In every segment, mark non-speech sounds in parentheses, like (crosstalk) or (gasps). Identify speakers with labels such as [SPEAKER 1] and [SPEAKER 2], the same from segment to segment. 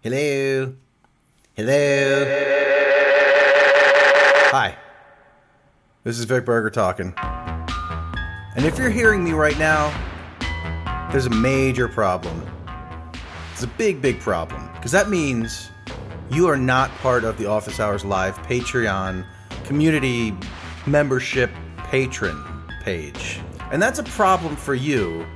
[SPEAKER 1] Hello. Hello. Hi. This is Vic Berger talking. And if you're hearing me right now, there's a major problem. It's a big, big problem. Because that means you are not part of the Office Hours Live Patreon community membership patron page. And that's a problem for you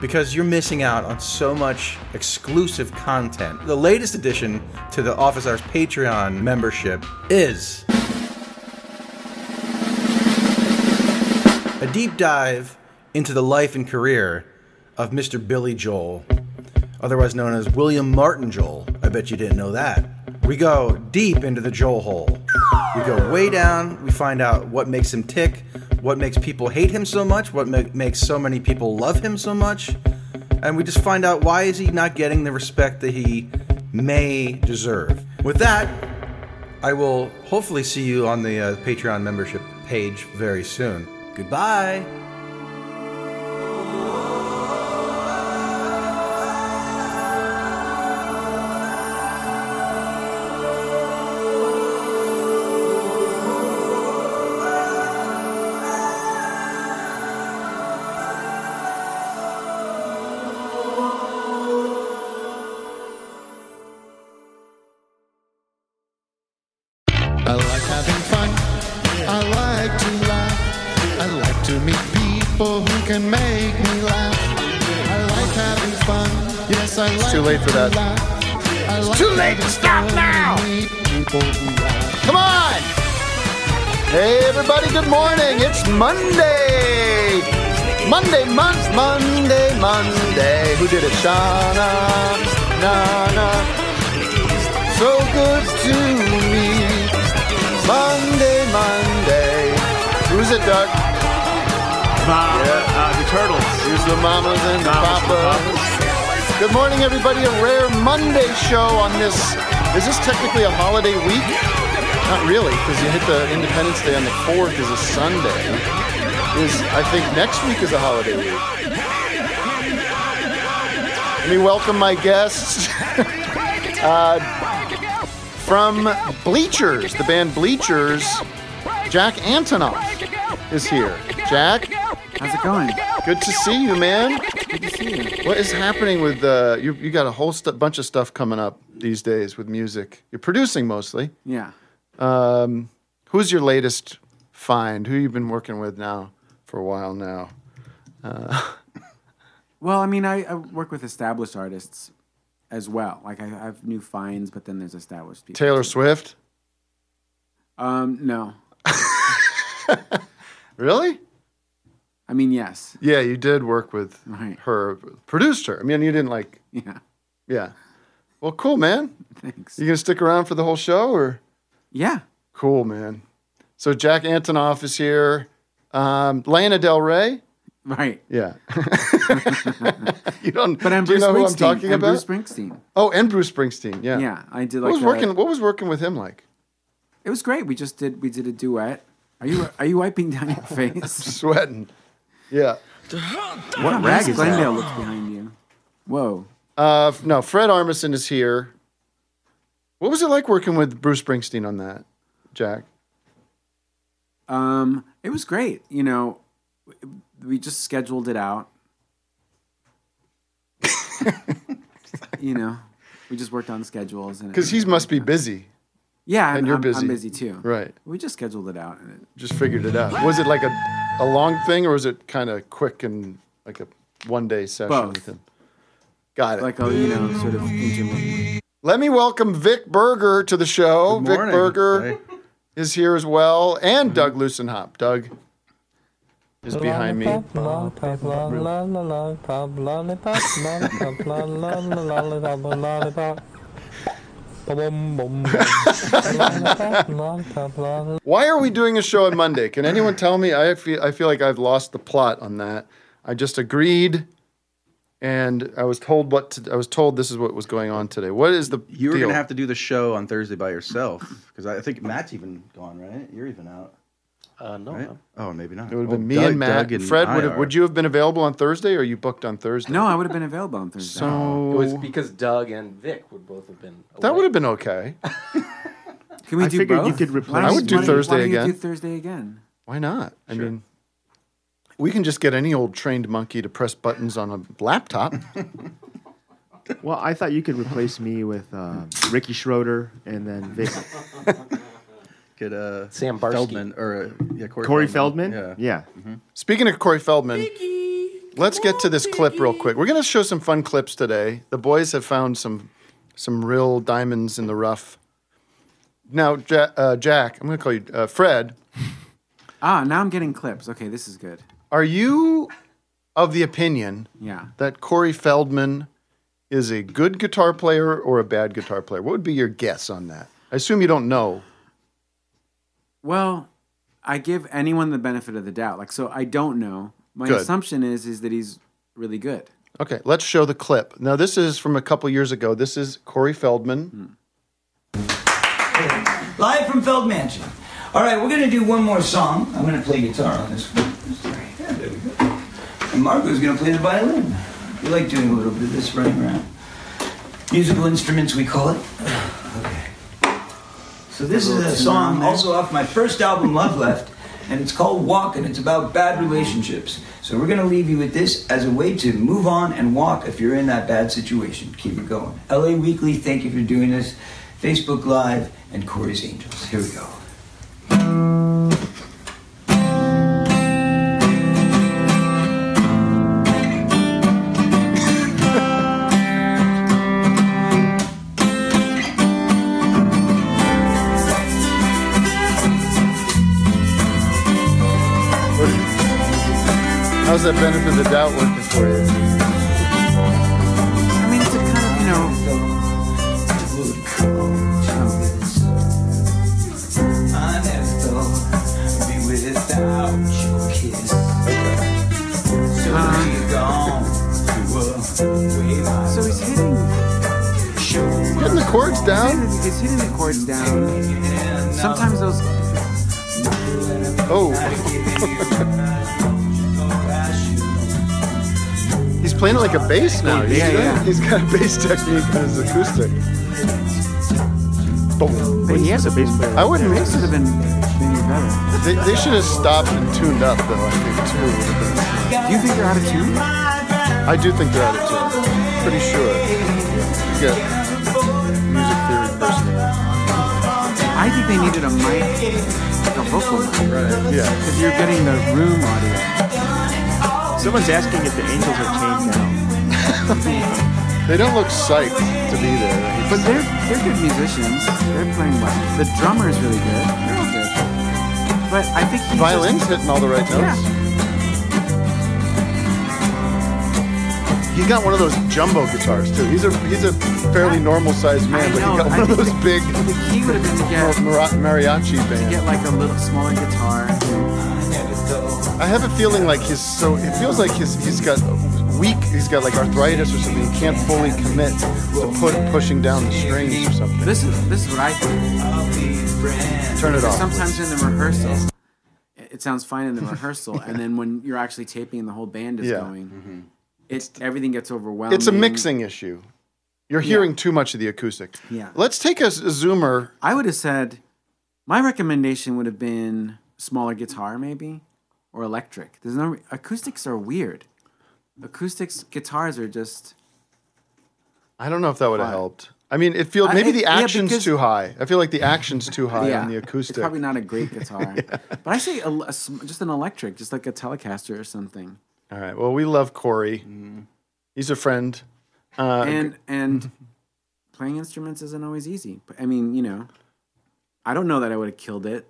[SPEAKER 1] because you're missing out on so much exclusive content. The latest addition to the Office Hours Patreon membership is a deep dive into the life and career of Mr. Billy Joel, otherwise known as William Martin Joel. I bet you didn't know that. We go deep into the Joel hole. We go way down. We find out what makes him tick, what makes people hate him so much, what ma- makes so many people love him so much, and we just find out why is he not getting the respect that he may deserve. With that, I will hopefully see you on the uh, Patreon membership page very soon. Goodbye.
[SPEAKER 2] I like having fun. I like to laugh. I like to meet people who can make me laugh. I like having fun. Yes, I like. It's
[SPEAKER 3] too late for that.
[SPEAKER 2] it's too late to stop now. People who laugh.
[SPEAKER 3] Come on! Hey, everybody, good morning. It's Monday. Monday, month, Monday, Monday. Who did it? Shauna, Nana. So good to me. Monday, Monday. Who's it, Doug?
[SPEAKER 4] Uh, uh, the Turtles.
[SPEAKER 3] Here's the mamas and the
[SPEAKER 4] Mamas and
[SPEAKER 3] papas. Good morning, everybody. A rare Monday show on this. Is this technically a holiday week? Not really, because you hit the Independence Day on the 4th is a Sunday. Is I think next week is a holiday week. Let me welcome my guests. (laughs) Uh, from Bleachers, the band Bleachers, Jack Antonoff is here. Jack,
[SPEAKER 5] How's it going?
[SPEAKER 3] good to see you, man.
[SPEAKER 5] Good to see you.
[SPEAKER 3] What is happening with uh, you? You got a whole stu- bunch of stuff coming up these days with music. You're producing mostly.
[SPEAKER 5] Yeah.
[SPEAKER 3] Um, who's your latest find? Who you've been working with now for a while now? Uh,
[SPEAKER 5] Well, I mean, I, I work with established artists as well. Like, I, I have new finds, but then there's established people.
[SPEAKER 3] (laughs) Taylor
[SPEAKER 5] too.
[SPEAKER 3] Swift.
[SPEAKER 5] Um, no.
[SPEAKER 3] Really?
[SPEAKER 5] I mean, yes.
[SPEAKER 3] Yeah, you did work with
[SPEAKER 5] Right.
[SPEAKER 3] her, produced her. I mean, you didn't like.
[SPEAKER 5] Yeah.
[SPEAKER 3] Yeah. Well, cool, man.
[SPEAKER 5] Thanks.
[SPEAKER 3] You gonna stick around for the whole show or?
[SPEAKER 5] Yeah.
[SPEAKER 3] Cool, man. So Jack Antonoff is here. Um, Lana Del Rey.
[SPEAKER 5] Right. (laughs)
[SPEAKER 3] Yeah. (laughs) you don't.
[SPEAKER 5] But I'm
[SPEAKER 3] Um, do you
[SPEAKER 5] Bruce
[SPEAKER 3] know
[SPEAKER 5] Springsteen.
[SPEAKER 3] who I'm talking
[SPEAKER 5] I'm
[SPEAKER 3] about?
[SPEAKER 5] Bruce Springsteen.
[SPEAKER 3] oh, and Bruce Springsteen. Yeah.
[SPEAKER 5] Yeah. I did
[SPEAKER 3] What
[SPEAKER 5] like
[SPEAKER 3] was
[SPEAKER 5] a-
[SPEAKER 3] working? What was working with him like?
[SPEAKER 5] It was great. We just did. We did a duet. Are you Are you wiping
[SPEAKER 3] (laughs)
[SPEAKER 5] down your face?
[SPEAKER 3] Sweating. Yeah.
[SPEAKER 5] what rag is Glendale looks behind you. Whoa.
[SPEAKER 3] Uh, f- no, Fred Armisen is here. What was it like working with Bruce Springsteen on that, Jack?
[SPEAKER 5] Um, it was great. You know, we just scheduled
[SPEAKER 4] (laughs)
[SPEAKER 5] it out. you know, we just worked on schedules and
[SPEAKER 3] Because he must be busy,
[SPEAKER 5] yeah, I'm,
[SPEAKER 3] and you're
[SPEAKER 5] I'm-
[SPEAKER 3] busy.
[SPEAKER 5] I'm busy too.
[SPEAKER 3] right?
[SPEAKER 5] We just scheduled it out. And it,
[SPEAKER 3] Just figured it out. Was it like a, a long thing, or was it kind of quick and like a one day session
[SPEAKER 5] Both.
[SPEAKER 3] with him? Got it.
[SPEAKER 5] like a you know sort of intermittent.
[SPEAKER 3] Let me welcome Vic Berger to the show. Vic
[SPEAKER 1] morning.
[SPEAKER 3] Berger
[SPEAKER 1] Hey. Mm-hmm.
[SPEAKER 3] is here as well, and Doug Lucenhop. Doug is (laughs) behind me.
[SPEAKER 6] Lollipop, lollipop, lollipop, lollipop, lollipop, lollipop. Ba-bum, bum, bum. Lollipop, lollipop, lollipop.
[SPEAKER 3] Why are we doing a show on Monday? Can anyone tell me? I feel I feel like I've lost the plot on that. I just agreed, and I was told what to, I was told. This is what was going on today. What is the
[SPEAKER 1] You were
[SPEAKER 3] deal?
[SPEAKER 1] gonna have to do the show on Thursday by yourself because I I think Matt's even gone, right? You're even out.
[SPEAKER 7] Uh, no,
[SPEAKER 1] right?
[SPEAKER 7] man.
[SPEAKER 1] Oh, maybe not.
[SPEAKER 3] It would have been me
[SPEAKER 1] Doug-
[SPEAKER 3] and Matt.
[SPEAKER 1] Doug and
[SPEAKER 3] Fred,
[SPEAKER 1] I
[SPEAKER 3] would,
[SPEAKER 1] are.
[SPEAKER 3] would you have been available on Thursday, or you booked on Thursday?
[SPEAKER 5] No, I would have been available on Thursday.
[SPEAKER 7] It was
[SPEAKER 3] So
[SPEAKER 7] because Doug and Vic would both have been.
[SPEAKER 3] that
[SPEAKER 7] away.
[SPEAKER 3] would have been okay.
[SPEAKER 5] Can we
[SPEAKER 4] I
[SPEAKER 5] do
[SPEAKER 4] figured
[SPEAKER 5] both?
[SPEAKER 4] you could replace
[SPEAKER 5] Why don't
[SPEAKER 3] I would do
[SPEAKER 5] why don't you-
[SPEAKER 3] Thursday
[SPEAKER 5] why don't you
[SPEAKER 3] again.
[SPEAKER 5] do Thursday again.
[SPEAKER 3] Why not? I mean, we can just get any old trained monkey to press buttons on a laptop.
[SPEAKER 4] Well, I thought you could replace me with uh, Ricky Schroeder and then
[SPEAKER 3] (laughs)
[SPEAKER 4] Vic.
[SPEAKER 1] Get uh,
[SPEAKER 7] Sam Barsky.
[SPEAKER 1] Feldman or uh, yeah, Corey,
[SPEAKER 4] Corey Feldman?
[SPEAKER 1] Yeah.
[SPEAKER 4] Yeah.
[SPEAKER 3] Mm-hmm. Speaking of Corey Feldman, let's get to this clip real quick. We're going to show some fun clips today. The boys have found some some real diamonds in the rough. Now, ja- uh, Jack, I'm going to call you uh, Fred.
[SPEAKER 5] Ah, now I'm getting clips. Okay, this is good.
[SPEAKER 3] Are you of the opinion
[SPEAKER 5] Yeah.
[SPEAKER 3] that Corey Feldman is a good guitar player or a bad guitar player? What would be your guess on that? I assume you don't know.
[SPEAKER 5] Well, I give anyone the benefit of the doubt. Like, so I don't know. My
[SPEAKER 3] Good.
[SPEAKER 5] assumption is is that he's really good.
[SPEAKER 3] Okay, let's show the clip. Now, this is from a couple years ago. This is Corey Feldman.
[SPEAKER 8] Live from Feld Mansion. All right, we're going to do one more song. I'm going to play guitar on this one. Yeah, there we go. And Marco's going to play the violin. We like doing a little bit of this running around. Musical instruments, we call it. (sighs) Okay. So this is a song also off my first album, Love Left, and it's called Walk, and it's about bad relationships. So we're going to leave you with this as a way to move on and walk if you're in that bad situation. Keep it going. LA Weekly, thank you for doing this. Facebook Live and Corey's Angels. Here we go.
[SPEAKER 3] How's that benefit of the doubt working for you?
[SPEAKER 5] I mean, it's a kind of, you know,
[SPEAKER 8] I never thought I'd be without your kiss. So when you're gone, you were way my
[SPEAKER 5] so he's hitting,
[SPEAKER 3] Getting the chords down?
[SPEAKER 5] he's hitting the chords down. Sometimes those,
[SPEAKER 3] Oh, (laughs) he's playing it like a bass now. He's
[SPEAKER 5] Yeah,
[SPEAKER 3] good.
[SPEAKER 5] yeah.
[SPEAKER 3] He's got a bass technique on his acoustic. Boom.
[SPEAKER 4] When he has a bass player.
[SPEAKER 3] I wouldn't
[SPEAKER 5] this
[SPEAKER 3] mix it.
[SPEAKER 5] would have been maybe better.
[SPEAKER 3] They, they should have stopped and tuned up, though, I think, too. would have been-
[SPEAKER 5] Do you think they're out of tune?
[SPEAKER 3] I do think they're out of tune. Pretty sure. Yeah. Music theory person.
[SPEAKER 5] I think they needed a mic, like a vocal mic,
[SPEAKER 3] Yeah.
[SPEAKER 5] because you're getting the room audio.
[SPEAKER 4] Someone's asking if the Angels are chained now.
[SPEAKER 3] They don't look psyched to be there.
[SPEAKER 5] But they're they're good musicians. They're playing well. The drummer is really good. They're all good. But I think he's
[SPEAKER 3] Violin's hitting all the right notes. He's got one of those jumbo guitars too. He's a he's a fairly normal sized man,
[SPEAKER 5] I
[SPEAKER 3] but he
[SPEAKER 5] know,
[SPEAKER 3] got one
[SPEAKER 5] I
[SPEAKER 3] of
[SPEAKER 5] think
[SPEAKER 3] those big
[SPEAKER 5] The key would have been to get
[SPEAKER 3] mara- mariachi band.
[SPEAKER 5] get like a little smaller guitar.
[SPEAKER 3] I have a feeling like he's so. It feels like he's he's got weak. He's got like arthritis or something. He can't fully commit to put pushing down the strings or something.
[SPEAKER 5] This is this is what I think.
[SPEAKER 3] Turn it off.
[SPEAKER 5] Sometimes in the rehearsal, it it sounds fine in the rehearsal, and then when you're actually taping and the whole band is
[SPEAKER 3] Yeah. Mm-hmm.
[SPEAKER 5] going, it's everything gets overwhelming.
[SPEAKER 3] It's a mixing issue. You're hearing too much of the acoustic.
[SPEAKER 5] Yeah.
[SPEAKER 3] Let's take a, s- a zoomer.
[SPEAKER 5] I would have said, my recommendation would have been smaller guitar, maybe, or electric. There's no acoustics are weird. Acoustics guitars are just.
[SPEAKER 3] I don't know if that would have helped. I mean, it feels
[SPEAKER 5] I-
[SPEAKER 3] maybe
[SPEAKER 5] it-
[SPEAKER 3] the
[SPEAKER 5] yeah,
[SPEAKER 3] action's
[SPEAKER 5] because-
[SPEAKER 3] too high. I feel like the action's too high
[SPEAKER 5] yeah,
[SPEAKER 3] on the acoustic.
[SPEAKER 5] It's probably not a
[SPEAKER 3] (laughs)
[SPEAKER 5] great guitar, but I say a, a sm- just an electric, just like a Telecaster or something.
[SPEAKER 3] All right. Well, we love Corey. He's a friend. Uh,
[SPEAKER 5] Mm-hmm. And
[SPEAKER 3] (laughs)
[SPEAKER 5] and playing instruments isn't always easy. But I mean, you know, I don't know that I would have killed it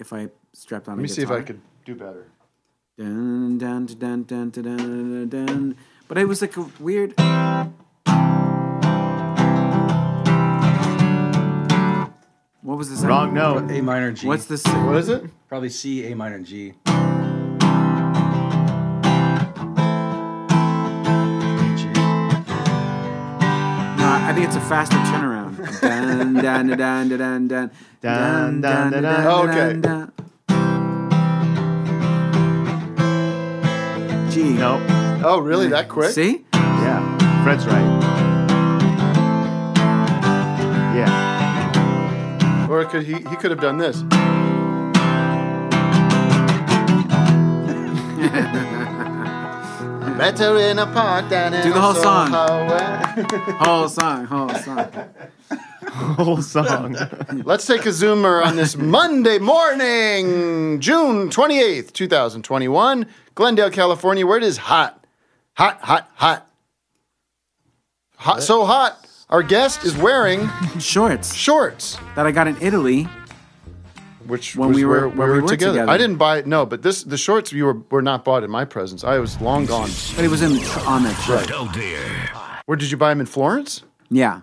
[SPEAKER 5] if I strapped on
[SPEAKER 3] let
[SPEAKER 5] a
[SPEAKER 3] me see
[SPEAKER 5] guitar.
[SPEAKER 3] if I could do better.
[SPEAKER 5] Dun, dun, dun, dun, dun, dun, dun. But it was like a weird. What was this?
[SPEAKER 4] Wrong note.
[SPEAKER 1] A minor G.
[SPEAKER 5] What's this?
[SPEAKER 3] What is it?
[SPEAKER 1] Probably C, A minor G.
[SPEAKER 5] No, I think it's a faster turnaround.
[SPEAKER 3] (laughs)
[SPEAKER 5] dun, dun, dun, dun, dun, dun,
[SPEAKER 4] Dun,
[SPEAKER 5] dun,
[SPEAKER 4] dun, dun, dun.
[SPEAKER 3] Okay.
[SPEAKER 5] dun. G.
[SPEAKER 4] No.
[SPEAKER 3] Oh, really? That quick?
[SPEAKER 5] See?
[SPEAKER 4] Yeah. Fred's right. Yeah.
[SPEAKER 3] Or could he? He could have done
[SPEAKER 5] (laughs)
[SPEAKER 3] this. Better in a park than in
[SPEAKER 5] Do the
[SPEAKER 3] a
[SPEAKER 5] whole song.
[SPEAKER 3] Soho.
[SPEAKER 5] (laughs) Whole song, whole song.
[SPEAKER 4] Whole song.
[SPEAKER 3] (laughs) Let's take a zoomer on this Monday morning, June 28th, 2021, Glendale, California, where it is hot. Hot, hot, hot. Hot, so hot. Our guest is wearing
[SPEAKER 5] Shorts
[SPEAKER 3] shorts,
[SPEAKER 5] that I got in Italy.
[SPEAKER 3] which
[SPEAKER 5] When
[SPEAKER 3] was
[SPEAKER 5] we were-
[SPEAKER 3] where,
[SPEAKER 5] when
[SPEAKER 3] where
[SPEAKER 5] we
[SPEAKER 3] we were
[SPEAKER 5] were
[SPEAKER 3] together.
[SPEAKER 5] together.
[SPEAKER 3] I didn't buy it, no, but this the shorts you were were not bought in my presence. I was long gone. Oh,
[SPEAKER 5] But it was in on that trip.
[SPEAKER 3] Where did you buy them in Florence?
[SPEAKER 5] Yeah.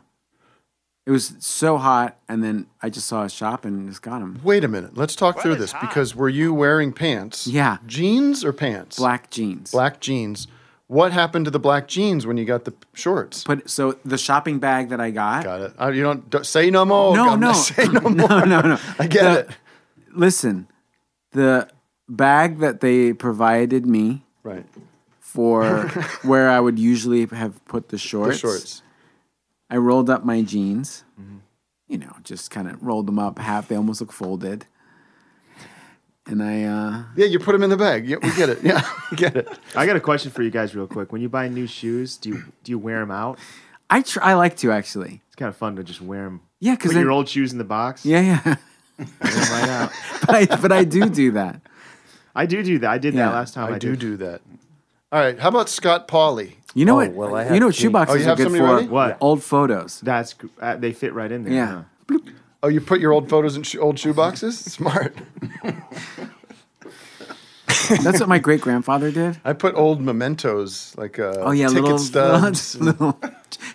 [SPEAKER 5] It was so hot, and then I just saw a shop and just got them.
[SPEAKER 3] Wait a minute. Let's talk through this because were you wearing pants?
[SPEAKER 5] Yeah.
[SPEAKER 3] Jeans or pants?
[SPEAKER 5] Black jeans.
[SPEAKER 3] Black jeans. What happened to the black jeans when you got the p- shorts?
[SPEAKER 5] But so the shopping bag that I got.
[SPEAKER 3] Got it. Uh, you don't, don't- say no more.
[SPEAKER 5] No,
[SPEAKER 3] Oh, I'm
[SPEAKER 5] no.
[SPEAKER 3] not (laughs) Say no more.
[SPEAKER 5] (laughs) No, no, no.
[SPEAKER 3] I get
[SPEAKER 5] The-
[SPEAKER 3] it.
[SPEAKER 5] Listen, the bag that they provided me
[SPEAKER 3] Right. (laughs)
[SPEAKER 5] for where I would usually have put
[SPEAKER 3] The
[SPEAKER 5] the shorts.
[SPEAKER 3] shorts. Mm-hmm.
[SPEAKER 5] I rolled up my jeans. You know, just kind of rolled them up half. They almost look folded. And I, uh,
[SPEAKER 3] Yeah, you put them in the bag. Yeah, we get it. Yeah, (laughs) we get it.
[SPEAKER 4] I got a question for you guys, real quick. When you buy new shoes, do you do you wear them out?
[SPEAKER 5] I, tr- I like to actually.
[SPEAKER 4] It's kind of fun to just wear them.
[SPEAKER 5] Yeah, 'cause
[SPEAKER 4] put
[SPEAKER 5] then-
[SPEAKER 4] your old shoes in the box.
[SPEAKER 5] Yeah, yeah. (laughs)
[SPEAKER 4] wear 'em right out.
[SPEAKER 5] but, I, but I do do that.
[SPEAKER 4] I do do that. I did
[SPEAKER 5] Yeah,
[SPEAKER 4] that last time.
[SPEAKER 3] I,
[SPEAKER 4] I,
[SPEAKER 3] do
[SPEAKER 4] did.
[SPEAKER 3] do that. All right. How about Scott Pauley?
[SPEAKER 5] You know
[SPEAKER 7] Oh,
[SPEAKER 5] what?
[SPEAKER 7] well, I
[SPEAKER 5] you
[SPEAKER 7] have
[SPEAKER 5] know what
[SPEAKER 7] cheap-
[SPEAKER 5] shoeboxes
[SPEAKER 3] Oh, you
[SPEAKER 5] are
[SPEAKER 3] have
[SPEAKER 5] good
[SPEAKER 3] somebody
[SPEAKER 5] for?
[SPEAKER 3] ready?
[SPEAKER 4] What?
[SPEAKER 5] Old photos.
[SPEAKER 4] That's gr- uh, they fit right in there.
[SPEAKER 5] Yeah.
[SPEAKER 4] huh?
[SPEAKER 3] Oh, you put your old photos in sh- old shoe boxes? (laughs) Smart.
[SPEAKER 5] That's what my great grandfather did.
[SPEAKER 3] I put old mementos like (laughs) uh,
[SPEAKER 5] Oh yeah,
[SPEAKER 3] ticket
[SPEAKER 5] little (laughs)
[SPEAKER 3] stubs.
[SPEAKER 5] little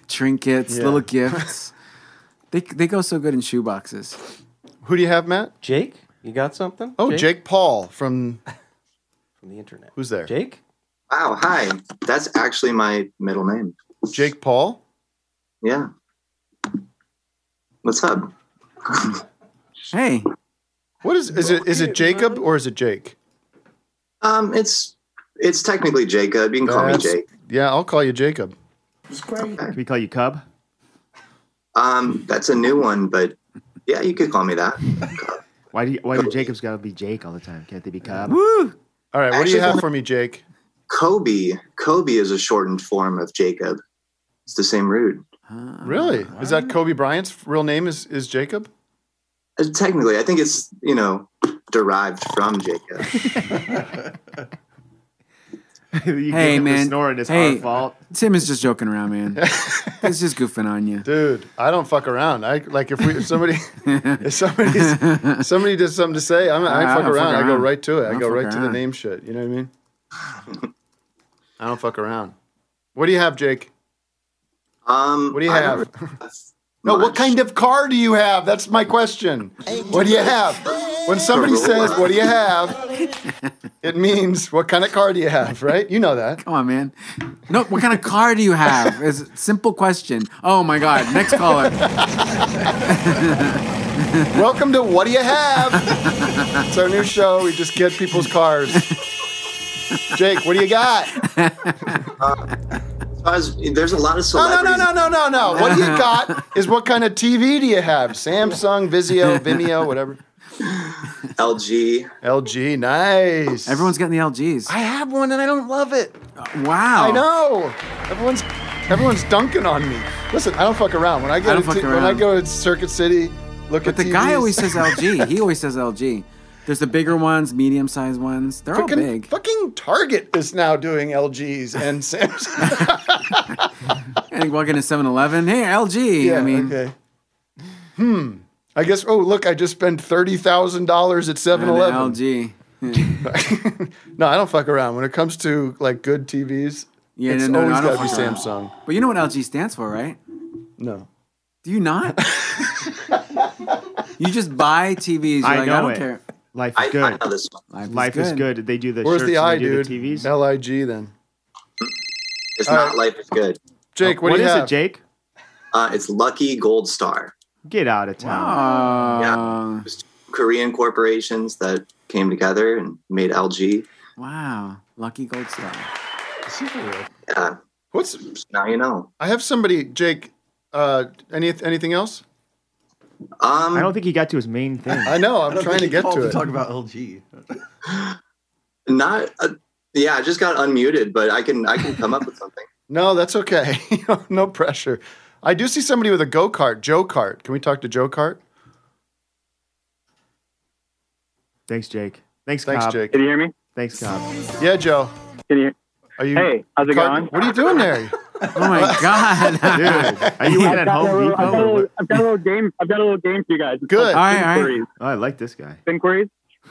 [SPEAKER 5] trinkets,
[SPEAKER 3] Yeah. (laughs)
[SPEAKER 5] little gifts. they they go so good in shoeboxes.
[SPEAKER 3] Who do you have, Matt?
[SPEAKER 7] Jake, you got something?
[SPEAKER 3] Oh, Jake, Paul
[SPEAKER 5] (laughs)
[SPEAKER 3] from (laughs)
[SPEAKER 7] from the internet.
[SPEAKER 3] who's there?
[SPEAKER 7] Jake?
[SPEAKER 9] Wow, hi. That's actually my middle name.
[SPEAKER 3] Jake Paul.
[SPEAKER 9] Yeah. What's up?
[SPEAKER 5] Hey,
[SPEAKER 3] What is is it? Is it Jacob or is it Jake?
[SPEAKER 9] Um, it's it's technically Jacob. uh, You can call
[SPEAKER 3] That's-
[SPEAKER 9] me Jake.
[SPEAKER 3] Yeah, I'll call you Jacob.
[SPEAKER 4] Can we call you Cub?
[SPEAKER 9] Um, that's a new one, but yeah, you could call me that.
[SPEAKER 4] (laughs) Why do you, why do Jacobs got to be Jake all the time? Can't they be Cub?
[SPEAKER 3] All right, what do you
[SPEAKER 9] Actually,
[SPEAKER 3] have
[SPEAKER 9] one-
[SPEAKER 3] for me, Jake?
[SPEAKER 9] Kobe. Kobe is a shortened form of Jacob. It's the same root.
[SPEAKER 5] Oh,
[SPEAKER 3] Really? Is that Kobe Bryant's real name? Is is Jacob?
[SPEAKER 9] Uh, Technically, I think it's you know derived from Jacob.
[SPEAKER 4] you
[SPEAKER 5] Hey,
[SPEAKER 4] give him the
[SPEAKER 5] man.
[SPEAKER 4] snore and it's
[SPEAKER 5] Hey.
[SPEAKER 4] our fault.
[SPEAKER 5] Tim is just joking around,
[SPEAKER 3] (laughs)
[SPEAKER 5] man. He's just goofing on you.
[SPEAKER 3] (laughs) Dude, I don't fuck around. I like if we if
[SPEAKER 5] (laughs)
[SPEAKER 3] somebody if somebody's, somebody does something to say, I'm, (laughs) I,
[SPEAKER 5] Ah, I
[SPEAKER 3] fuck
[SPEAKER 5] don't fuck
[SPEAKER 3] around. I go
[SPEAKER 5] around.
[SPEAKER 3] right to it.
[SPEAKER 5] I
[SPEAKER 3] I,
[SPEAKER 5] don't
[SPEAKER 3] go
[SPEAKER 5] fuck
[SPEAKER 3] right to the
[SPEAKER 5] around.
[SPEAKER 3] name shit. You know what I mean? I don't fuck around. What do you have, Jake?
[SPEAKER 9] Um,
[SPEAKER 3] What do you
[SPEAKER 9] I don't
[SPEAKER 3] have?
[SPEAKER 9] really
[SPEAKER 3] No, what
[SPEAKER 9] much.
[SPEAKER 3] kind of car do you have? That's my question. What do you have? When somebody says, "What do you have?" it means what kind of car do you have, right? You know that.
[SPEAKER 5] Come on, man. No, what kind of car do you have? It's a simple question. Oh my God. Next caller.
[SPEAKER 3] Welcome to What Do You Have? it's our new show. We just get people's cars. Jake, what do you got?
[SPEAKER 9] So I was, there's a lot of
[SPEAKER 3] No, no,
[SPEAKER 9] celebrities.
[SPEAKER 3] no, no, no, no, no.
[SPEAKER 9] (laughs)
[SPEAKER 3] What do you got is what kind of TV do you have? Samsung, Vizio, Vimeo, whatever.
[SPEAKER 9] LG.
[SPEAKER 3] LG, nice.
[SPEAKER 5] Everyone's getting the LGs.
[SPEAKER 3] (laughs) I have one and I don't love it.
[SPEAKER 5] wow.
[SPEAKER 3] I know. Everyone's everyone's dunking on me. Listen, I don't fuck around. When I go
[SPEAKER 5] I don't
[SPEAKER 3] to
[SPEAKER 5] fuck
[SPEAKER 3] t- when I
[SPEAKER 5] around.
[SPEAKER 3] go to Circuit City, look
[SPEAKER 5] But
[SPEAKER 3] at
[SPEAKER 5] the guy
[SPEAKER 3] TVs.
[SPEAKER 5] always says
[SPEAKER 3] (laughs)
[SPEAKER 5] LG. He always says LG. There's the bigger ones, medium sized ones. They're all
[SPEAKER 3] fucking,
[SPEAKER 5] big.
[SPEAKER 3] fucking Target is now doing LGs and Samsung.
[SPEAKER 5] (laughs) And you walk into 7 Eleven. Hey, LG. I mean,
[SPEAKER 3] okay. Hmm. I guess. Oh, look! I just spent thirty thousand dollars at Seven
[SPEAKER 5] and an
[SPEAKER 3] Eleven. (laughs)
[SPEAKER 5] LG.
[SPEAKER 3] No, I don't fuck around. When it comes to like good TVs,
[SPEAKER 5] Yeah,
[SPEAKER 3] it's
[SPEAKER 5] no, no, no,
[SPEAKER 3] always
[SPEAKER 5] I don't
[SPEAKER 3] got to be
[SPEAKER 5] fuck around.
[SPEAKER 3] Samsung.
[SPEAKER 5] But you know what LG stands for, right?
[SPEAKER 3] No,
[SPEAKER 5] Do
[SPEAKER 3] (laughs)
[SPEAKER 5] you not? you just buy TVs. You're
[SPEAKER 4] I
[SPEAKER 5] like,
[SPEAKER 4] know
[SPEAKER 5] I don't
[SPEAKER 4] it.
[SPEAKER 5] care.
[SPEAKER 4] Life
[SPEAKER 9] I,
[SPEAKER 4] is
[SPEAKER 9] I
[SPEAKER 4] good.
[SPEAKER 9] know this one.
[SPEAKER 5] Life,
[SPEAKER 4] Life is good. They do the
[SPEAKER 3] where's
[SPEAKER 4] shirts
[SPEAKER 3] the
[SPEAKER 4] and
[SPEAKER 3] I,
[SPEAKER 4] they do
[SPEAKER 3] dude?
[SPEAKER 4] the TVs.
[SPEAKER 3] L I G. Then
[SPEAKER 9] It's
[SPEAKER 3] All
[SPEAKER 9] not
[SPEAKER 3] right.
[SPEAKER 9] life is good.
[SPEAKER 3] Jake, what,
[SPEAKER 4] what
[SPEAKER 3] do
[SPEAKER 4] is
[SPEAKER 3] you
[SPEAKER 4] it,
[SPEAKER 3] have?
[SPEAKER 4] Jake?
[SPEAKER 9] Uh, it's Lucky Gold Star.
[SPEAKER 4] Get out of town.
[SPEAKER 5] Oh.
[SPEAKER 9] Yeah. Korean corporations that came together and made LG.
[SPEAKER 5] Wow. Lucky Gold Star.
[SPEAKER 3] super weird.
[SPEAKER 9] Yeah.
[SPEAKER 3] What's
[SPEAKER 9] Now you know.
[SPEAKER 3] I have somebody, Jake. Uh, any anything else?
[SPEAKER 9] Um,
[SPEAKER 4] I don't think he got to his main thing.
[SPEAKER 3] I know. I'm
[SPEAKER 10] don't
[SPEAKER 3] trying
[SPEAKER 10] think
[SPEAKER 3] to
[SPEAKER 10] he
[SPEAKER 3] get
[SPEAKER 10] called
[SPEAKER 3] to it.
[SPEAKER 10] Talk about LG.
[SPEAKER 9] not. Uh, yeah, I just got unmuted, but I can I can come up with something.
[SPEAKER 3] No, that's okay. (laughs) no pressure. I do see somebody with a go kart, Joe Cart. Can we talk to Joe Cart?
[SPEAKER 4] Thanks, Jake. Thanks,
[SPEAKER 3] Thanks,
[SPEAKER 4] Cobb.
[SPEAKER 3] Jake.
[SPEAKER 11] Can you hear me?
[SPEAKER 4] Thanks, Cobb.
[SPEAKER 3] Yeah, Joe.
[SPEAKER 11] Can you?
[SPEAKER 3] Are you?
[SPEAKER 11] Hey, how's it
[SPEAKER 3] Cart-
[SPEAKER 11] going?
[SPEAKER 3] What are you doing there?
[SPEAKER 5] Oh
[SPEAKER 3] (laughs)
[SPEAKER 5] my god!
[SPEAKER 4] Dude, are
[SPEAKER 5] (laughs)
[SPEAKER 4] you in
[SPEAKER 11] I've
[SPEAKER 4] at
[SPEAKER 11] got, a
[SPEAKER 4] Home
[SPEAKER 11] little, I've, got a
[SPEAKER 4] Depot? or
[SPEAKER 11] little,
[SPEAKER 4] what?
[SPEAKER 11] I've got a little game. I've got a little game for you guys. It's
[SPEAKER 3] Good.
[SPEAKER 11] called
[SPEAKER 5] All right, all right.
[SPEAKER 11] Inquiries.
[SPEAKER 4] Oh, I like this guy.
[SPEAKER 11] Inquiries.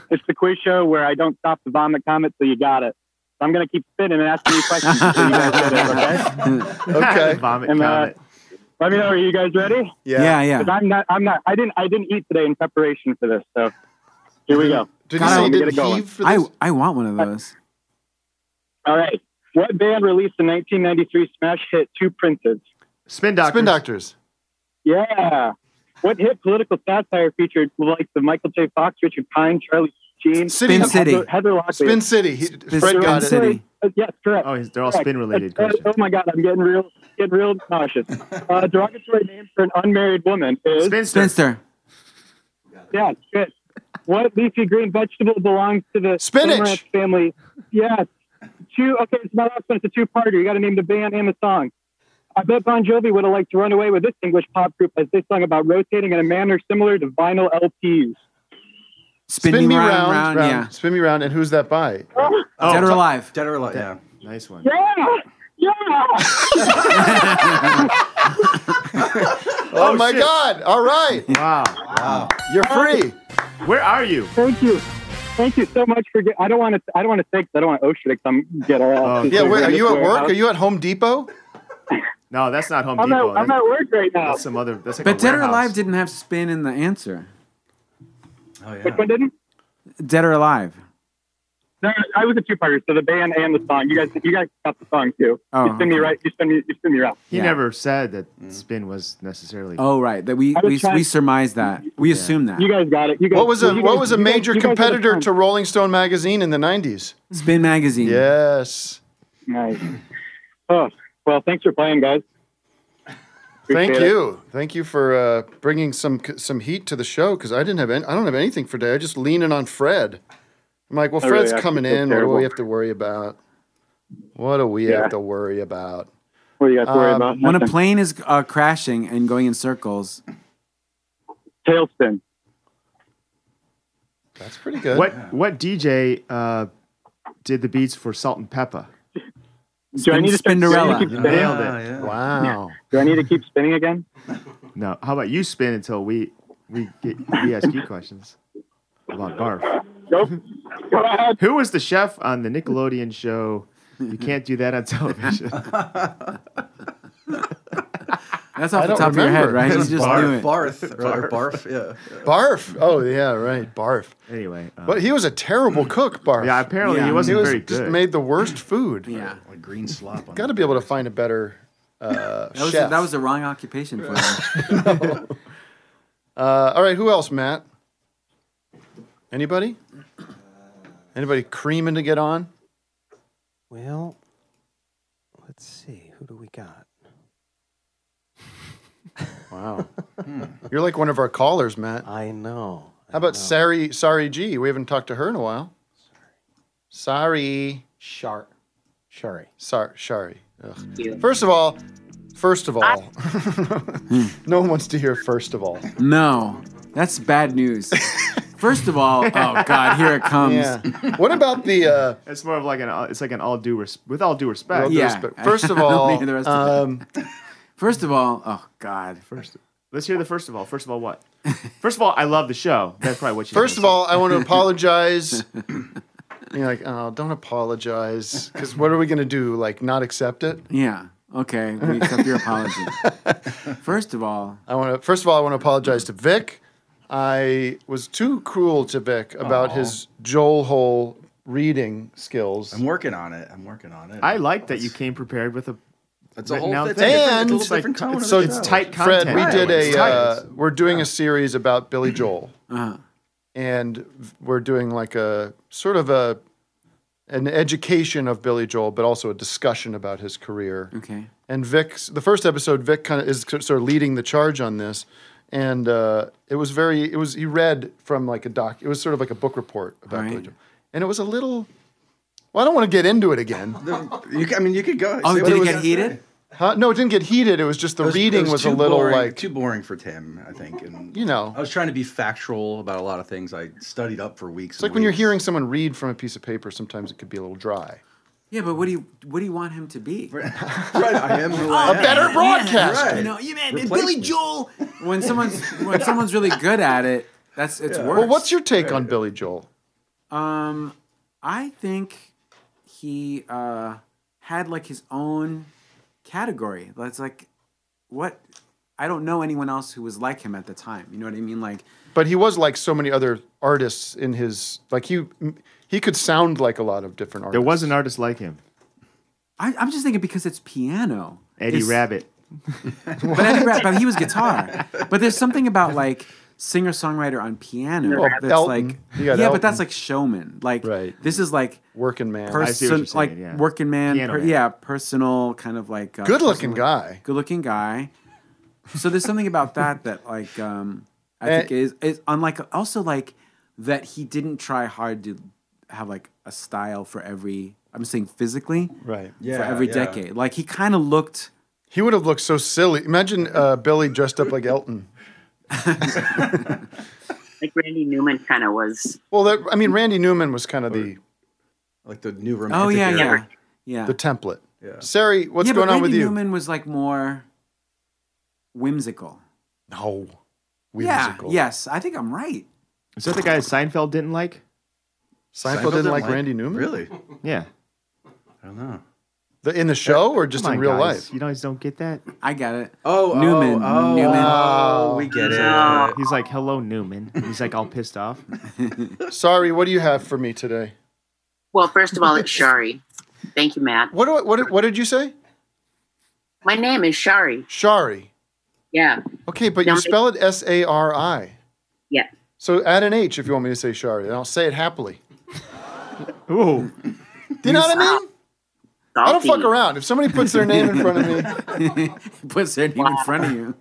[SPEAKER 11] It's the quiz show where I don't stop the vomit comment, so you got it. So I'm gonna keep spinning and asking you questions until you guys get it.
[SPEAKER 3] (laughs)
[SPEAKER 11] Okay?
[SPEAKER 5] (laughs)
[SPEAKER 3] Okay.
[SPEAKER 4] Vomit
[SPEAKER 11] And, uh,
[SPEAKER 4] comment.
[SPEAKER 11] Let me know. Are you guys ready?
[SPEAKER 3] Yeah.
[SPEAKER 5] yeah,
[SPEAKER 11] Because
[SPEAKER 5] yeah.
[SPEAKER 11] I'm not. I'm not. I didn't. I didn't eat today in preparation for this. So here we go.
[SPEAKER 3] Did you
[SPEAKER 5] God,
[SPEAKER 3] say
[SPEAKER 5] I
[SPEAKER 3] you
[SPEAKER 11] want to get
[SPEAKER 3] didn't
[SPEAKER 11] it going.
[SPEAKER 3] heave for
[SPEAKER 5] I,
[SPEAKER 3] this?
[SPEAKER 5] I want one of those.
[SPEAKER 11] All right. What band released the 1993 smash hit Two Princes?
[SPEAKER 4] Spin doctor.
[SPEAKER 3] Spin doctors.
[SPEAKER 11] Yeah. What hit political satire featured the likes of Michael J. Fox, Richard Pine, Charlie Sheen,
[SPEAKER 3] City.
[SPEAKER 5] Spin
[SPEAKER 11] and
[SPEAKER 5] City.
[SPEAKER 11] Heather- Heather Locklear?
[SPEAKER 3] Spin City. He,
[SPEAKER 5] Spin-
[SPEAKER 3] Fred
[SPEAKER 5] Spin
[SPEAKER 3] got it.
[SPEAKER 5] City.
[SPEAKER 11] Uh, Yes, correct.
[SPEAKER 4] Oh, he's- they're all
[SPEAKER 11] Correct.
[SPEAKER 4] spin related
[SPEAKER 11] Uh, uh,
[SPEAKER 4] questions.
[SPEAKER 11] Oh my God, I'm getting real, getting real nauseous. Uh, derogatory name for an unmarried woman is
[SPEAKER 4] Spinster.
[SPEAKER 5] Spinster.
[SPEAKER 11] yeah, shit. What leafy green vegetable belongs to the
[SPEAKER 3] Spinach.
[SPEAKER 11] amaranth family? Yes. Two. Okay, it's my last one. It's a two-parter. You got to name the band and the song. I bet Bon Jovi would have liked to run away with this English pop group as they sung about rotating in a manner similar to vinyl LPs.
[SPEAKER 5] (laughs) Spin, me round, round, yeah.
[SPEAKER 3] Spin me round. And who's that by?
[SPEAKER 5] Dead
[SPEAKER 4] Oh,
[SPEAKER 5] or alive.
[SPEAKER 10] Dead or alive? Yeah.
[SPEAKER 4] Nice one.
[SPEAKER 11] Yeah, yeah.
[SPEAKER 3] Oh, my God! All right,
[SPEAKER 4] Wow.
[SPEAKER 3] you're free.
[SPEAKER 4] Where are you?
[SPEAKER 11] Thank you. Thank you so much for. Get, I don't want to. I don't want to think. I don't want to OSHA to come get all.
[SPEAKER 4] Oh,
[SPEAKER 3] Yeah, wait, are you at work? Are you at Home Depot?
[SPEAKER 4] No, Oh, that's not Home
[SPEAKER 11] I'm
[SPEAKER 4] Depot.
[SPEAKER 11] at, I'm at
[SPEAKER 4] that's,
[SPEAKER 11] work right now.
[SPEAKER 4] that's some other. That's like a
[SPEAKER 5] But Dead or
[SPEAKER 4] warehouse.
[SPEAKER 5] Alive didn't have spin in the answer.
[SPEAKER 10] Oh yeah.
[SPEAKER 11] Which one didn't?
[SPEAKER 5] Dead or Alive.
[SPEAKER 11] No, I was a two-parter, so the band and the song. You guys, you guys got the song too.
[SPEAKER 5] Oh,
[SPEAKER 11] you spin me
[SPEAKER 5] okay.
[SPEAKER 11] right. You spin me. You spin me right.
[SPEAKER 4] He
[SPEAKER 5] Yeah.
[SPEAKER 4] never said that
[SPEAKER 3] Mm.
[SPEAKER 4] spin was necessarily.
[SPEAKER 5] Oh right, that we
[SPEAKER 11] I was
[SPEAKER 5] we,
[SPEAKER 11] trying-
[SPEAKER 5] we surmised that. We assumed that.
[SPEAKER 11] You guys got it. You guys.
[SPEAKER 3] What was a
[SPEAKER 11] you
[SPEAKER 3] what
[SPEAKER 11] guys-
[SPEAKER 3] was a
[SPEAKER 11] you guys-
[SPEAKER 3] major
[SPEAKER 11] you guys are the
[SPEAKER 3] competitor
[SPEAKER 11] fun.
[SPEAKER 3] to Rolling Stone magazine in the '90s?
[SPEAKER 5] (laughs) Spin magazine.
[SPEAKER 3] Yes.
[SPEAKER 11] Nice. Oh well, thanks for playing, guys.
[SPEAKER 3] Thank
[SPEAKER 11] Appreciate it.
[SPEAKER 3] you. Thank you for uh, bringing some some heat to the show because I didn't have any, I don't have anything for today. I just leaning on Fred. I'm like, well,
[SPEAKER 11] I Oh, really
[SPEAKER 3] Fred's
[SPEAKER 11] actually
[SPEAKER 3] coming
[SPEAKER 11] feel
[SPEAKER 3] in. What do
[SPEAKER 11] terrible.
[SPEAKER 3] we have to worry about? What do we
[SPEAKER 11] Yeah.
[SPEAKER 3] have to worry about?
[SPEAKER 11] What do you guys worry
[SPEAKER 3] Um,
[SPEAKER 11] about?
[SPEAKER 5] When a
[SPEAKER 11] Nothing.
[SPEAKER 5] plane is uh, crashing and going in circles,
[SPEAKER 11] tailspin.
[SPEAKER 3] That's pretty good.
[SPEAKER 4] What what DJ uh, did the beats for Salt and Peppa?
[SPEAKER 11] Do I
[SPEAKER 5] Spin-
[SPEAKER 11] need to spin- do I need to keep
[SPEAKER 5] Spinderella.
[SPEAKER 11] spinning?
[SPEAKER 10] Yeah, yeah.
[SPEAKER 3] Wow.
[SPEAKER 11] Do I need to keep spinning again?
[SPEAKER 4] No, how about you spin until we we get we ask you questions about barf.
[SPEAKER 11] Nope. Go ahead.
[SPEAKER 4] Who was the chef on the Nickelodeon show? You can't do that on
[SPEAKER 5] (laughs)
[SPEAKER 4] television.
[SPEAKER 5] that's off the
[SPEAKER 3] don't
[SPEAKER 5] top of your head,
[SPEAKER 3] remember.
[SPEAKER 5] right? You
[SPEAKER 10] Barf,
[SPEAKER 5] just knew
[SPEAKER 4] (laughs)
[SPEAKER 5] it.
[SPEAKER 10] barf, or barf. Yeah.
[SPEAKER 3] Barf. Oh yeah, right. Barf.
[SPEAKER 4] anyway, uh,
[SPEAKER 3] But he was a terrible cook. Barf.
[SPEAKER 4] yeah, apparently
[SPEAKER 5] Yeah.
[SPEAKER 4] he
[SPEAKER 3] he
[SPEAKER 4] wasn't
[SPEAKER 3] was
[SPEAKER 4] very
[SPEAKER 3] just
[SPEAKER 4] good.
[SPEAKER 3] made the worst food.
[SPEAKER 5] Yeah,
[SPEAKER 10] Like green
[SPEAKER 5] (laughs)
[SPEAKER 10] slop. On
[SPEAKER 3] Got to be able to find a better uh,
[SPEAKER 5] that was
[SPEAKER 3] chef.
[SPEAKER 5] that was the wrong occupation for him.
[SPEAKER 3] (laughs) Uh, all right, who else, Matt? Anybody? Anybody creaming to get on?
[SPEAKER 7] Well, let's see. Who do we got?
[SPEAKER 3] (laughs) Wow. You're like one of our callers, Matt. How
[SPEAKER 7] I know. I
[SPEAKER 3] about
[SPEAKER 7] know.
[SPEAKER 3] Sari Sari G? We haven't talked to her in a while. Sorry.
[SPEAKER 7] Shar? Shari.
[SPEAKER 3] Sar Sari. Ugh.
[SPEAKER 9] you.
[SPEAKER 3] First of all, first of all. (laughs) no one wants to hear first of all.
[SPEAKER 5] No, that's
[SPEAKER 3] (laughs)
[SPEAKER 5] bad news. First of all, oh god, here it comes.
[SPEAKER 3] Yeah. What about the uh
[SPEAKER 4] it's more of like an it's like an all due res- with all due respect.
[SPEAKER 5] Yeah.
[SPEAKER 3] respect- First
[SPEAKER 5] (laughs) I
[SPEAKER 3] of
[SPEAKER 5] don't
[SPEAKER 3] all,
[SPEAKER 5] need the rest of
[SPEAKER 3] um,
[SPEAKER 5] First of all, oh god,
[SPEAKER 4] First, let's hear the first of all. First of all, what? First of all, I love the show. That's probably what you.
[SPEAKER 3] First of all, I want to apologize. (laughs) You're like, oh, don't apologize, because what are we gonna do? Like, not accept it?
[SPEAKER 5] yeah, okay, we accept
[SPEAKER 3] (laughs)
[SPEAKER 5] your apology. First of all,
[SPEAKER 3] I want to. First of all, I want to apologize to Vic. I was too cruel to Vic about his Joel Hole reading skills.
[SPEAKER 10] I'm working on it. I'm working on it.
[SPEAKER 4] I like that you came prepared with a.
[SPEAKER 10] It's a
[SPEAKER 4] Right
[SPEAKER 10] whole.
[SPEAKER 4] now-
[SPEAKER 10] it's a different-
[SPEAKER 3] And-
[SPEAKER 10] it's a little different tone. of
[SPEAKER 4] It's,
[SPEAKER 10] the
[SPEAKER 4] it's
[SPEAKER 10] show.
[SPEAKER 4] tight content.
[SPEAKER 3] Fred, we did
[SPEAKER 10] It's
[SPEAKER 3] a.
[SPEAKER 10] tight.
[SPEAKER 3] Uh, we're doing a series about
[SPEAKER 4] (clears throat)
[SPEAKER 3] Billy Joel,
[SPEAKER 4] Uh-huh.
[SPEAKER 5] uh,
[SPEAKER 3] and we're doing like a sort of a an education of Billy Joel, but also a discussion about his career.
[SPEAKER 5] Okay.
[SPEAKER 3] And Vic's the first episode, Vic kind of is sort of leading the charge on this, and uh, it was very it was he read from like a doc. It was sort of like a book report about Billy Joel, and it was a little. Well, I don't want to get into it again.
[SPEAKER 10] (laughs) You, I mean, you could go.
[SPEAKER 3] Oh,
[SPEAKER 10] say
[SPEAKER 3] did
[SPEAKER 10] what
[SPEAKER 3] it
[SPEAKER 10] was
[SPEAKER 3] get
[SPEAKER 10] gonna
[SPEAKER 3] heated?
[SPEAKER 10] say.
[SPEAKER 3] Huh? No, it didn't get heated. It was just the
[SPEAKER 10] It was- it
[SPEAKER 3] reading was, a
[SPEAKER 10] too
[SPEAKER 3] little
[SPEAKER 10] boring-
[SPEAKER 3] like
[SPEAKER 10] too boring for Tim, I think. And
[SPEAKER 3] you know,
[SPEAKER 10] I was trying to be factual about a lot of things I studied up for weeks.
[SPEAKER 3] it's like when you're hearing someone read from a piece of paper. Sometimes it could be a little dry.
[SPEAKER 5] Yeah, but what do you what do you want him to be? right,
[SPEAKER 10] I am who
[SPEAKER 3] I A am. better broadcaster.
[SPEAKER 5] You know, you man,
[SPEAKER 3] Replace
[SPEAKER 5] Billy
[SPEAKER 3] me.
[SPEAKER 5] Joel. When someone's when someone's really good at it, that's it's worse.
[SPEAKER 3] Well, what's your take on Billy Joel?
[SPEAKER 5] Um, I think he uh had like his own category. That's like what I don't know anyone else who was like him at the time. You know what I mean? Like
[SPEAKER 3] But he was like so many other artists in his like he he could sound like a lot of different artists.
[SPEAKER 4] There was an artist like him,
[SPEAKER 5] I, I'm just thinking because it's piano.
[SPEAKER 4] (laughs) Eddie
[SPEAKER 5] It's-
[SPEAKER 4] Rabbit.
[SPEAKER 5] But Eddie Rabbit, but he was guitar. But there's something about like singer songwriter on piano
[SPEAKER 4] Well,
[SPEAKER 5] that's
[SPEAKER 4] Elton.
[SPEAKER 5] like
[SPEAKER 4] You
[SPEAKER 5] yeah,
[SPEAKER 4] got
[SPEAKER 5] but
[SPEAKER 4] Elton.
[SPEAKER 5] that's like showman. Like this is like
[SPEAKER 3] working man,
[SPEAKER 4] I see what
[SPEAKER 5] person
[SPEAKER 4] you're saying,
[SPEAKER 5] like
[SPEAKER 4] yeah.
[SPEAKER 5] working man,
[SPEAKER 4] Piano
[SPEAKER 5] per-
[SPEAKER 4] man.
[SPEAKER 5] yeah, personal kind of like uh,
[SPEAKER 3] Good-looking guy.
[SPEAKER 5] good looking guy. So there's something about that that like um I
[SPEAKER 3] Eh.
[SPEAKER 5] think is is unlike also like that he didn't try hard to have like a style for every I'm saying physically
[SPEAKER 3] right
[SPEAKER 5] for
[SPEAKER 3] Yeah,
[SPEAKER 5] every
[SPEAKER 3] yeah.
[SPEAKER 5] decade like he kind of looked
[SPEAKER 3] He would have looked so silly. Imagine uh, Billy dressed up like Elton.
[SPEAKER 12] Like Randy Newman kind
[SPEAKER 3] (laughs)
[SPEAKER 12] of was.
[SPEAKER 3] Well, that, I mean, Randy Newman was kind of the
[SPEAKER 10] like the new
[SPEAKER 5] romantic Oh, yeah, era. yeah.
[SPEAKER 3] the template.
[SPEAKER 10] Yeah.
[SPEAKER 3] Sari, what's
[SPEAKER 5] yeah,
[SPEAKER 3] going
[SPEAKER 5] but
[SPEAKER 3] on with
[SPEAKER 5] Randy
[SPEAKER 3] you?
[SPEAKER 5] Newman was like more whimsical.
[SPEAKER 3] No,
[SPEAKER 5] Yeah, yes, I think I'm right.
[SPEAKER 4] Is that the guy Seinfeld didn't like?
[SPEAKER 3] Seinfeld, didn't, like, Randy Newman.
[SPEAKER 10] Really?
[SPEAKER 4] Yeah.
[SPEAKER 10] I don't know.
[SPEAKER 3] The, in the show or
[SPEAKER 4] Come
[SPEAKER 3] just
[SPEAKER 4] on,
[SPEAKER 3] in real
[SPEAKER 4] guys.
[SPEAKER 3] life?
[SPEAKER 4] You guys don't get that.
[SPEAKER 5] I got it.
[SPEAKER 10] Oh, oh,
[SPEAKER 5] Newman.
[SPEAKER 10] oh,
[SPEAKER 5] Newman.
[SPEAKER 10] oh, we get
[SPEAKER 4] he's
[SPEAKER 10] it.
[SPEAKER 4] Like, he's like, "Hello, Newman." And He's like, all pissed off.
[SPEAKER 3] Sorry, what do you have for me today?
[SPEAKER 12] Well, first of all, it's Shari. Thank you, Matt.
[SPEAKER 3] What do I, what what did you say?
[SPEAKER 12] My name is Shari.
[SPEAKER 3] Shari.
[SPEAKER 12] Yeah.
[SPEAKER 3] Okay, but you
[SPEAKER 12] Now-
[SPEAKER 3] spell it S A R I.
[SPEAKER 12] Yeah.
[SPEAKER 3] So add an H if you want me to say Shari, and I'll say it
[SPEAKER 5] (laughs)
[SPEAKER 3] happily.
[SPEAKER 4] Ooh.
[SPEAKER 3] Do you know what I mean? I don't fuck around. If somebody puts their name
[SPEAKER 12] (laughs)
[SPEAKER 3] in front of
[SPEAKER 5] me, (laughs) puts their name in front of you.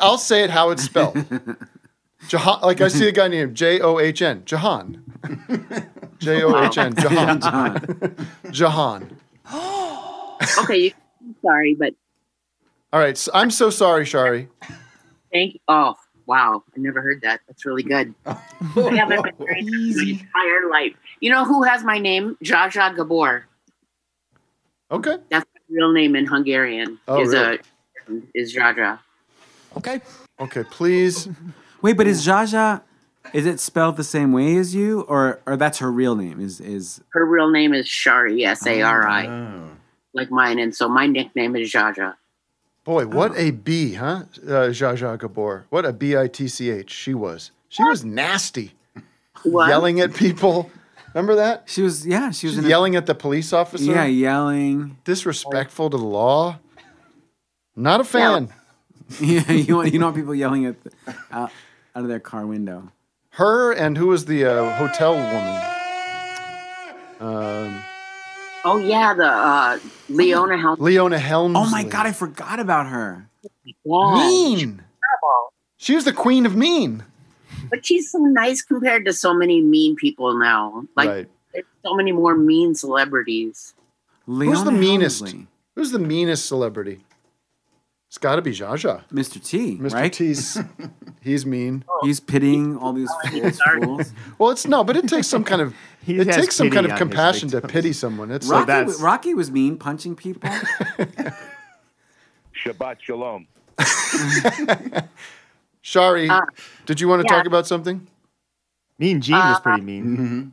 [SPEAKER 3] I'll say it how it's
[SPEAKER 5] (laughs)
[SPEAKER 3] spelled. Jahan, like I see a guy named J O H N,
[SPEAKER 12] (laughs)
[SPEAKER 3] Jahan. J O H N,
[SPEAKER 5] (laughs)
[SPEAKER 3] Jahan. (laughs) Jahan.
[SPEAKER 12] (gasps)
[SPEAKER 3] (laughs)
[SPEAKER 12] Okay, you, I'm sorry, but
[SPEAKER 3] All right, so I'm so sorry, Shari.
[SPEAKER 12] thank you. Oh, wow. I never heard that. That's really good. I haven't been married my entire life. You know who has my name? Jaja Gabor.
[SPEAKER 3] Okay.
[SPEAKER 12] That's my real name in Hungarian.
[SPEAKER 3] Oh,
[SPEAKER 12] is
[SPEAKER 3] really?
[SPEAKER 12] a, is Jaja.
[SPEAKER 3] Okay. Okay, please.
[SPEAKER 5] (laughs) Wait, but is Jaja? Is it spelled the same way as you, or or that's her real name? Is is
[SPEAKER 12] Her real name is Shari, S A R
[SPEAKER 3] Oh.
[SPEAKER 12] I, like mine. And so my nickname is Jaja.
[SPEAKER 3] Boy, what a B, huh? Uh, Jaja Gabor. What a B I T C H she was. She was nasty.
[SPEAKER 12] What?
[SPEAKER 3] Yelling at people. Remember that?
[SPEAKER 5] She was, yeah, she was in a-
[SPEAKER 3] yelling at the police officer.
[SPEAKER 5] yeah yelling
[SPEAKER 3] Disrespectful to the law. Not a fan.
[SPEAKER 5] (laughs) Yeah, you want you don't want people yelling at the, out, out of their car window.
[SPEAKER 3] Her and who was the uh, hotel woman? Um,
[SPEAKER 12] Oh, yeah, the uh, Leona Hel-
[SPEAKER 3] Leona Helmsley.
[SPEAKER 5] Oh my god, I forgot about her.
[SPEAKER 3] Mean. She was the queen of mean.
[SPEAKER 12] But she's so nice compared to so many mean people now. Like
[SPEAKER 3] Right.
[SPEAKER 12] there's so many more mean celebrities.
[SPEAKER 3] Who's the meanest? Who's the meanest celebrity? It's got to be Zsa Zsa.
[SPEAKER 5] Mr. T.
[SPEAKER 3] Mr.
[SPEAKER 5] right? (laughs)
[SPEAKER 3] T's. He's mean.
[SPEAKER 4] Oh,
[SPEAKER 5] He's pitying all these
[SPEAKER 4] (laughs)
[SPEAKER 5] fools. fools.
[SPEAKER 3] Well, it's no, but it takes some kind of
[SPEAKER 4] He
[SPEAKER 3] it
[SPEAKER 4] has
[SPEAKER 3] takes some
[SPEAKER 4] pity
[SPEAKER 3] kind of
[SPEAKER 4] on his
[SPEAKER 3] compassion to pity someone. It's
[SPEAKER 5] Rocky,
[SPEAKER 3] like
[SPEAKER 5] wa- Rocky was mean, punching
[SPEAKER 3] (laughs)
[SPEAKER 5] people.
[SPEAKER 13] Shabbat shalom.
[SPEAKER 3] Shari,
[SPEAKER 12] Uh,
[SPEAKER 3] did you want to
[SPEAKER 12] yeah. Uh,
[SPEAKER 3] talk about something?
[SPEAKER 4] Mean Gene
[SPEAKER 12] was
[SPEAKER 4] pretty mean.
[SPEAKER 5] Mm-hmm.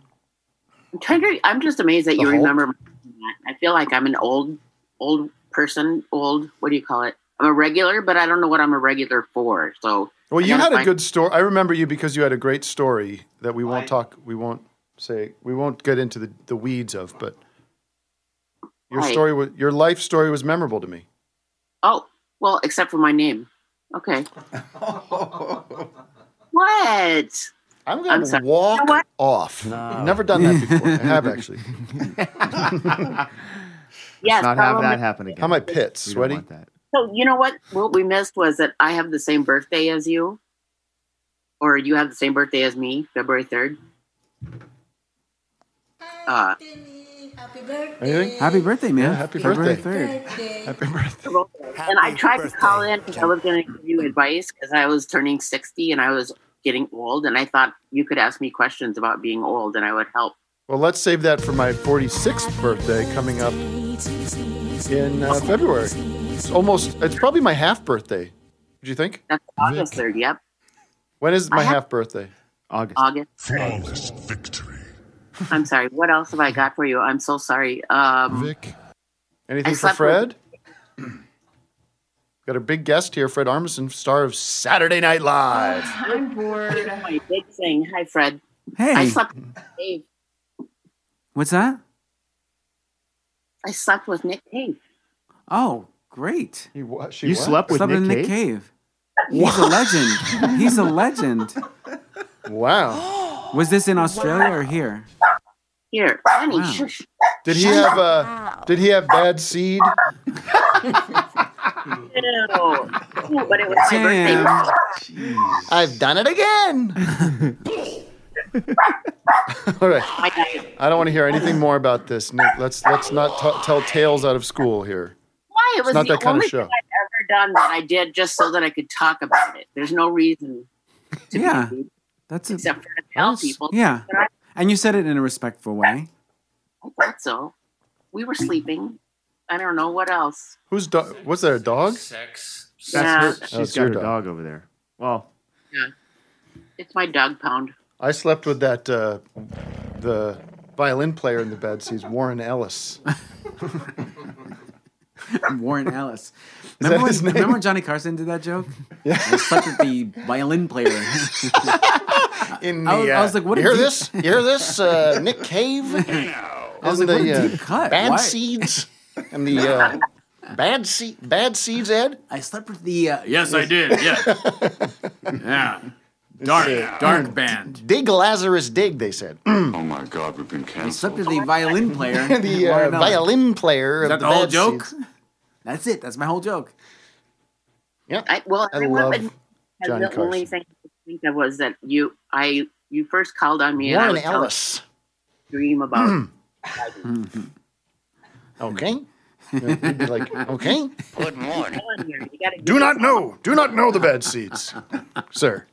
[SPEAKER 12] I'm trying to, I'm just amazed that
[SPEAKER 3] The
[SPEAKER 12] you
[SPEAKER 3] Hulk?
[SPEAKER 12] remember my I feel like I'm an old old person, old what do you call it? I'm a regular, but I don't know what I'm a regular for. So
[SPEAKER 3] Well,
[SPEAKER 12] I
[SPEAKER 3] you
[SPEAKER 12] gotta
[SPEAKER 3] had a
[SPEAKER 12] find-
[SPEAKER 3] good story. I remember you because you had a great story that we won't talk, we won't say, we won't get into the, the weeds of, but your
[SPEAKER 12] Right.
[SPEAKER 3] story was, your life story was memorable to me.
[SPEAKER 12] Oh, well,
[SPEAKER 3] (laughs)
[SPEAKER 12] except for my name. Okay. what?
[SPEAKER 3] I'm
[SPEAKER 12] I'm
[SPEAKER 3] going to
[SPEAKER 12] sorry.
[SPEAKER 3] walk
[SPEAKER 12] You know what?
[SPEAKER 3] off. Never done that before. I have actually. (laughs)
[SPEAKER 12] Yes, follow me.
[SPEAKER 3] How my pits sweaty?
[SPEAKER 12] So you know what? What we missed was that I have the same birthday as you, or you have the same birthday as me, February third. Uh,
[SPEAKER 5] Anything? Happy birthday, man!
[SPEAKER 12] happy
[SPEAKER 5] February
[SPEAKER 12] birthday.
[SPEAKER 5] third.
[SPEAKER 3] Happy birthday.
[SPEAKER 12] and I tried to call in because I was going to give you advice because I was turning sixty and I was getting old, and I thought you could ask me questions about being old, and I would help.
[SPEAKER 3] Well, let's save that for my 46th birthday coming up in uh, February. It's almost. It's probably my half birthday. Do you think?
[SPEAKER 12] That's August third. Yep.
[SPEAKER 3] When is
[SPEAKER 12] I
[SPEAKER 3] my
[SPEAKER 12] have-
[SPEAKER 3] half birthday?
[SPEAKER 4] August.
[SPEAKER 12] August.
[SPEAKER 3] Flawless
[SPEAKER 12] victory. I'm sorry. What else have I got for you? I'm so sorry. Um,
[SPEAKER 3] Vic.
[SPEAKER 12] I
[SPEAKER 3] Anything for
[SPEAKER 12] slept
[SPEAKER 3] Fred?
[SPEAKER 12] with-
[SPEAKER 3] Got a big guest here, Fred Armisen, star of Saturday Night Live.
[SPEAKER 12] (laughs) I'm bored. My big thing. Hi, Fred.
[SPEAKER 5] Hey.
[SPEAKER 12] I slept with Dave.
[SPEAKER 5] What's that?
[SPEAKER 12] I slept with Nick Cave.
[SPEAKER 5] Oh, great!
[SPEAKER 3] He was.
[SPEAKER 5] you slept with Nick, Cave. He's a legend. He's a legend.
[SPEAKER 3] Wow.
[SPEAKER 5] (gasps) Was this in Australia or here?
[SPEAKER 12] Here, Annie.
[SPEAKER 5] Wow.
[SPEAKER 12] Shush.
[SPEAKER 3] Did he have uh, Did he have bad seed? uh,
[SPEAKER 12] Ew. Ew, but it was my
[SPEAKER 3] (laughs)
[SPEAKER 5] Damn.
[SPEAKER 12] birthday.
[SPEAKER 3] I've done it again. (laughs) All right.
[SPEAKER 12] I got it.
[SPEAKER 3] I don't want to hear anything more about this, Nick. Let's let's not t- tell tales out of school here.
[SPEAKER 12] Why? It
[SPEAKER 3] It's
[SPEAKER 12] was
[SPEAKER 3] not
[SPEAKER 12] the
[SPEAKER 3] that kind of
[SPEAKER 12] only
[SPEAKER 3] show.
[SPEAKER 12] thing I've ever done that I did just so that I could talk about it. There's no reason to
[SPEAKER 5] Yeah.
[SPEAKER 12] be rude
[SPEAKER 5] That's a,
[SPEAKER 12] except for to tell people.
[SPEAKER 5] yeah.
[SPEAKER 12] But I
[SPEAKER 5] And you said it in a respectful way. (laughs)
[SPEAKER 12] thought so. We were sleeping. I don't know what else.
[SPEAKER 3] Who's dog? Was there a dog?
[SPEAKER 12] Sex.
[SPEAKER 4] That's
[SPEAKER 12] Yeah.
[SPEAKER 4] her.
[SPEAKER 3] Oh,
[SPEAKER 4] She's
[SPEAKER 3] it's
[SPEAKER 4] got
[SPEAKER 3] your
[SPEAKER 4] her
[SPEAKER 3] dog.
[SPEAKER 4] dog. over there. Well,
[SPEAKER 12] Yeah. It's my dog pound.
[SPEAKER 3] I slept with that uh, the violin player in the bad seeds, Warren
[SPEAKER 4] (laughs)
[SPEAKER 3] Ellis.
[SPEAKER 5] Warren Ellis.
[SPEAKER 3] that
[SPEAKER 5] Remember
[SPEAKER 3] his
[SPEAKER 5] when,
[SPEAKER 3] name?
[SPEAKER 5] remember when Johnny Carson did that
[SPEAKER 3] (laughs)
[SPEAKER 5] joke? Yeah. I slept with the violin player.
[SPEAKER 3] In the,
[SPEAKER 5] I was- I
[SPEAKER 3] uh,
[SPEAKER 5] was like, what a
[SPEAKER 3] you hear
[SPEAKER 5] deep-
[SPEAKER 3] this? You hear this?
[SPEAKER 5] (laughs)
[SPEAKER 3] Uh, Nick Cave.
[SPEAKER 5] I was
[SPEAKER 3] And
[SPEAKER 5] like, what
[SPEAKER 3] the,
[SPEAKER 5] a
[SPEAKER 3] uh,
[SPEAKER 5] deep cut.
[SPEAKER 3] Bad
[SPEAKER 5] Why- (laughs)
[SPEAKER 3] seeds and the uh, bad seed, bad seeds. Ed.
[SPEAKER 5] I slept with the. Uh,
[SPEAKER 13] Yes, I did. Yeah. yeah. Dark, dark band.
[SPEAKER 3] (laughs) Dig Lazarus, dig. They said. (clears throat)
[SPEAKER 13] oh my God, we've been
[SPEAKER 5] I slept
[SPEAKER 13] canceled.
[SPEAKER 5] with the violin player.
[SPEAKER 3] (laughs) the uh,
[SPEAKER 5] Warren Ellis.
[SPEAKER 3] violin player.
[SPEAKER 5] Is that
[SPEAKER 3] of
[SPEAKER 5] the whole
[SPEAKER 3] bad
[SPEAKER 5] joke?
[SPEAKER 3] seeds.
[SPEAKER 5] That's it. That's my whole joke.
[SPEAKER 3] Yeah.
[SPEAKER 12] I, well,
[SPEAKER 3] I
[SPEAKER 12] everyone
[SPEAKER 3] love
[SPEAKER 12] would- and
[SPEAKER 3] Johnny
[SPEAKER 12] the only thing I could think of was that you, I, you first called on me and I
[SPEAKER 3] Warren
[SPEAKER 12] was telling
[SPEAKER 3] Ellis. Hmm.
[SPEAKER 12] you a dream about.
[SPEAKER 3] (clears throat)
[SPEAKER 13] (laughs)
[SPEAKER 3] Okay. You'd be like, okay.
[SPEAKER 12] Good morning. You gotta
[SPEAKER 3] Do not know. Do not know the bad (laughs) seeds, sir.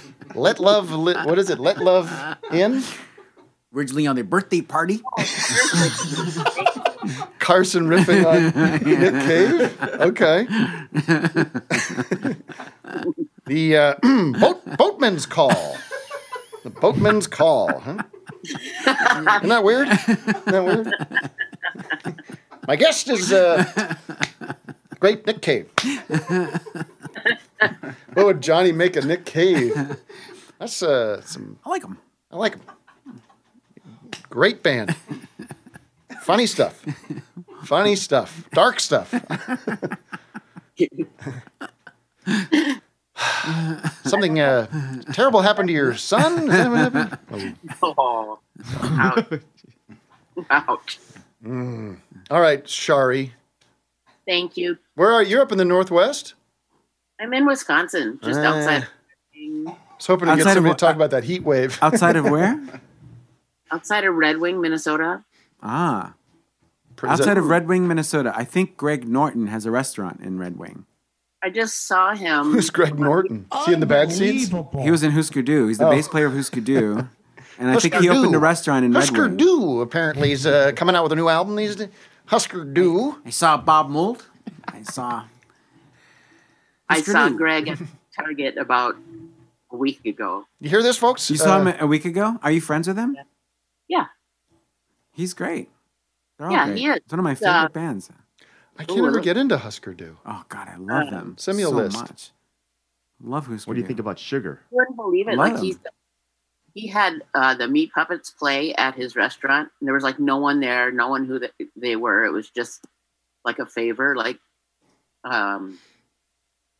[SPEAKER 3] (laughs) Let love. Li- what is it? Let love in.
[SPEAKER 5] Originally on their birthday party.
[SPEAKER 3] (laughs) Carson riffing on Nick Cave. Okay. (laughs) the uh, (clears throat) boat, boatman's call. The boatman's call. Huh? Isn't that weird? Isn't that weird? (laughs) My guest is uh, great Nick (laughs) Cave. what would Johnny make of Nick Cave? That's uh, some.
[SPEAKER 5] I like him.
[SPEAKER 3] I like him. Great band. Funny stuff. Funny stuff. Dark stuff. Something uh, terrible happened to your son. Is that what happened?
[SPEAKER 12] Oh, ouch. ouch.
[SPEAKER 3] Mm. All right, Shari.
[SPEAKER 12] Thank you.
[SPEAKER 3] Where are you? Up in the Northwest?
[SPEAKER 12] I'm in Wisconsin, just
[SPEAKER 3] Ah.
[SPEAKER 12] outside,
[SPEAKER 3] I was hoping to
[SPEAKER 5] Outside
[SPEAKER 3] get
[SPEAKER 5] of
[SPEAKER 3] somebody
[SPEAKER 5] what-
[SPEAKER 3] to talk about that heat wave.
[SPEAKER 5] Outside of where?
[SPEAKER 12] outside of Red Wing, Minnesota.
[SPEAKER 5] Ah.
[SPEAKER 3] Is
[SPEAKER 5] Outside
[SPEAKER 3] that-
[SPEAKER 5] of Red Wing, Minnesota, I think Greg Norton has a restaurant in Red Wing.
[SPEAKER 12] I just saw him.
[SPEAKER 3] Who's Greg Norton? Is he in the bad seats?
[SPEAKER 5] He was in Husker Du. He's the
[SPEAKER 3] Oh.
[SPEAKER 5] bass player of Husker Du, and I think
[SPEAKER 3] Husker
[SPEAKER 5] he
[SPEAKER 3] Du.
[SPEAKER 5] opened a restaurant in
[SPEAKER 3] Husker
[SPEAKER 5] Red Wing.
[SPEAKER 3] Du apparently is uh, coming out with a new album these days. Husker Du.
[SPEAKER 5] I saw Bob Mould. I saw.
[SPEAKER 12] I
[SPEAKER 5] Mr.
[SPEAKER 12] saw
[SPEAKER 5] Lou.
[SPEAKER 12] Greg at Target about a week ago.
[SPEAKER 3] You hear this, folks?
[SPEAKER 5] You saw
[SPEAKER 3] Uh,
[SPEAKER 5] him a week ago. Are you friends with him?
[SPEAKER 12] Yeah.
[SPEAKER 5] He's great. They're all
[SPEAKER 12] Yeah,
[SPEAKER 5] great.
[SPEAKER 12] he is.
[SPEAKER 5] It's one of my
[SPEAKER 12] He's,
[SPEAKER 5] favorite
[SPEAKER 12] uh,
[SPEAKER 5] bands.
[SPEAKER 3] I can't ever get into Husker Du.
[SPEAKER 5] (laughs) Oh God, I love
[SPEAKER 4] (laughs)
[SPEAKER 5] them.
[SPEAKER 3] Send me a
[SPEAKER 5] so
[SPEAKER 3] list.
[SPEAKER 5] Much. Love Husker.
[SPEAKER 4] what do you think about sugar?
[SPEAKER 12] I wouldn't believe it.
[SPEAKER 4] Love
[SPEAKER 12] Like
[SPEAKER 4] him.
[SPEAKER 12] he's, he had uh, the Meat Puppets play at his restaurant, and there was like no one there, no one who th- they were. It was just like a favor, like um,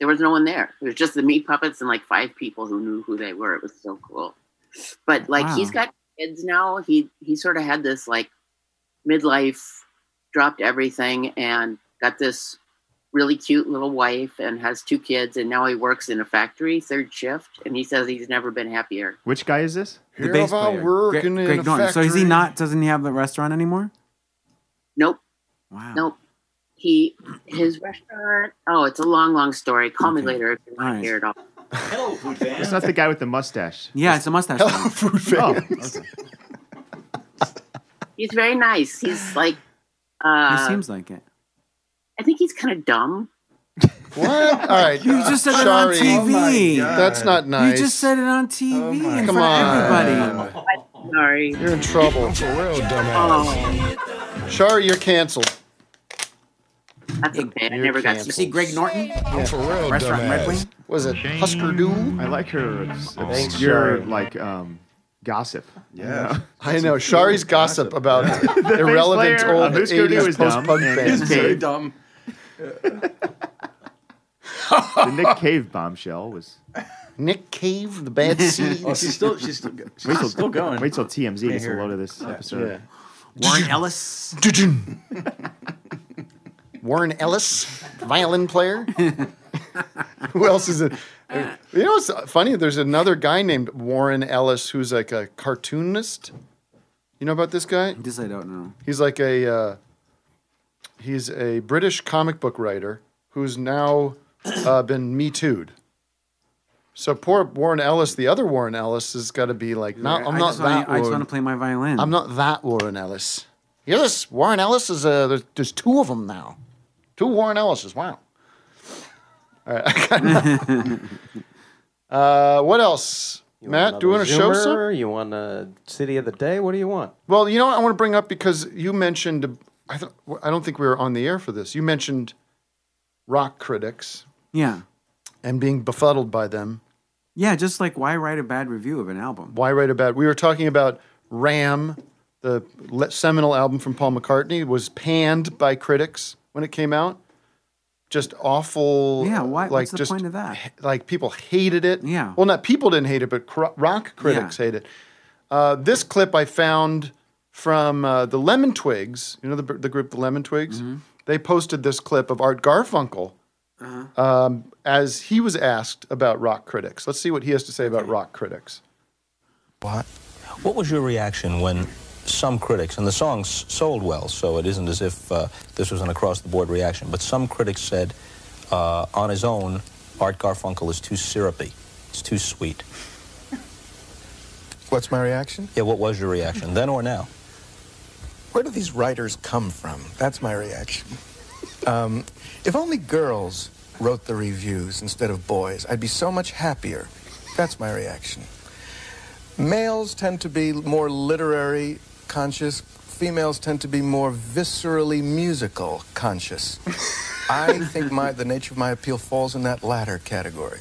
[SPEAKER 12] There was no one there. It was just the meat puppets and like five people who knew who they were. It was so cool. But like
[SPEAKER 14] Wow.
[SPEAKER 12] he's got kids now. He he sort of had this like midlife, dropped everything and got this really cute little wife and has two kids and now he works in a factory third shift and he says he's never been happier.
[SPEAKER 4] Which guy is this?
[SPEAKER 5] The bass player. Greg, Greg Norton. So is he not? Doesn't he have the
[SPEAKER 3] (laughs)
[SPEAKER 5] restaurant anymore?
[SPEAKER 12] Nope.
[SPEAKER 5] Wow.
[SPEAKER 12] Nope. He his restaurant. Oh, it's a long, long story. Call me later if you want
[SPEAKER 4] Alright.
[SPEAKER 12] to hear it all.
[SPEAKER 8] Hello, food
[SPEAKER 4] It's not the guy with the mustache.
[SPEAKER 5] (laughs)
[SPEAKER 4] Oh.
[SPEAKER 5] Yeah, it's a mustache.
[SPEAKER 4] Hello,
[SPEAKER 5] food
[SPEAKER 4] fans.
[SPEAKER 12] He's very nice. He's like. Uh,
[SPEAKER 5] he seems like it.
[SPEAKER 12] I think he's kind of dumb.
[SPEAKER 3] What? (laughs) All right.
[SPEAKER 5] You just said it on
[SPEAKER 3] Sorry.
[SPEAKER 5] TV.
[SPEAKER 12] Oh
[SPEAKER 3] That's not nice.
[SPEAKER 5] Oh You just said it on TV in
[SPEAKER 3] Come
[SPEAKER 5] front
[SPEAKER 3] on.
[SPEAKER 5] of everybody.
[SPEAKER 12] I'm sorry.
[SPEAKER 3] You're in trouble. For real,
[SPEAKER 5] Oh.
[SPEAKER 3] dumbass. Shari, you're canceled.
[SPEAKER 12] That's okay. I
[SPEAKER 5] never got to- You see Greg Norton?
[SPEAKER 3] Yeah. For real,
[SPEAKER 5] Restaurant
[SPEAKER 3] dumbass.
[SPEAKER 5] Red Wing?
[SPEAKER 3] Was it Husker Du?
[SPEAKER 4] I like her obs-
[SPEAKER 3] Thanks,
[SPEAKER 4] obscure
[SPEAKER 3] Shari.
[SPEAKER 4] like um, gossip.
[SPEAKER 3] Yeah. I know. Shari's gossip (laughs) about
[SPEAKER 4] bass
[SPEAKER 3] irrelevant
[SPEAKER 4] player
[SPEAKER 3] old
[SPEAKER 4] of Who's Gonna Do
[SPEAKER 3] 80s
[SPEAKER 4] is dumb,
[SPEAKER 3] post-punk
[SPEAKER 4] and
[SPEAKER 3] bands.
[SPEAKER 4] is very
[SPEAKER 10] dumb.
[SPEAKER 4] the Nick Cave bombshell was.
[SPEAKER 3] (laughs) Nick Cave, the
[SPEAKER 5] (laughs)
[SPEAKER 3] bad seed.
[SPEAKER 10] (laughs) Oh, she's still- she's still- she's
[SPEAKER 4] wait till,
[SPEAKER 10] still going.
[SPEAKER 4] Wait till TMZ gets a
[SPEAKER 10] Yeah.
[SPEAKER 4] load of this
[SPEAKER 10] Yeah.
[SPEAKER 4] episode.
[SPEAKER 10] Yeah.
[SPEAKER 5] Warren Ellis.
[SPEAKER 3] Warren Ellis, violin player.
[SPEAKER 5] (laughs)
[SPEAKER 3] Who else is it?
[SPEAKER 5] Uh.
[SPEAKER 3] You know, it's funny. There's another guy named Warren Ellis who's like a cartoonist. You know about this guy?
[SPEAKER 5] This I don't know.
[SPEAKER 3] He's like a uh, he's a British comic book writer who's now uh, been Me Too'd. So poor Warren Ellis, the other Warren Ellis, has got to be like, no, I'm
[SPEAKER 5] I
[SPEAKER 3] not
[SPEAKER 5] just wanna-
[SPEAKER 3] that.
[SPEAKER 5] I just
[SPEAKER 3] Warren.
[SPEAKER 5] want to play my violin.
[SPEAKER 3] I'm not that Warren Ellis. Yes, Warren Ellis is uh, there's, there's two of them now. Two Warren Ellises. Wow. Uh, (laughs) All right. I got uh, what else, Matt? Do you want to show some?
[SPEAKER 7] You want a city of the day? What do you want?
[SPEAKER 3] Well, you know what I want to bring up because you mentioned I th- I don't think we were on the air for this. You mentioned rock critics
[SPEAKER 5] Yeah.
[SPEAKER 3] and being befuddled by them.
[SPEAKER 5] Yeah, just like why write a bad review of an album?
[SPEAKER 3] Why write about? We were talking about Ram, the le- seminal album from Paul McCartney, was panned by critics when it came out. Just awful.
[SPEAKER 5] Yeah, why-
[SPEAKER 3] Like
[SPEAKER 5] what's the
[SPEAKER 3] just
[SPEAKER 5] point of that?
[SPEAKER 3] Like people hated it.
[SPEAKER 5] Yeah.
[SPEAKER 3] Well, not people didn't hate it, but cro- rock critics hate it. Uh, this clip I found from uh, the Lemon Twigs. You know the, the group, the Lemon Twigs.
[SPEAKER 5] Mm-hmm.
[SPEAKER 3] They posted this clip of Art Garfunkel
[SPEAKER 5] Uh-huh.
[SPEAKER 3] um, as he was asked about rock critics. Let's see what he has to say about rock critics.
[SPEAKER 15] (laughs) What? What was your reaction when some critics, and the songs sold well, so it isn't as if uh, this was an across the board reaction, but some critics said, uh, on his own, Art Garfunkel is too syrupy, it's too sweet.
[SPEAKER 16] What's my reaction?
[SPEAKER 15] Yeah, what was your reaction, then or now?
[SPEAKER 16] Where do these writers come from? That's my reaction. (laughs) Um, if only girls wrote the reviews instead of boys, I'd be so much happier. That's my reaction. Males tend to be more literary conscious. Females tend to be more viscerally musical conscious. I think my, the nature of my appeal falls in that latter category.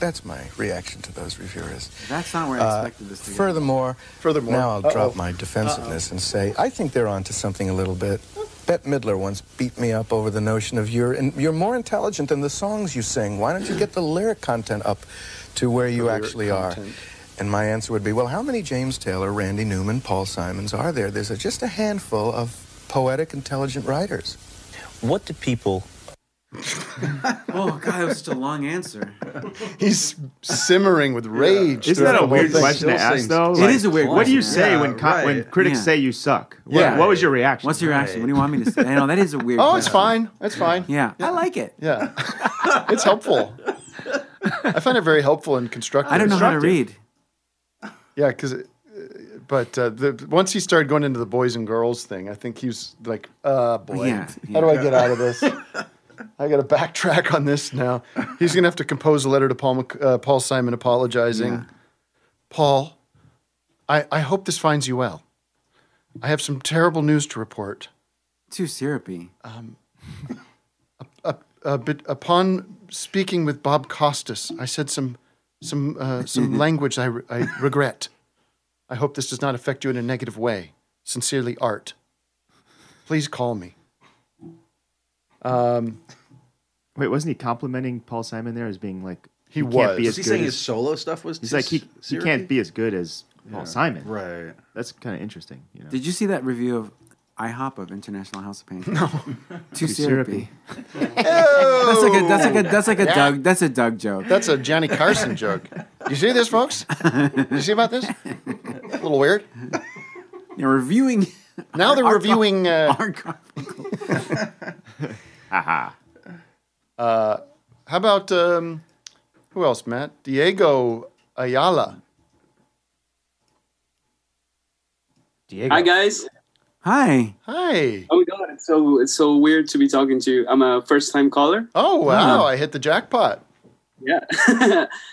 [SPEAKER 16] That's my reaction to those reviewers.
[SPEAKER 5] That's not where
[SPEAKER 16] Uh,
[SPEAKER 5] I expected this to go.
[SPEAKER 16] Furthermore,
[SPEAKER 5] Furthermore.
[SPEAKER 16] now I'll
[SPEAKER 5] Uh-oh.
[SPEAKER 16] drop my defensiveness and say I think they're onto something a little bit. Bette Midler once beat me up over the notion of you're in, you're more intelligent than the songs you sing. Why don't you get the lyric content up to where you actually are? And my answer would be, well, how many James Taylor, Randy Newman, Paul Simons are there? There's a, just a handful of poetic, intelligent writers.
[SPEAKER 15] What do people
[SPEAKER 5] (laughs) Oh god, that was such a long answer.
[SPEAKER 3] He's simmering with rage.
[SPEAKER 4] Isn't
[SPEAKER 3] throughout
[SPEAKER 4] that a
[SPEAKER 3] the whole
[SPEAKER 4] weird
[SPEAKER 3] thing.
[SPEAKER 4] question to ask, though?
[SPEAKER 5] It is a weird
[SPEAKER 4] What do you
[SPEAKER 5] question.
[SPEAKER 4] say
[SPEAKER 5] Yeah,
[SPEAKER 4] when co- when
[SPEAKER 5] right.
[SPEAKER 4] critics
[SPEAKER 5] Yeah.
[SPEAKER 4] say you suck? What,
[SPEAKER 5] Yeah.
[SPEAKER 4] what was your reaction?
[SPEAKER 5] What's your reaction? What do you want me to say? I know that is a weird.
[SPEAKER 3] (laughs) Oh, it's
[SPEAKER 5] question.
[SPEAKER 3] fine. It's fine.
[SPEAKER 5] Yeah. I like it. (laughs)
[SPEAKER 3] Yeah. it's helpful. I find it very helpful and constructive.
[SPEAKER 5] I don't know how to read.
[SPEAKER 3] Yeah, because, but uh, the, once he started going into the boys and girls thing, I think he was like, uh, boy,
[SPEAKER 5] Yeah,
[SPEAKER 3] how do I
[SPEAKER 5] yeah.
[SPEAKER 3] get out of this? (laughs) I got to backtrack on this now. He's going to have to compose a letter to Paul, Mc- uh, Paul Simon apologizing. Paul, I, I hope this finds you well. I have some terrible news to report.
[SPEAKER 5] Too syrupy.
[SPEAKER 3] Um, up- uh, but upon speaking with Bob Costas, I said some some uh,
[SPEAKER 5] (laughs)
[SPEAKER 3] some language I, re- I regret. I hope this does not affect you in a negative way. Sincerely, Art. Please call me. Um,
[SPEAKER 4] Wait, wasn't he complimenting Paul Simon there as being like
[SPEAKER 10] He
[SPEAKER 4] Can't
[SPEAKER 10] was.
[SPEAKER 4] be
[SPEAKER 10] Was
[SPEAKER 4] as
[SPEAKER 10] he
[SPEAKER 4] good
[SPEAKER 10] saying
[SPEAKER 4] as-
[SPEAKER 10] his solo stuff was
[SPEAKER 4] He's
[SPEAKER 10] too
[SPEAKER 4] like he,
[SPEAKER 10] s-
[SPEAKER 4] he
[SPEAKER 10] syrupy?
[SPEAKER 4] can't be as good as Paul
[SPEAKER 10] Yeah.
[SPEAKER 4] Simon.
[SPEAKER 10] Right.
[SPEAKER 4] That's kind of interesting. You know.
[SPEAKER 5] Did you see that review of IHOP of International House of Pain? No. (laughs)
[SPEAKER 4] Too
[SPEAKER 5] Too syrupy.
[SPEAKER 4] syrupy.
[SPEAKER 5] That's like a that's
[SPEAKER 14] Oh.
[SPEAKER 5] like a that's like a
[SPEAKER 3] Yeah.
[SPEAKER 5] Doug that's a Doug joke.
[SPEAKER 3] That's a Johnny Carson joke. You see this, folks? You see about this? A little weird.
[SPEAKER 5] They're reviewing.
[SPEAKER 3] Now they're
[SPEAKER 5] Our- our-
[SPEAKER 3] reviewing. Uh,
[SPEAKER 5] our
[SPEAKER 3] (laughs) Haha. Uh, how about um, who else, Matt? Diego Ayala.
[SPEAKER 14] Diego. Hi guys.
[SPEAKER 5] Hi.
[SPEAKER 3] Hi.
[SPEAKER 14] Oh my god, it's so it's so weird to be talking to you. I'm a first time caller.
[SPEAKER 3] Oh
[SPEAKER 4] wow,
[SPEAKER 3] I hit the jackpot.
[SPEAKER 14] Yeah.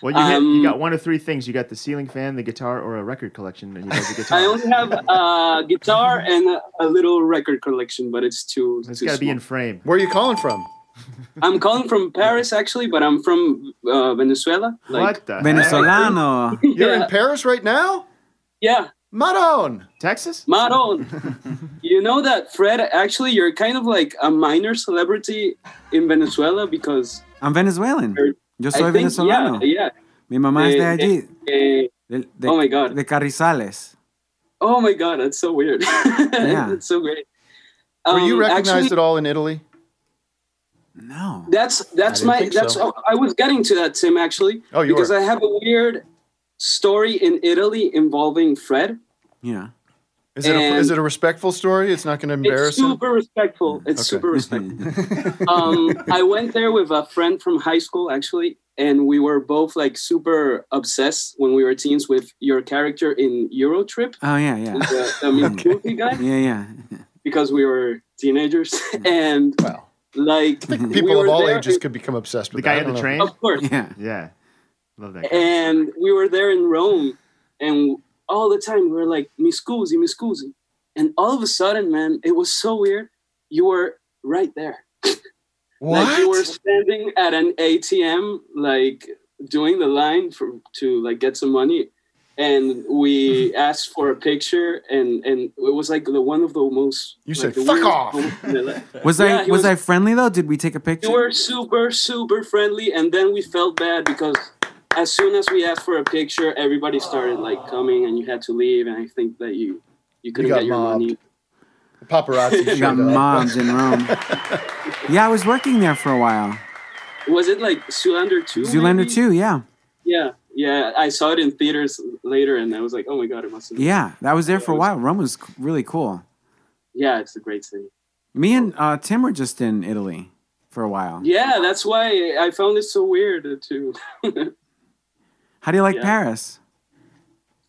[SPEAKER 4] Well, you, hit,
[SPEAKER 14] Um,
[SPEAKER 4] you got one of three things. You got the ceiling fan, the guitar, or a record collection, and you got the
[SPEAKER 14] (laughs)
[SPEAKER 4] guitar.
[SPEAKER 14] I only have a guitar and a, a little record collection, but it's too.
[SPEAKER 4] It's
[SPEAKER 14] too
[SPEAKER 4] got to be
[SPEAKER 14] small.
[SPEAKER 4] in frame.
[SPEAKER 3] Where are you calling from?
[SPEAKER 14] I'm calling from Paris actually, but I'm from uh, Venezuela.
[SPEAKER 4] What the Venezolano.
[SPEAKER 14] Yeah.
[SPEAKER 3] (laughs) You're in Paris right now?
[SPEAKER 14] Yeah.
[SPEAKER 3] Maron.
[SPEAKER 4] Texas? (laughs)
[SPEAKER 14] Maron. you know that Fred? Actually, you're kind of like a minor celebrity in Venezuela because
[SPEAKER 5] I'm Venezuelan. Yo soy
[SPEAKER 14] I think-
[SPEAKER 5] venezolano.
[SPEAKER 14] Yeah, yeah.
[SPEAKER 5] Mi mamá es de
[SPEAKER 14] Eh,
[SPEAKER 5] allí.
[SPEAKER 14] eh, eh,
[SPEAKER 5] De, de-
[SPEAKER 14] oh my god.
[SPEAKER 5] De Carrizales.
[SPEAKER 14] Oh my god, that's so weird. (laughs)
[SPEAKER 5] Yeah.
[SPEAKER 14] that's so great.
[SPEAKER 3] Were you
[SPEAKER 14] Um,
[SPEAKER 3] recognized
[SPEAKER 14] actually-
[SPEAKER 3] at all in Italy?
[SPEAKER 5] No.
[SPEAKER 14] That's
[SPEAKER 3] I
[SPEAKER 14] that's
[SPEAKER 3] didn't
[SPEAKER 14] my
[SPEAKER 3] think
[SPEAKER 14] that's
[SPEAKER 3] so.
[SPEAKER 14] oh, I was getting to that Tim actually.
[SPEAKER 3] Oh, you
[SPEAKER 14] because
[SPEAKER 3] were.
[SPEAKER 14] I have a weird story in Italy involving Fred.
[SPEAKER 5] Yeah.
[SPEAKER 3] Is it, a,
[SPEAKER 14] And-
[SPEAKER 3] is it a respectful story? It's not going to
[SPEAKER 14] It's
[SPEAKER 3] embarrass him?
[SPEAKER 14] super respectful. It's super respectful.
[SPEAKER 3] (laughs)
[SPEAKER 14] um, I went there with a friend from high school actually, and we were both like super obsessed when we were teens with your character in Eurotrip,
[SPEAKER 5] Oh yeah,
[SPEAKER 14] (laughs)
[SPEAKER 5] yeah.
[SPEAKER 14] the, the
[SPEAKER 5] (laughs)
[SPEAKER 14] Miyuki guy.
[SPEAKER 5] Yeah, yeah.
[SPEAKER 14] because we were teenagers (laughs) and
[SPEAKER 3] well,
[SPEAKER 14] like
[SPEAKER 3] People
[SPEAKER 14] we
[SPEAKER 3] of
[SPEAKER 14] were
[SPEAKER 3] all
[SPEAKER 14] there
[SPEAKER 3] ages
[SPEAKER 14] in-
[SPEAKER 3] could become obsessed
[SPEAKER 4] The
[SPEAKER 3] with
[SPEAKER 4] guy
[SPEAKER 3] that. I
[SPEAKER 4] in the
[SPEAKER 3] don't know.
[SPEAKER 4] train.
[SPEAKER 14] of course
[SPEAKER 5] Yeah.
[SPEAKER 4] Yeah. Love that. Guy.
[SPEAKER 14] and we were there in Rome and all the time we were like mi scusi mi scusi and all of a sudden man it was so weird you were right there like you were standing at an ATM like doing the line for to like get some money and
[SPEAKER 5] (laughs)
[SPEAKER 14] we asked for a picture and and it was like the one of the most
[SPEAKER 3] you
[SPEAKER 5] said, "Fuck off." (laughs) Was I was, I friendly though? Did we take a picture?
[SPEAKER 14] you were super, super friendly, and then we felt bad because as soon as we asked for a picture, everybody started like coming, and you had to leave. And I think that you you couldn't
[SPEAKER 3] got
[SPEAKER 14] get your
[SPEAKER 3] mobbed.
[SPEAKER 14] money.
[SPEAKER 3] Paparazzi.
[SPEAKER 5] You
[SPEAKER 3] showed
[SPEAKER 14] (laughs)
[SPEAKER 5] got
[SPEAKER 3] up.
[SPEAKER 5] moms in Rome. Yeah, I was working there for a while.
[SPEAKER 14] Was it like Zoolander two?
[SPEAKER 5] Zoolander
[SPEAKER 14] maybe?
[SPEAKER 5] two, yeah,
[SPEAKER 14] Yeah, yeah. I saw it in theaters later, and I was like, oh my god, it must. have been-
[SPEAKER 5] yeah. That was there for a while. Rome was c- really cool.
[SPEAKER 14] Yeah, it's a great city.
[SPEAKER 5] Me and uh, Tim were just in Italy for a while.
[SPEAKER 14] Yeah, that's why I found it so weird uh, (laughs) too.
[SPEAKER 5] How do you like
[SPEAKER 14] Yeah.
[SPEAKER 5] Paris?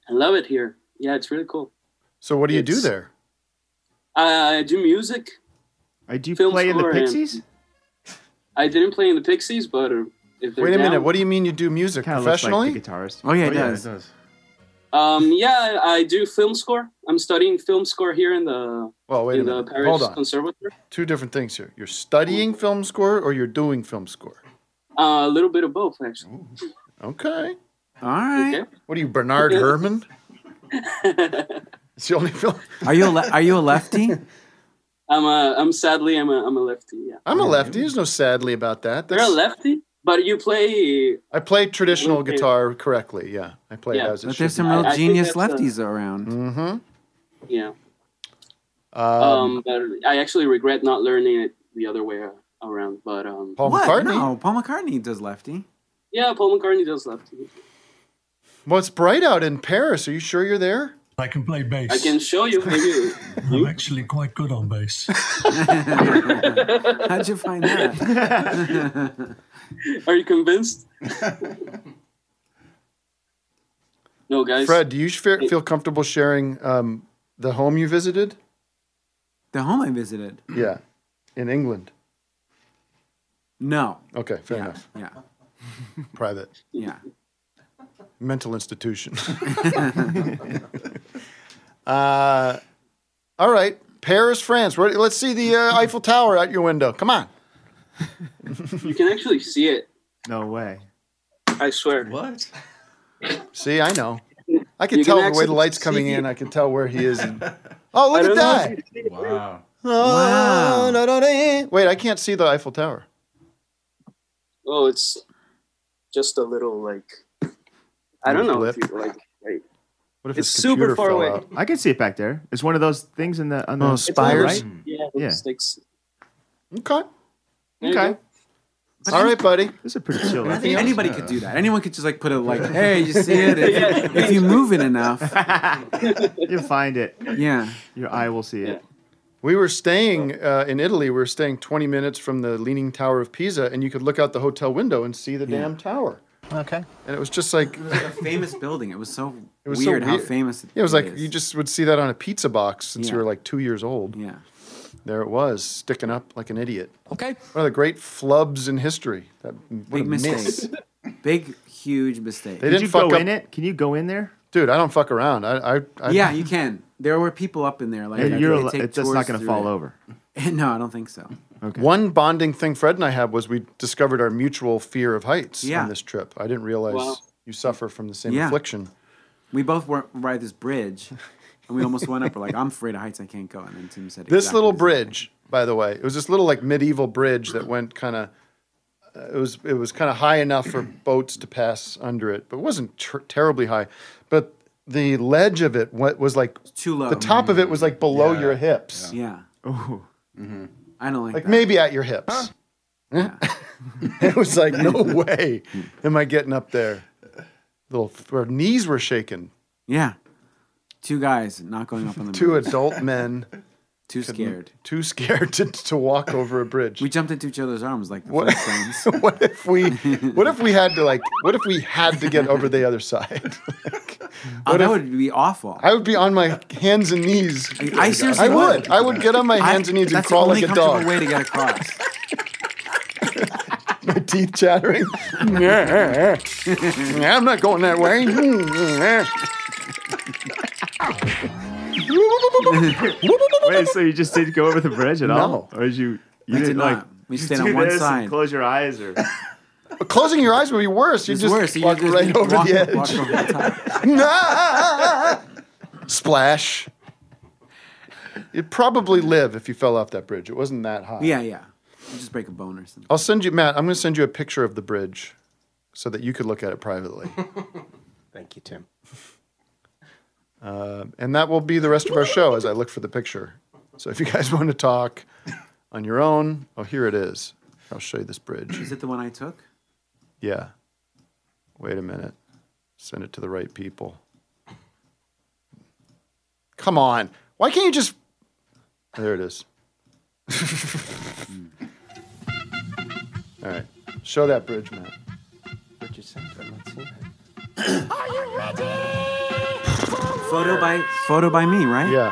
[SPEAKER 14] I love it here. Yeah, it's really cool.
[SPEAKER 3] So what do you do
[SPEAKER 14] It's-
[SPEAKER 3] there?
[SPEAKER 14] I do music.
[SPEAKER 4] I do
[SPEAKER 14] film
[SPEAKER 4] play in the
[SPEAKER 14] score and-
[SPEAKER 4] Pixies.
[SPEAKER 14] I didn't play in the Pixies, but uh, if they're
[SPEAKER 3] Wait a minute.
[SPEAKER 14] down-
[SPEAKER 3] What do you mean you do music
[SPEAKER 4] Kinda looks like
[SPEAKER 3] professionally?
[SPEAKER 4] the guitarist.
[SPEAKER 5] Oh, yeah, it does.
[SPEAKER 14] Um, yeah, I I do film score. I'm studying film score here in the
[SPEAKER 3] Well, wait a
[SPEAKER 14] in the
[SPEAKER 3] minute.
[SPEAKER 14] Paris
[SPEAKER 3] Hold on.
[SPEAKER 14] Conservatory.
[SPEAKER 3] Two different things here. You're studying film score or you're doing film score?
[SPEAKER 14] Uh, a little bit of both, actually.
[SPEAKER 3] Okay.
[SPEAKER 5] All right.
[SPEAKER 14] Okay.
[SPEAKER 3] What are you, Bernard Herman? it's the only
[SPEAKER 4] (laughs)
[SPEAKER 3] film.
[SPEAKER 5] Are you a le- are you a lefty?
[SPEAKER 14] I'm a I'm sadly I'm a I'm a lefty. Yeah,
[SPEAKER 3] I'm a lefty. There's no sadly about that.
[SPEAKER 14] you're a lefty, but you play.
[SPEAKER 3] I play traditional
[SPEAKER 14] Okay.
[SPEAKER 3] guitar correctly. Yeah, I play
[SPEAKER 14] Yeah.
[SPEAKER 3] it as it
[SPEAKER 5] But
[SPEAKER 3] should
[SPEAKER 5] there's some
[SPEAKER 3] be.
[SPEAKER 5] real
[SPEAKER 14] I- I think
[SPEAKER 5] genius
[SPEAKER 14] that's uh, a-
[SPEAKER 5] lefties around.
[SPEAKER 3] Mm-hmm.
[SPEAKER 14] Yeah.
[SPEAKER 3] Um,
[SPEAKER 14] Um, but I actually regret not learning it the other way around. But um,
[SPEAKER 3] Paul
[SPEAKER 5] What?
[SPEAKER 3] McCartney.
[SPEAKER 5] No, Oh, Paul McCartney does lefty.
[SPEAKER 14] yeah, Paul McCartney does lefty.
[SPEAKER 3] Well, it's bright out in Paris. Are you sure you're there?
[SPEAKER 17] I can play bass.
[SPEAKER 14] I can show you. Maybe
[SPEAKER 17] I'm actually quite good on bass.
[SPEAKER 5] How'd you find that?
[SPEAKER 14] (laughs) Are you convinced? no, guys.
[SPEAKER 3] Fred, do you share, feel comfortable sharing um, the home you visited?
[SPEAKER 5] the home I visited.
[SPEAKER 3] Yeah, in England.
[SPEAKER 5] No.
[SPEAKER 3] Okay, fair enough.
[SPEAKER 5] Yeah.
[SPEAKER 3] (laughs) Private
[SPEAKER 5] Yeah.
[SPEAKER 3] mental
[SPEAKER 14] (laughs)
[SPEAKER 3] institution. (laughs) uh, all right, Paris, France. Where- Let's see the uh, Eiffel Tower out your window. Come on. (laughs)
[SPEAKER 14] You can actually see it.
[SPEAKER 4] No way.
[SPEAKER 14] I swear.
[SPEAKER 10] What?
[SPEAKER 3] See, I know. I can
[SPEAKER 14] You can
[SPEAKER 3] tell the way the
[SPEAKER 14] actually
[SPEAKER 3] light's coming
[SPEAKER 14] see-
[SPEAKER 3] in. I can tell where he is. (laughs)
[SPEAKER 14] (laughs)
[SPEAKER 3] oh,
[SPEAKER 14] I
[SPEAKER 3] look at
[SPEAKER 14] don't know
[SPEAKER 3] that!
[SPEAKER 14] if
[SPEAKER 3] Oh,
[SPEAKER 10] Wow.
[SPEAKER 3] Ah, da, da, da. Wait, I can't see the Eiffel Tower.
[SPEAKER 14] Oh, it's just a little like I don't know if you like. like
[SPEAKER 4] What
[SPEAKER 14] if It's his super computer far fell away. out?
[SPEAKER 4] I can see it back there. It's one of those things in the on the
[SPEAKER 14] Oh,
[SPEAKER 4] it's
[SPEAKER 14] spires?
[SPEAKER 4] right?
[SPEAKER 14] Yeah,
[SPEAKER 4] yeah.
[SPEAKER 14] it's like s-
[SPEAKER 3] Okay.
[SPEAKER 14] There you
[SPEAKER 3] Okay.
[SPEAKER 14] go.
[SPEAKER 3] All right, buddy.
[SPEAKER 4] This is a pretty chill.
[SPEAKER 5] I think
[SPEAKER 3] else?
[SPEAKER 5] anybody
[SPEAKER 3] Yeah.
[SPEAKER 5] could do that. Anyone could just like put a like, hey, you see
[SPEAKER 4] (laughs)
[SPEAKER 5] it? If, if you move it enough,
[SPEAKER 4] You'll find it.
[SPEAKER 5] Yeah.
[SPEAKER 4] Your eye will see it.
[SPEAKER 3] We were staying uh, in Italy. We were staying 20 minutes from the Leaning Tower of Pisa, and you could look out the hotel window and see the
[SPEAKER 5] Yeah.
[SPEAKER 3] damn tower.
[SPEAKER 15] Okay.
[SPEAKER 3] And it was just like
[SPEAKER 5] it was like a famous building. It was so
[SPEAKER 3] it was so
[SPEAKER 5] weird how
[SPEAKER 3] weird.
[SPEAKER 5] famous it,
[SPEAKER 3] Yeah, it was like
[SPEAKER 5] is.
[SPEAKER 3] you just would see that on a pizza box since you
[SPEAKER 5] Yeah.
[SPEAKER 3] were like two years old.
[SPEAKER 5] Yeah.
[SPEAKER 3] There it was, sticking up like an idiot.
[SPEAKER 15] Okay.
[SPEAKER 3] One of the great flubs in history. That what a
[SPEAKER 5] big
[SPEAKER 3] miss.
[SPEAKER 5] mistake. (laughs) big huge mistake.
[SPEAKER 3] They didn't
[SPEAKER 4] you
[SPEAKER 3] fuck
[SPEAKER 4] go
[SPEAKER 3] up-
[SPEAKER 4] in it? Can you go in there?
[SPEAKER 3] Dude, I don't fuck around. I, I, I
[SPEAKER 5] yeah, you can. There were people up in there. Like
[SPEAKER 4] Yeah,
[SPEAKER 5] they-
[SPEAKER 4] you're
[SPEAKER 5] they
[SPEAKER 4] al-
[SPEAKER 5] take
[SPEAKER 4] it's just
[SPEAKER 5] tours
[SPEAKER 4] not gonna
[SPEAKER 5] through
[SPEAKER 4] fall
[SPEAKER 5] it.
[SPEAKER 4] over.
[SPEAKER 5] (laughs) no, I don't think so.
[SPEAKER 3] One bonding thing Fred and I had was we discovered our mutual fear of heights
[SPEAKER 5] Yeah.
[SPEAKER 3] on this trip. I didn't realize
[SPEAKER 5] Wow.
[SPEAKER 3] you suffer from the same
[SPEAKER 5] Yeah.
[SPEAKER 3] affliction.
[SPEAKER 5] We both were by this bridge, and we almost went up. We're like, I'm afraid of heights. I can't go. And then Tim said,
[SPEAKER 3] This
[SPEAKER 5] exactly
[SPEAKER 3] little
[SPEAKER 5] the same
[SPEAKER 3] bridge, by the way, it was this little like medieval bridge that went kind of. It was it was kind of high enough for (clears throat) boats to pass under it, but it wasn't ter- terribly high. But the ledge of it wa- was like
[SPEAKER 5] too low.
[SPEAKER 3] The top of it was like below your hips,
[SPEAKER 5] thing. Yeah.
[SPEAKER 4] Mm-hmm.
[SPEAKER 5] (laughs) I don't like,
[SPEAKER 3] like
[SPEAKER 5] that.
[SPEAKER 3] maybe at your hips. (laughs) it was like no way am I getting up there. Little our knees were shaking.
[SPEAKER 5] Yeah. Two guys not going up on the
[SPEAKER 3] Two
[SPEAKER 5] bridge.
[SPEAKER 3] adult men.
[SPEAKER 5] (laughs) Too scared.
[SPEAKER 3] Too scared to, to walk over a bridge.
[SPEAKER 5] We jumped into each other's arms like the
[SPEAKER 3] What-
[SPEAKER 5] Flintstones.
[SPEAKER 3] (laughs) what if we what if we had to like what if we had to get over the other side? (laughs) Like,
[SPEAKER 5] Oh,
[SPEAKER 3] what
[SPEAKER 5] that
[SPEAKER 3] if-
[SPEAKER 5] would be awful.
[SPEAKER 3] I would be on my hands and knees.
[SPEAKER 5] I seriously
[SPEAKER 3] I would. I would get on my hands and knees and
[SPEAKER 5] That's
[SPEAKER 3] crawl
[SPEAKER 5] the only
[SPEAKER 3] like a
[SPEAKER 5] comfortable
[SPEAKER 3] dog.
[SPEAKER 5] way to get across.
[SPEAKER 3] (laughs) my teeth
[SPEAKER 4] (laughs)
[SPEAKER 3] chattering. Yeah, I'm not going that way.
[SPEAKER 4] (laughs) Wait, so you just didn't go over the bridge at all, or did you? You
[SPEAKER 5] I
[SPEAKER 4] didn't
[SPEAKER 5] did not.
[SPEAKER 4] like.
[SPEAKER 5] We
[SPEAKER 4] you
[SPEAKER 5] stayed
[SPEAKER 4] do
[SPEAKER 5] on one
[SPEAKER 4] this and
[SPEAKER 5] side.
[SPEAKER 4] Close your eyes,
[SPEAKER 5] (laughs)
[SPEAKER 4] or
[SPEAKER 3] But Closing your eyes would be worse. You
[SPEAKER 5] It's
[SPEAKER 3] just
[SPEAKER 5] worse. You
[SPEAKER 3] walk
[SPEAKER 5] just
[SPEAKER 3] right over
[SPEAKER 5] walk-
[SPEAKER 3] the edge.
[SPEAKER 5] walk over
[SPEAKER 3] (laughs) No! Splash. You'd probably live if you fell off that bridge. It wasn't that high.
[SPEAKER 5] Yeah, yeah. You just break a bone or something.
[SPEAKER 3] I'll send you, Matt. I'm going to send you a picture of the bridge, so that you could look at it privately.
[SPEAKER 7] (laughs) Thank you, Tim.
[SPEAKER 3] Uh, and that will be the rest of our show as I look for the picture. So if you guys (laughs) want to talk on your own, oh, here it is. I'll show you this bridge.
[SPEAKER 5] Is it the one I took? (coughs)
[SPEAKER 3] Yeah. Wait a minute. Send it to the right people. Come on. Why can't you just. There it is. (laughs) All right. Show that bridge, Matt.
[SPEAKER 7] What you sent? I'm not seeing it.
[SPEAKER 5] Photo by photo by me, right?
[SPEAKER 3] Yeah.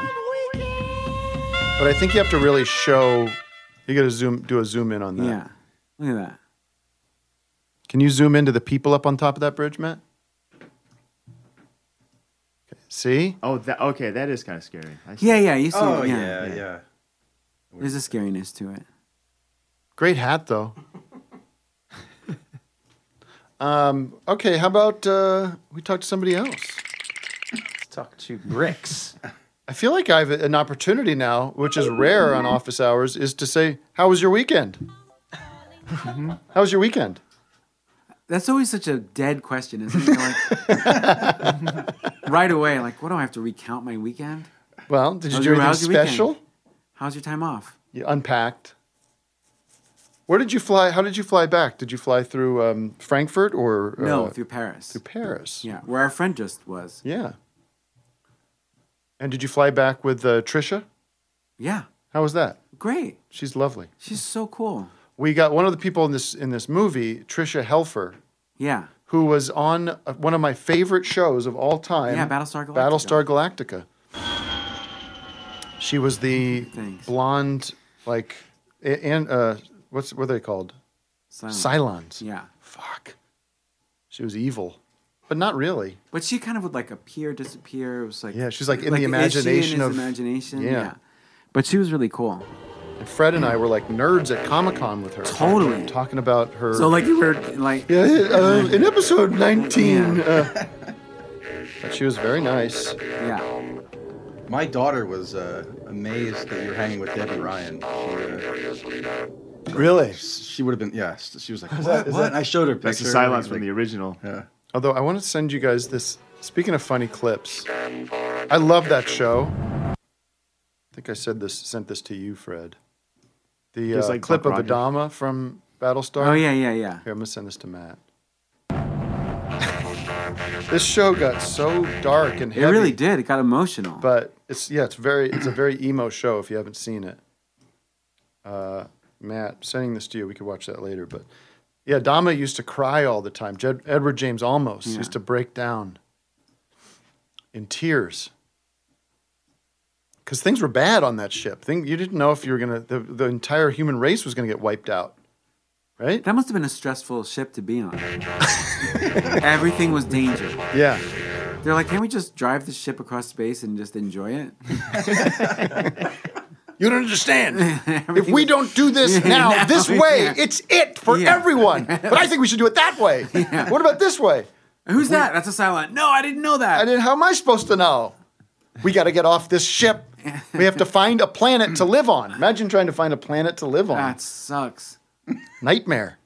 [SPEAKER 3] But I think you have to really show. You got to zoom, do a zoom in on that.
[SPEAKER 5] Yeah. Look at that.
[SPEAKER 3] Can you zoom into the people up on top of that bridge, Matt? Okay, See?
[SPEAKER 4] oh, that, okay, that is kind of scary. I see.
[SPEAKER 5] Yeah, yeah. You see?
[SPEAKER 10] Oh,
[SPEAKER 5] yeah,
[SPEAKER 10] yeah, yeah.
[SPEAKER 5] There's a scariness to it.
[SPEAKER 3] Great hat, though. um, okay, how about uh, we talk to somebody else? Let's
[SPEAKER 7] talk to Bricks.
[SPEAKER 3] I feel like I have an opportunity now, which is rare on office hours, is to say, How was your weekend?
[SPEAKER 4] Mm-hmm.
[SPEAKER 3] how was your weekend?
[SPEAKER 5] That's always such a dead question, isn't it?
[SPEAKER 3] (laughs)
[SPEAKER 5] You're like- right away, like, what do I have to recount my weekend?
[SPEAKER 3] Well, did you
[SPEAKER 5] How's
[SPEAKER 3] do
[SPEAKER 5] your-
[SPEAKER 3] anything
[SPEAKER 5] how's your weekend?
[SPEAKER 3] special?
[SPEAKER 5] How's your time off?
[SPEAKER 3] You unpacked. Where did you fly? How did you fly back? Did you fly through um, Frankfurt or uh,
[SPEAKER 5] no, through Paris. Through
[SPEAKER 3] Paris.
[SPEAKER 5] Yeah, where our friend just was.
[SPEAKER 3] Yeah. And did you fly back with uh, Trisha?
[SPEAKER 5] Yeah.
[SPEAKER 3] How was that?
[SPEAKER 5] Great.
[SPEAKER 3] She's lovely.
[SPEAKER 5] She's so cool.
[SPEAKER 3] We got one of the people in this in this movie, Trisha Helfer,
[SPEAKER 5] Yeah.
[SPEAKER 3] who was on uh, one of my favorite shows of all time.
[SPEAKER 5] Yeah, Battlestar Galactica.
[SPEAKER 3] Battlestar Galactica. She was the blonde, like, a- and uh, what's what are they called?
[SPEAKER 5] Cylons.
[SPEAKER 3] Cylons.
[SPEAKER 5] Yeah.
[SPEAKER 3] Fuck. She was evil, but not really.
[SPEAKER 5] But she kind of would like appear, disappear. It was like
[SPEAKER 3] Yeah, she's like in the
[SPEAKER 5] is she in
[SPEAKER 3] imagination
[SPEAKER 5] his
[SPEAKER 3] of-
[SPEAKER 5] imagination.
[SPEAKER 3] yeah.
[SPEAKER 5] Yeah. but she was really cool.
[SPEAKER 3] And Fred and I were like nerds at Comic Con with her.
[SPEAKER 5] Totally.
[SPEAKER 3] talking about her.
[SPEAKER 5] So like you were like
[SPEAKER 3] Yeah,
[SPEAKER 5] (laughs)
[SPEAKER 3] uh, in episode 19. Uh, but she was very nice.
[SPEAKER 5] Yeah.
[SPEAKER 10] My daughter was uh, amazed that you were hanging with Debbie Ryan. She, uh,
[SPEAKER 3] Really?
[SPEAKER 10] She would have been. Yes. She was like,
[SPEAKER 3] Is
[SPEAKER 10] "What?
[SPEAKER 3] that- is
[SPEAKER 10] what?"
[SPEAKER 3] that-
[SPEAKER 10] And I showed her a picture.
[SPEAKER 3] That's the silence
[SPEAKER 10] and I was
[SPEAKER 3] from
[SPEAKER 10] like,
[SPEAKER 3] the
[SPEAKER 4] original.
[SPEAKER 10] Yeah.
[SPEAKER 3] Although I want to send you guys this. Speaking of funny clips, I love that show. I think I said this, sent this to you, Fred. The
[SPEAKER 4] Just
[SPEAKER 3] uh,
[SPEAKER 4] like
[SPEAKER 3] clip of
[SPEAKER 4] Buck Rogers.
[SPEAKER 3] Adama from Battlestar.
[SPEAKER 4] Oh, yeah, yeah, yeah.
[SPEAKER 3] Here, I'm gonna send this to Matt. This show got so dark and
[SPEAKER 5] It
[SPEAKER 3] heavy.
[SPEAKER 5] really did. It got emotional.
[SPEAKER 3] But it's yeah, it's very it's a very emo show if you haven't seen it. Uh, Matt, sending this to you, we could watch that later. But yeah, Dama used to cry all the time. Jed, Edward James almost
[SPEAKER 5] Yeah.
[SPEAKER 3] used to break down in tears because things were bad on that ship. Thing you didn't know if you were gonna the, the entire human race was gonna get wiped out. Right?
[SPEAKER 5] That must have been a stressful ship to be on.
[SPEAKER 3] (laughs)
[SPEAKER 5] Everything was danger.
[SPEAKER 3] Yeah.
[SPEAKER 5] They're like, can't we just drive the ship across space and just enjoy it?
[SPEAKER 3] (laughs) You don't
[SPEAKER 5] (laughs)
[SPEAKER 3] understand. if we don't do this now,
[SPEAKER 5] Now,
[SPEAKER 3] this way,
[SPEAKER 5] yeah.
[SPEAKER 3] it's it for
[SPEAKER 5] Yeah.
[SPEAKER 3] everyone. But I think we should do it that
[SPEAKER 5] (laughs)
[SPEAKER 3] way. What about this way?
[SPEAKER 5] Who's that? That's a silent. No, I didn't
[SPEAKER 3] (laughs)
[SPEAKER 5] know that.
[SPEAKER 3] I didn't. How am I supposed to know? We got to get off this ship. We have to find a planet to live on. Imagine trying to find a planet to live on. That
[SPEAKER 5] sucks.
[SPEAKER 3] Nightmare.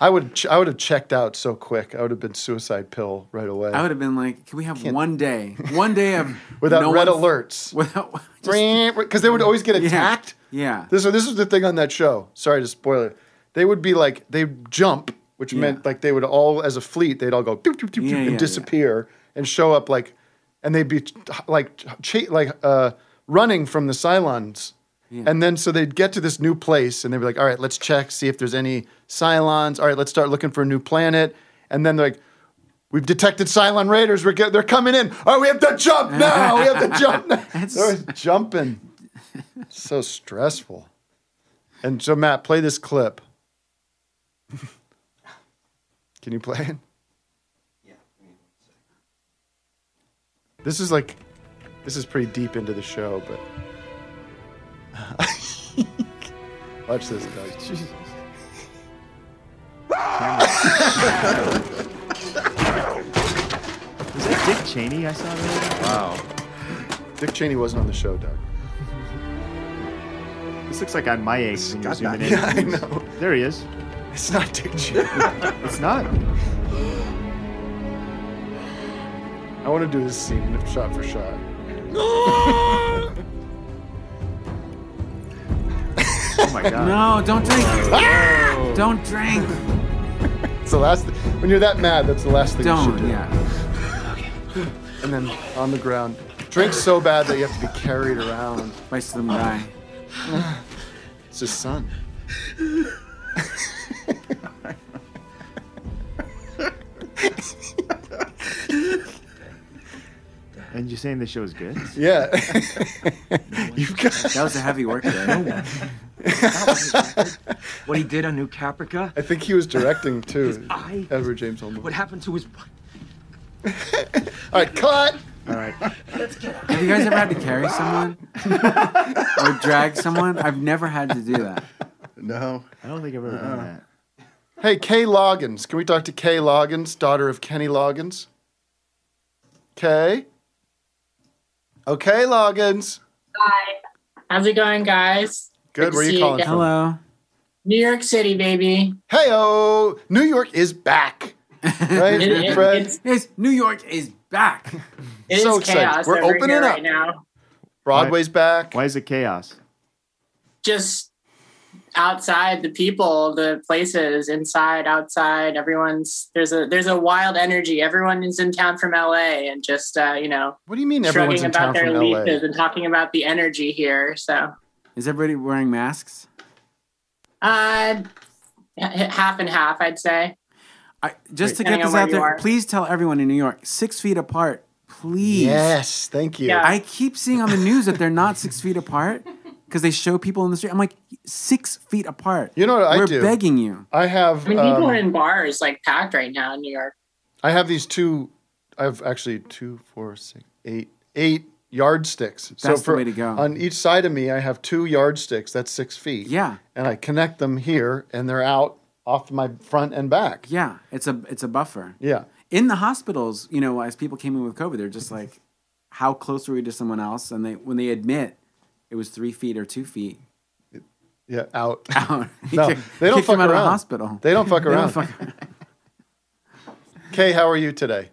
[SPEAKER 3] I would. Ch- I would have checked out so quick. I would have been suicide pill right away.
[SPEAKER 5] I would have been like, can we have
[SPEAKER 3] (laughs)
[SPEAKER 5] one day? One day of
[SPEAKER 3] without
[SPEAKER 5] no
[SPEAKER 3] red
[SPEAKER 5] one-
[SPEAKER 3] alerts.
[SPEAKER 5] Without
[SPEAKER 3] because they would always get attacked.
[SPEAKER 5] Yeah.
[SPEAKER 3] This this was the thing on that show. Sorry to spoil it. They would be like they jump, which
[SPEAKER 5] Yeah.
[SPEAKER 3] meant like they would all as a fleet they'd all go doop, doop, doop, doop,
[SPEAKER 5] Yeah,
[SPEAKER 3] and
[SPEAKER 5] yeah,
[SPEAKER 3] disappear and show up like, and they'd be t- like ch- like uh, running from the Cylons.
[SPEAKER 5] Yeah. (laughs)
[SPEAKER 3] And then so they'd get to this new place and they'd be like, all right, let's check, see if there's any Cylons. All right, let's start looking for a new planet. And then they're like, we've detected Cylon Raiders. We're get- they're coming in. All right, we have to jump now. We have to jump now. They're always jumping. So stressful. And so, Matt, play this clip. (laughs) Can you play it? This is like, this is pretty deep into the show, but. (laughs) Watch this, Doug. (laughs)
[SPEAKER 4] Is that Dick Cheney I saw earlier?
[SPEAKER 3] Wow. Dick Cheney wasn't on the show, Doug.
[SPEAKER 4] This looks like I'm my age when you're
[SPEAKER 3] got
[SPEAKER 4] zooming
[SPEAKER 3] that-
[SPEAKER 4] in.
[SPEAKER 3] (laughs) Yeah, I know.
[SPEAKER 4] There he is.
[SPEAKER 3] It's not Dick Cheney.
[SPEAKER 4] it's not.
[SPEAKER 3] I want to do this scene shot for
[SPEAKER 5] (laughs)
[SPEAKER 3] shot.
[SPEAKER 4] Oh my god.
[SPEAKER 5] No, don't
[SPEAKER 3] (laughs)
[SPEAKER 5] drink. Don't drink.
[SPEAKER 3] It's the last. Th- when you're that mad, that's the last thing you
[SPEAKER 5] Don't,
[SPEAKER 3] should do. (laughs) And then on the ground, drink so bad that you have to be carried around
[SPEAKER 5] by some guy.
[SPEAKER 3] (sighs) It's his son.
[SPEAKER 14] (laughs)
[SPEAKER 4] And you're saying the show is good?
[SPEAKER 3] (laughs)
[SPEAKER 4] (laughs)
[SPEAKER 3] Yeah.
[SPEAKER 4] You've got- That was a heavy work day. No one.
[SPEAKER 18] what he did on New Caprica?
[SPEAKER 3] I think he
[SPEAKER 18] (laughs)
[SPEAKER 3] was directing too.
[SPEAKER 18] eye?
[SPEAKER 3] Edward James Olmos.
[SPEAKER 18] What happened to his?
[SPEAKER 3] All right, cut.
[SPEAKER 5] All right.
[SPEAKER 18] Let's get out.
[SPEAKER 5] Have you guys ever had to
[SPEAKER 3] (laughs)
[SPEAKER 5] carry someone or drag someone? I've never had to
[SPEAKER 3] (laughs)
[SPEAKER 5] do that.
[SPEAKER 10] No.
[SPEAKER 4] I don't think I've ever done that.
[SPEAKER 3] Uh-huh. Hey, Kay Loggins. Can we talk to Kay Loggins, daughter of Kenny Loggins? Kay? Okay, Loggins.
[SPEAKER 19] Hi. How's it going, guys?
[SPEAKER 3] Good.
[SPEAKER 19] to
[SPEAKER 3] Where are
[SPEAKER 19] see
[SPEAKER 3] you calling
[SPEAKER 19] again.
[SPEAKER 3] from? Hello.
[SPEAKER 19] New York City, baby.
[SPEAKER 3] Hey, oh, New York is
[SPEAKER 4] (laughs)
[SPEAKER 3] back. Right,
[SPEAKER 19] It is.
[SPEAKER 3] Fred?
[SPEAKER 19] It's-
[SPEAKER 5] Yes, New York is back.
[SPEAKER 19] It is
[SPEAKER 3] So excited.
[SPEAKER 19] chaos.
[SPEAKER 3] We're
[SPEAKER 19] over
[SPEAKER 3] opening
[SPEAKER 19] here
[SPEAKER 3] up.
[SPEAKER 19] right now.
[SPEAKER 3] (laughs) Broadway's back.
[SPEAKER 4] Why is it chaos?
[SPEAKER 19] Just outside the people, the places, inside, outside. Everyone's there's a there's a wild energy. Everyone is in town from LA and just uh, you know.
[SPEAKER 3] What do you mean
[SPEAKER 5] everyone's
[SPEAKER 19] shrugging
[SPEAKER 5] in town
[SPEAKER 19] about their
[SPEAKER 5] from LA?
[SPEAKER 19] leases and talking about the energy here? So
[SPEAKER 5] Is everybody wearing masks?
[SPEAKER 19] uh, h- half and half, I'd say.
[SPEAKER 5] I, just to
[SPEAKER 19] Depending
[SPEAKER 5] get this
[SPEAKER 19] on where
[SPEAKER 5] out
[SPEAKER 19] you
[SPEAKER 5] there,
[SPEAKER 19] are.
[SPEAKER 5] please tell everyone in New York six feet apart, please.
[SPEAKER 3] Yes, thank you.
[SPEAKER 5] I keep seeing on the news that they're not six feet apart because they show people in the street. I'm like six feet apart.
[SPEAKER 3] You know what I
[SPEAKER 5] We're
[SPEAKER 3] do?
[SPEAKER 5] begging you.
[SPEAKER 3] I have.
[SPEAKER 19] I mean,
[SPEAKER 3] um,
[SPEAKER 19] people are in bars like packed right now in New York.
[SPEAKER 3] I have these two. I have actually two, four, six, eight, eight yardsticks.
[SPEAKER 5] That's the way to go.
[SPEAKER 3] On each side of me, I have two yardsticks. That's six feet.
[SPEAKER 5] Yeah.
[SPEAKER 3] And I connect them here, and they're out off my front and back.
[SPEAKER 5] Yeah, it's a it's a buffer.
[SPEAKER 3] Yeah.
[SPEAKER 5] In the hospitals, you know, as people came in with COVID, they're just like, how close were we to someone else? And they when they admit it was three feet or two feet,
[SPEAKER 3] Yeah, out.
[SPEAKER 5] (laughs) Out.
[SPEAKER 3] (laughs) No,
[SPEAKER 5] Kick-
[SPEAKER 3] they don't
[SPEAKER 5] kicked
[SPEAKER 3] fuck
[SPEAKER 5] him out of the
[SPEAKER 3] around.
[SPEAKER 5] hospital.
[SPEAKER 3] They don't fuck
[SPEAKER 5] (laughs) They don't
[SPEAKER 3] around. (laughs)
[SPEAKER 5] fuck
[SPEAKER 3] Kay, how are you today?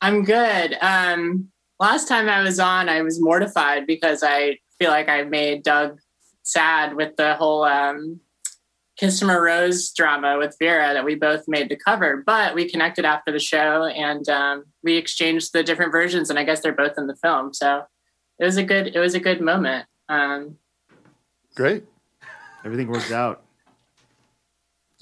[SPEAKER 19] I'm good. Um, last time I was on, I was mortified because I feel like I made Doug sad with the whole um, Kiss from a Rose drama with Vera that we both made the cover. But we connected after the show and um, we exchanged the different versions, and I guess they're both in the film. So it was a good it was a good moment. Um,
[SPEAKER 3] Great.
[SPEAKER 4] Everything worked out.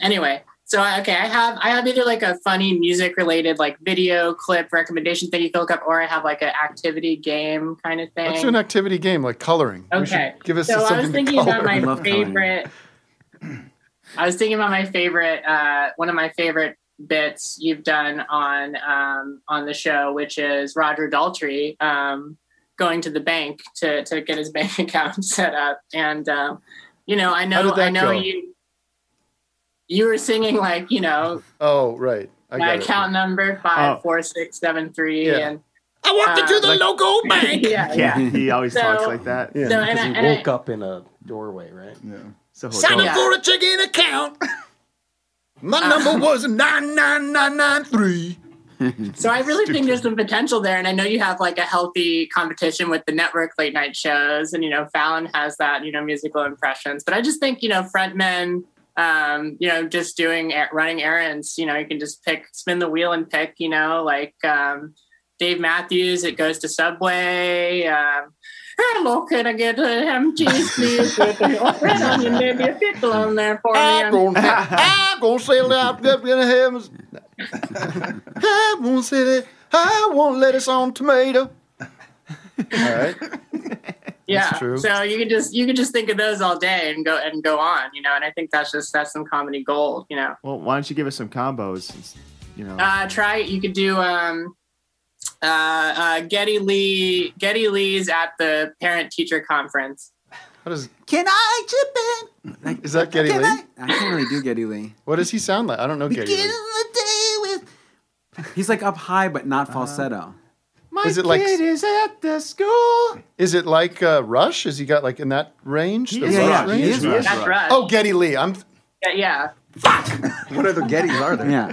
[SPEAKER 19] anyway so I- okay i have i have either like a funny music related like video clip recommendation thing you can look up or i have like an activity game kind of thing
[SPEAKER 3] Let's do an activity game like coloring. We should
[SPEAKER 19] okay
[SPEAKER 3] Give us
[SPEAKER 19] so
[SPEAKER 3] something
[SPEAKER 19] i was
[SPEAKER 3] to
[SPEAKER 19] thinking about
[SPEAKER 3] color.
[SPEAKER 19] my favorite (clears throat) i was thinking about my favorite uh one of my favorite bits you've done on um on the show which is roger daltrey um going to the bank to to get his (laughs) bank account set up and um you know i
[SPEAKER 3] How
[SPEAKER 19] know
[SPEAKER 3] did that
[SPEAKER 19] i know
[SPEAKER 3] go?
[SPEAKER 19] you you were singing like you know
[SPEAKER 3] Oh, right. I
[SPEAKER 19] my
[SPEAKER 3] got
[SPEAKER 19] account number
[SPEAKER 3] Oh.
[SPEAKER 19] five four six seven three
[SPEAKER 3] Yeah.
[SPEAKER 19] and I walked into the local bank. (laughs) Yeah,
[SPEAKER 4] Yeah, (laughs) he always
[SPEAKER 19] So-
[SPEAKER 4] talks like that.
[SPEAKER 19] Yeah, so, and
[SPEAKER 7] because
[SPEAKER 19] I-
[SPEAKER 7] he
[SPEAKER 19] and I-
[SPEAKER 7] woke up in a doorway, right? Yeah.
[SPEAKER 5] Oh,
[SPEAKER 7] So
[SPEAKER 19] a chicken account.
[SPEAKER 3] My
[SPEAKER 5] (laughs)
[SPEAKER 3] number was nine nine nine nine three.
[SPEAKER 19] So I really think there's some potential there, and I know you have like a healthy competition with the network late night shows, and you know Fallon has that you know musical impressions. But I just think you know frontmen, um, you know, just doing er, running errands. You know, you can just pick, spin the wheel, and pick. You know, like um, Dave Matthews, it goes to Subway. Um, Hello, can I get a ham cheese, please? With an orange onion, maybe a pickle on there for me.
[SPEAKER 3] I'm gonna, I'm gonna sail out, get in the heavens. I won't say that. I won't lettuce on tomato. (laughs) All right.
[SPEAKER 19] yeah
[SPEAKER 3] That's true.
[SPEAKER 19] so you could just you could just think of those all day and go and go on you know and i think that's just that's some comedy gold you know
[SPEAKER 4] Well, why don't you give us some combos? since, You know,
[SPEAKER 19] uh try you could do um uh, uh getty lee getty lee's at the parent teacher conference
[SPEAKER 3] How does
[SPEAKER 19] can i chip in
[SPEAKER 3] is that Getty Lee?
[SPEAKER 5] I can't really do Getty Lee.
[SPEAKER 3] What does he sound like? I don't know Getty Lee.
[SPEAKER 5] He's like up high but not
[SPEAKER 3] Uh-huh.
[SPEAKER 5] falsetto.
[SPEAKER 3] My Is it like- kid
[SPEAKER 4] is at the school.
[SPEAKER 3] Is it like uh, Rush? Has he got like in that range?
[SPEAKER 19] He
[SPEAKER 3] The
[SPEAKER 19] is
[SPEAKER 3] Rush
[SPEAKER 19] Rush.
[SPEAKER 3] range?
[SPEAKER 19] He is Rush. That's Rush.
[SPEAKER 3] Oh, Getty Lee. I'm.
[SPEAKER 19] yeah, yeah.
[SPEAKER 3] What other Gettys are there?
[SPEAKER 5] Yeah.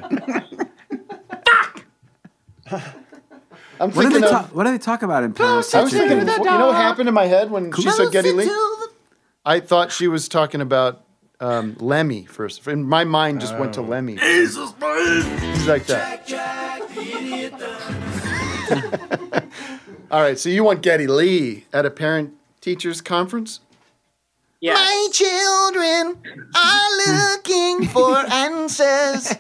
[SPEAKER 3] I'm
[SPEAKER 5] What do,
[SPEAKER 3] thinking
[SPEAKER 5] they
[SPEAKER 3] of.
[SPEAKER 5] ta- what do they talk about in Parent
[SPEAKER 3] I was
[SPEAKER 5] Teacher
[SPEAKER 3] thinking, of,
[SPEAKER 5] Conference?
[SPEAKER 3] you know what happened in my head when she said Getty Lee? I thought she was talking about um, Lemmy first. In my mind just went to Lemmy.
[SPEAKER 13] Jesus, please.
[SPEAKER 3] He's like that. (laughs) All right, so you want Getty Lee at a parent teachers conference?
[SPEAKER 19] Yeah.
[SPEAKER 2] My children are looking for answers.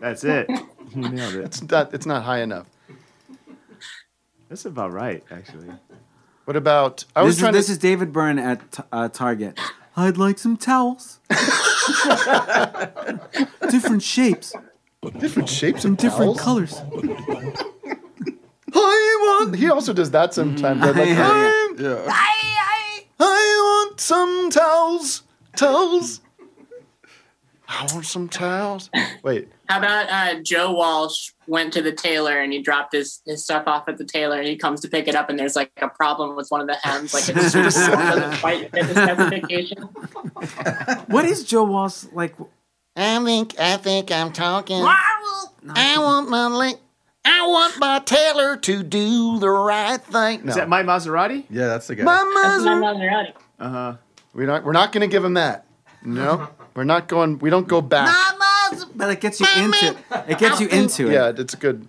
[SPEAKER 4] that's
[SPEAKER 5] (laughs)
[SPEAKER 4] it. You nailed it.
[SPEAKER 3] It's not, it's not high enough.
[SPEAKER 4] That's about right, actually.
[SPEAKER 3] What about? I was
[SPEAKER 5] this
[SPEAKER 3] trying
[SPEAKER 5] is, this
[SPEAKER 3] to.
[SPEAKER 5] is David Byrne at t- uh, Target. I'd like
[SPEAKER 3] (laughs)
[SPEAKER 5] some towels. different shapes.
[SPEAKER 3] Different shapes
[SPEAKER 5] and different
[SPEAKER 3] towels?
[SPEAKER 5] colors.
[SPEAKER 3] I want. He also does that sometimes. I'd like,
[SPEAKER 5] Mm, Yeah,
[SPEAKER 2] (laughs)
[SPEAKER 3] I'm- I want some towels. Towels. I want some towels. Wait.
[SPEAKER 19] How about uh, Joe Walsh went to the tailor and he dropped his, his stuff off at the tailor and he comes to pick it up and there's like a problem with one of the hems, like it's doesn't quite fit the specification.
[SPEAKER 5] What is Joe Walsh like?
[SPEAKER 2] I think I think I'm talking. I want my link. I want my tailor to do the right thing.
[SPEAKER 4] Is that my Maserati?
[SPEAKER 3] Yeah, that's the
[SPEAKER 2] That's my
[SPEAKER 19] Maserati.
[SPEAKER 4] Uh huh.
[SPEAKER 3] We're not. We're not going to give him that. No, we're not going. We don't go back.
[SPEAKER 5] But it gets you into it. Gets you into it.
[SPEAKER 3] Yeah, it's good.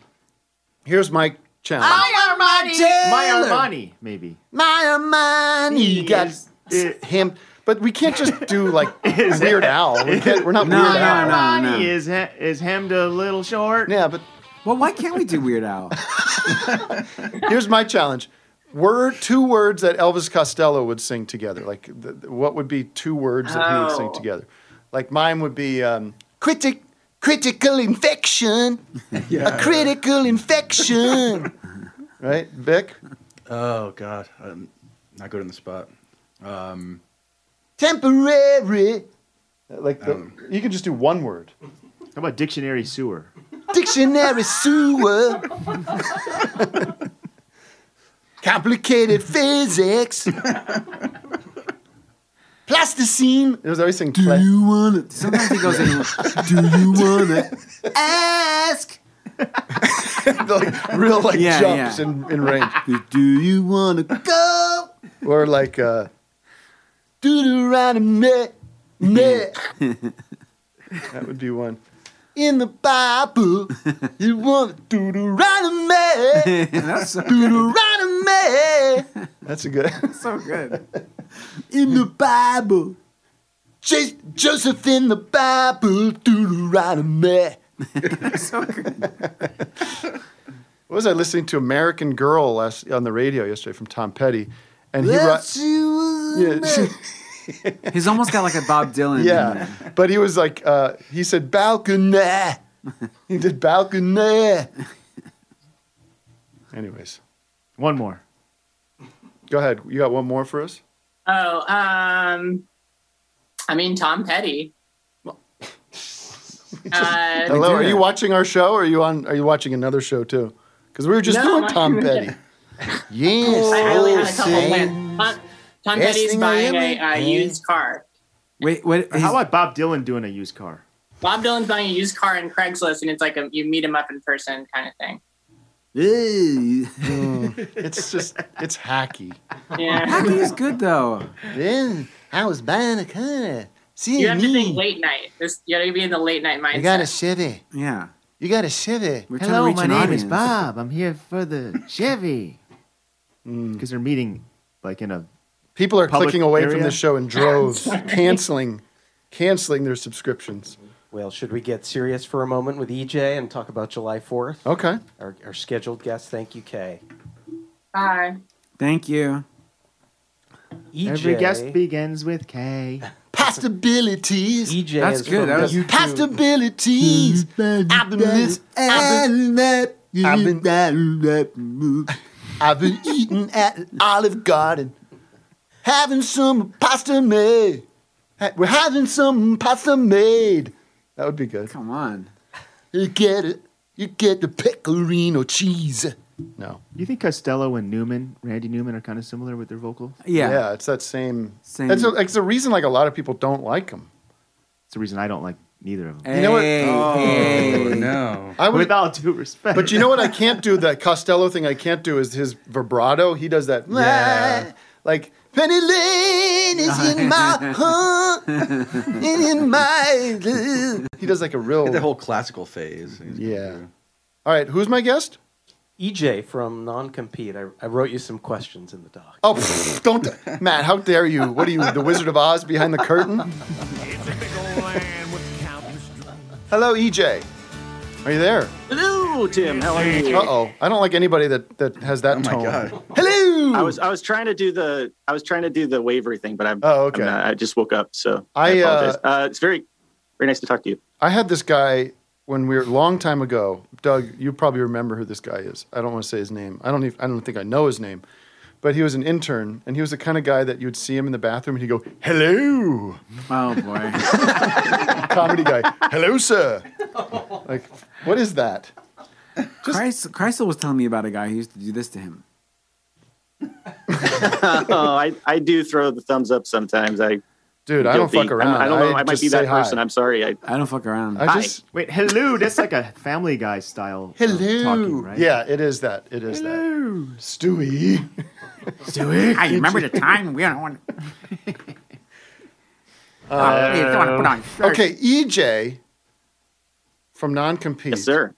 [SPEAKER 3] Here's my challenge.
[SPEAKER 2] My Armani.
[SPEAKER 4] My Armani, maybe.
[SPEAKER 2] My Armani.
[SPEAKER 3] You got eh, him, but we can't just do
[SPEAKER 5] (laughs)
[SPEAKER 3] like Weird Al. We can't, we're not
[SPEAKER 5] No,
[SPEAKER 3] Weird
[SPEAKER 5] no,
[SPEAKER 3] Al.
[SPEAKER 5] no, no.
[SPEAKER 4] Armani is he- is hemmed a little short.
[SPEAKER 3] Yeah, but
[SPEAKER 5] Well, why can't we do Weird Al?
[SPEAKER 3] (laughs) Here's my challenge. Were two words that Elvis Costello would sing together? Like, th- th- what would be two words that he would
[SPEAKER 2] Oh.
[SPEAKER 3] sing together? Like, mine would be um,
[SPEAKER 2] Critic, critical
[SPEAKER 3] (laughs)
[SPEAKER 2] infection. A critical infection.
[SPEAKER 3] right, Vic.
[SPEAKER 10] Oh God, I'm not good in the spot. Um,
[SPEAKER 2] Temporary Um,
[SPEAKER 3] Like, the, you can just do one word. How
[SPEAKER 4] about dictionary sewer?
[SPEAKER 2] dictionary sewer. Complicated physics.
[SPEAKER 3] Plasticine. It was always saying. Do
[SPEAKER 5] you want it? Sometimes he goes in. Do
[SPEAKER 3] (laughs)
[SPEAKER 5] you want it? Ask.
[SPEAKER 3] like real like
[SPEAKER 5] Yeah,
[SPEAKER 3] jumps
[SPEAKER 5] yeah.
[SPEAKER 3] In, in range. Do you want to (laughs) go? Or like uh, do the right neck,
[SPEAKER 5] (laughs)
[SPEAKER 3] neck. That would be one. In the Bible, you want to
[SPEAKER 5] (laughs)
[SPEAKER 3] Deuteronomy.
[SPEAKER 5] That's so
[SPEAKER 3] Deuteronomy. That's a good.
[SPEAKER 5] (laughs) so good.
[SPEAKER 3] (laughs) In the Bible, Jas- Joseph in the Bible, Deuteronomy.
[SPEAKER 5] (laughs) so good.
[SPEAKER 3] What was I listening to American Girl last on the radio yesterday from Tom Petty, and he
[SPEAKER 5] Let's
[SPEAKER 3] wrote. (laughs)
[SPEAKER 5] He's almost got like a Bob Dylan.
[SPEAKER 3] Yeah, but he was like, uh, he said balcony. he did balcony. Anyways, one more. Go ahead. You got one more for us?
[SPEAKER 19] Oh, um, I mean
[SPEAKER 3] (laughs)
[SPEAKER 19] Tom Petty. uh,
[SPEAKER 3] Hello. Are you watching our show? Or are you on? Are you watching another show too? Because we were just
[SPEAKER 19] No, I'm
[SPEAKER 3] doing
[SPEAKER 19] not
[SPEAKER 3] Tom
[SPEAKER 19] doing
[SPEAKER 3] Petty.
[SPEAKER 19] it.
[SPEAKER 3] yes.
[SPEAKER 19] I only had a couple
[SPEAKER 3] oh,
[SPEAKER 19] plans. Tom, Tom
[SPEAKER 3] Yes,
[SPEAKER 19] Petty's
[SPEAKER 3] thing I
[SPEAKER 19] buying a
[SPEAKER 4] am,
[SPEAKER 19] uh,
[SPEAKER 4] eh?
[SPEAKER 19] used car.
[SPEAKER 5] Wait, what?
[SPEAKER 4] How about Bob Dylan doing a used car?
[SPEAKER 19] Bob Dylan's buying a used car in Craigslist, and it's like a, you meet him up in person kind of thing.
[SPEAKER 3] (laughs) it's just it's hacky.
[SPEAKER 19] Yeah.
[SPEAKER 5] Hacky is good though.
[SPEAKER 3] Then I was buying a car. See
[SPEAKER 19] you have to think late night. This you got to be in the late night mindset.
[SPEAKER 3] Chevy.
[SPEAKER 5] Yeah.
[SPEAKER 3] You got a Chevy.
[SPEAKER 4] We're trying to reach an audience. I'm here for (laughs) the Chevy.
[SPEAKER 3] Hmm.
[SPEAKER 4] Because they're meeting like in a.
[SPEAKER 3] People are
[SPEAKER 4] public
[SPEAKER 3] clicking away from
[SPEAKER 4] area?
[SPEAKER 3] the show in droves,
[SPEAKER 4] (laughs) Sorry.
[SPEAKER 2] (laughs)
[SPEAKER 3] canceling, canceling their subscriptions.
[SPEAKER 7] Well, should we get serious for a moment with EJ and talk about July 4th?
[SPEAKER 3] Okay.
[SPEAKER 7] Our, our scheduled guest, thank you, Kay.
[SPEAKER 19] Bye.
[SPEAKER 5] Thank you.
[SPEAKER 4] Every
[SPEAKER 7] EJ.
[SPEAKER 4] guest begins with K.
[SPEAKER 3] Possibilities.
[SPEAKER 7] EJ E
[SPEAKER 4] That's
[SPEAKER 7] is
[SPEAKER 4] good,
[SPEAKER 7] From
[SPEAKER 4] that was-
[SPEAKER 7] YouTube.
[SPEAKER 3] Possibilities. I've been listening. I've been, I've been, I've been eating at an Olive Garden, having some pasta made. Ha- We're having some pasta made. That would be good.
[SPEAKER 5] Come on.
[SPEAKER 3] You get it. You get the pecorino cheese. No.
[SPEAKER 4] You think Costello and Newman, Randy Newman, are kind of similar with their vocals?
[SPEAKER 3] Yeah, it's that same.
[SPEAKER 4] Same-
[SPEAKER 3] That's a, it's a reason like a lot of people don't like them.
[SPEAKER 4] It's the reason I don't like neither of them.
[SPEAKER 3] You know what? Oh,
[SPEAKER 10] hey. no.
[SPEAKER 3] I would,
[SPEAKER 4] With all Oh, due respect.
[SPEAKER 3] But you know what I can't do? That Costello thing I can't do is his vibrato. He does that.
[SPEAKER 2] Yeah.
[SPEAKER 3] (laughs) Like, Penny Lane is in
[SPEAKER 7] (laughs)
[SPEAKER 3] my heart and in my.
[SPEAKER 7] (laughs)
[SPEAKER 3] love." (laughs) He does like a real.
[SPEAKER 10] The whole classical phase.
[SPEAKER 3] Yeah. All right, who's my guest?
[SPEAKER 7] EJ E from Non Compete. I, I wrote you some questions in the doc.
[SPEAKER 3] Oh, (laughs) pfft, don't. Matt, how dare you? What are you, the Wizard of Oz behind the curtain? Hello, EJ. Are you there?
[SPEAKER 20] Hello, Tim. How are you?
[SPEAKER 3] Uh oh. I don't like anybody that, that has that tone. Hello.
[SPEAKER 20] I was I was trying to do the I was trying to do the waiver thing, but I'm
[SPEAKER 3] Oh, okay.
[SPEAKER 20] I'm not- i just woke up, so
[SPEAKER 3] I,
[SPEAKER 20] I,
[SPEAKER 3] uh,
[SPEAKER 20] apologize. Uh, it's very very nice to talk to you.
[SPEAKER 3] I had this guy when we were a long time ago. Doug, you probably remember who this guy is. I don't want to say his name. I don't. Even, I don't think I know his name, but he was an intern, and he was the kind of guy that you'd see him in the bathroom, and he'd go, "Hello."
[SPEAKER 5] Oh boy.
[SPEAKER 3] (laughs) Comedy guy. Hello, sir. Like, what is that?
[SPEAKER 5] Kreis- Kreisel was telling me about a guy who used to do this to him.
[SPEAKER 20] (laughs) oh, I, I do throw the thumbs up sometimes. I
[SPEAKER 3] Dude,
[SPEAKER 5] I don't
[SPEAKER 20] guilty.
[SPEAKER 5] fuck around.
[SPEAKER 20] I'm- I don't know.
[SPEAKER 5] I
[SPEAKER 20] I, might
[SPEAKER 5] just
[SPEAKER 20] be
[SPEAKER 5] say
[SPEAKER 20] that
[SPEAKER 5] hi.
[SPEAKER 20] person. I'm sorry. I,
[SPEAKER 5] I don't fuck around.
[SPEAKER 20] I Hi. just-
[SPEAKER 4] Wait, hello. That's like a Family Guy style. uh,
[SPEAKER 3] Hello.
[SPEAKER 4] talking, right?
[SPEAKER 3] Yeah, it is that. It is that. Stewie. Stewie.
[SPEAKER 5] I remember the time we don't want. Uh, you don't wanna put on a shirt.
[SPEAKER 3] okay, EJ from Non Compete. Yes,
[SPEAKER 20] sir.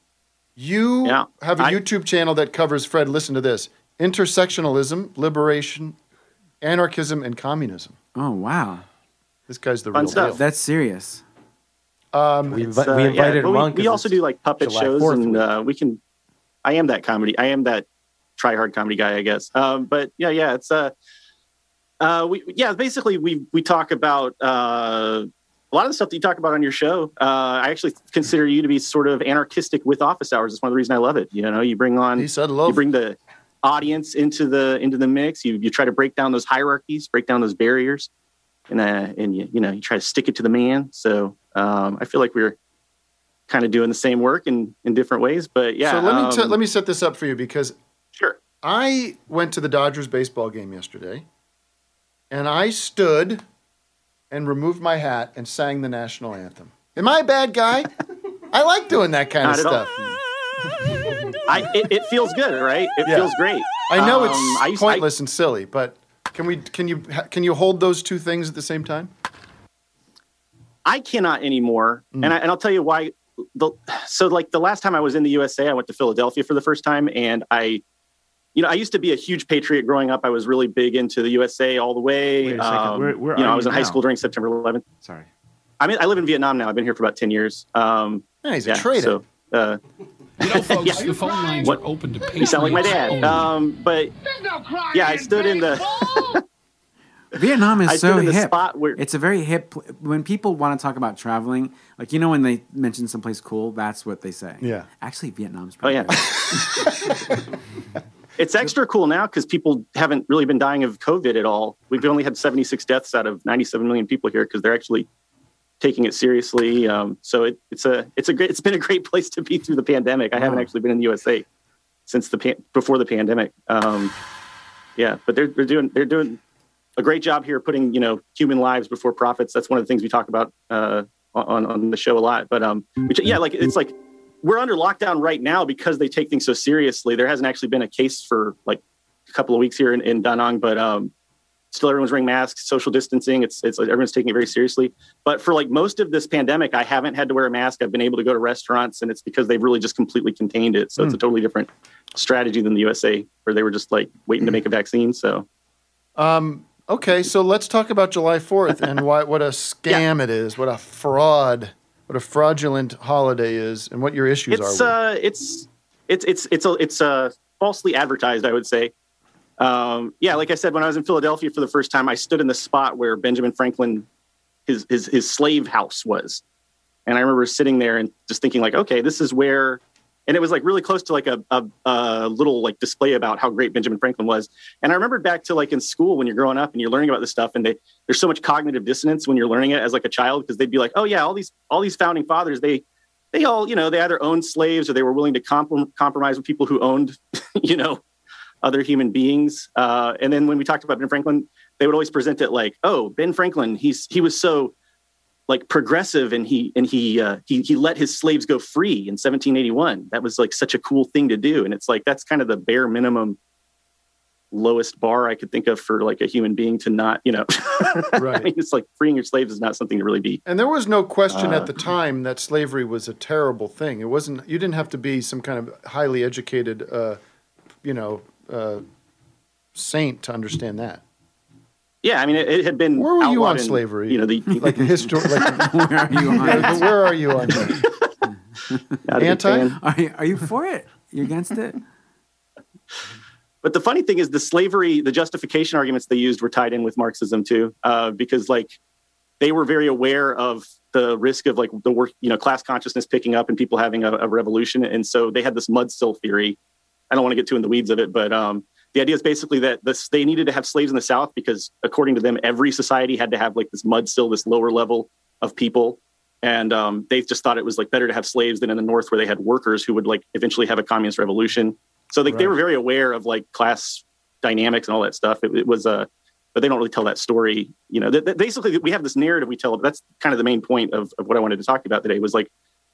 [SPEAKER 3] You
[SPEAKER 20] Yeah,
[SPEAKER 3] have a
[SPEAKER 20] I-
[SPEAKER 3] YouTube channel that covers, Fred, listen to this intersectionalism, liberation, anarchism, and communism.
[SPEAKER 5] Oh wow.
[SPEAKER 3] This guy's the
[SPEAKER 20] Fun
[SPEAKER 3] real
[SPEAKER 20] stuff.
[SPEAKER 3] deal.
[SPEAKER 5] That's serious.
[SPEAKER 3] Um,
[SPEAKER 7] we,
[SPEAKER 20] It's, uh, yeah, but we- We, also do like puppet
[SPEAKER 7] July
[SPEAKER 20] shows,
[SPEAKER 7] 4th
[SPEAKER 20] and uh, we can. I am that comedy. I am that try hard comedy guy, I guess. Um, but yeah, yeah, it's uh, uh, we yeah, basically we we talk about uh, a lot of the stuff that you talk about on your show. Uh, I actually consider you to be sort of anarchistic with office hours. It's one of the reasons I love it. You know, you bring on you bring the audience into the into the mix. You you try to break down those hierarchies, break down those barriers and uh, and you, you know you try to stick it to the man. So um, I feel like we're kind of doing the same work in in different ways. But yeah,
[SPEAKER 3] So let me t-
[SPEAKER 20] um,
[SPEAKER 3] let me set this up for you because
[SPEAKER 20] sure.
[SPEAKER 3] I went to the Dodgers baseball game yesterday, and I stood and removed my hat and sang the national anthem. Am I a
[SPEAKER 20] (laughs)
[SPEAKER 3] bad guy? I like doing that kind
[SPEAKER 20] Not
[SPEAKER 3] of
[SPEAKER 20] at all.
[SPEAKER 3] stuff.
[SPEAKER 20] I, it, it feels good, right? It
[SPEAKER 3] Yeah.
[SPEAKER 20] feels great.
[SPEAKER 3] I know it's
[SPEAKER 20] Um, I used- I-
[SPEAKER 3] pointless and silly, but can we can you can you hold those two things at the same time?
[SPEAKER 20] I cannot anymore, and I, and I'll tell you why. The, so like the last time I was in the USA, I went to Philadelphia for the first time, and I, you know, I used to be a huge patriot growing up. I was really big into the USA all the way.
[SPEAKER 10] Wait a second,
[SPEAKER 20] Um,
[SPEAKER 10] where- where
[SPEAKER 20] you know,
[SPEAKER 10] are
[SPEAKER 20] I was
[SPEAKER 10] you
[SPEAKER 20] in high
[SPEAKER 10] now?
[SPEAKER 20] school during September 11th.
[SPEAKER 10] Sorry.
[SPEAKER 20] I mean, I live in Vietnam now. I've been here for about 10 years. Um,
[SPEAKER 3] Yeah, he's a traitor.
[SPEAKER 20] So, uh,
[SPEAKER 21] You know,
[SPEAKER 20] (laughs)
[SPEAKER 21] folks,
[SPEAKER 20] Yeah.
[SPEAKER 21] the phone lines
[SPEAKER 20] What?
[SPEAKER 21] are open to patriots.
[SPEAKER 20] you sound like my dad.
[SPEAKER 21] only.
[SPEAKER 20] Um, but yeah, I stood in the.
[SPEAKER 5] Vietnam is
[SPEAKER 20] I stood
[SPEAKER 5] so
[SPEAKER 20] in the
[SPEAKER 5] hip.
[SPEAKER 20] spot where-
[SPEAKER 5] it's a very hip. pl- When people want to talk about traveling, like you know, when they mention someplace cool, that's what they say.
[SPEAKER 20] Yeah.
[SPEAKER 5] Actually, Vietnam's.
[SPEAKER 20] Oh yeah. it's extra cool now because people haven't really been dying of COVID at all. We've only had 76 deaths out of 97 million people here because they're actually taking it seriously. Um, so it, it's a it's a great it's been a great place to be through the pandemic. I haven't actually been in the USA since the pan- before the pandemic. Um, yeah, but they're they're doing they're doing a great job here putting you know human lives before profits. That's one of the things we talk about uh, on on the show a lot. But um, which, yeah, like it's like we're under lockdown right now because they take things so seriously. There hasn't actually been a case for like a couple of weeks here in, in Da Nang, but um, still everyone's wearing masks, social distancing. It's it's like everyone's taking it very seriously. But for like most of this pandemic, I haven't had to wear a mask. I've been able to go to restaurants, and it's because they've really just completely contained it. So it's a totally different strategy than the USA, where they were just like waiting to make a vaccine. So
[SPEAKER 3] Um, okay, so let's talk about July 4th and
[SPEAKER 20] (laughs)
[SPEAKER 3] why, what a scam it is, what a fraud, what a fraudulent holiday is, and what your issues
[SPEAKER 20] it's uh,
[SPEAKER 3] are.
[SPEAKER 20] it's it's it's it's a, it's uh, falsely advertised, I would say. Um, yeah, like I said, when I was in Philadelphia for the first time, I stood in the spot where Benjamin Franklin, his his his slave house was, and I remember sitting there and just thinking like, okay, this is where, and it was like really close to like a a, a little like display about how great Benjamin Franklin was, and I remembered back to like in school when you're growing up and you're learning about this stuff, and they there's so much cognitive dissonance when you're learning it as like a child because they'd be like, oh yeah, all these all these founding fathers they they all, you know, they either owned slaves or they were willing to comprom- compromise with people who owned, (laughs) you know, other human beings. Uh, and then when we talked about Ben Franklin, they would always present it like, "Oh, Ben Franklin, he's he was so like progressive, and he and he uh, he he let his slaves go free in 1781. That was like such a cool thing to do." And it's like that's kind of the bare minimum, lowest bar I could think of for like a human being to not, you know, (laughs) right? I mean, it's like freeing your slaves is not something to really be
[SPEAKER 3] and there was no question
[SPEAKER 20] Uh,
[SPEAKER 3] at
[SPEAKER 5] hmm.
[SPEAKER 3] the time that slavery was a terrible thing. It wasn't, you didn't have to be some kind of highly educated, uh, you know, uh, saint to understand that.
[SPEAKER 20] Yeah, I mean, it, it had been.
[SPEAKER 3] Where were you
[SPEAKER 20] outlawed
[SPEAKER 3] on
[SPEAKER 20] in,
[SPEAKER 3] slavery?
[SPEAKER 20] You know, the (laughs)
[SPEAKER 3] (laughs) like history. Like,
[SPEAKER 5] where are you on it?
[SPEAKER 3] Where are you on that? Anti?
[SPEAKER 5] Are you, are you for it? You're against it?
[SPEAKER 20] But the funny thing is, the slavery, the justification arguments they used were tied in with Marxism too, uh, because like they were very aware of the risk of like the work, you know, class consciousness picking up and people having a, a revolution, and so they had this mud sill theory. I don't want to get too in the weeds of it, but um, the idea is basically that this, they needed to have slaves in the South because, according to them, every society had to have like this mud sill, this lower level of people. And um, they just thought it was like better to have slaves than in the North, where they had workers who would like eventually have a communist revolution. So like they
[SPEAKER 22] Right.
[SPEAKER 20] were very aware of like class dynamics and all that stuff. It, it was uh, but they don't really tell that story. You know, that, that basically we have this narrative we tell. That's kind of the main point of, of what I wanted to talk about today was like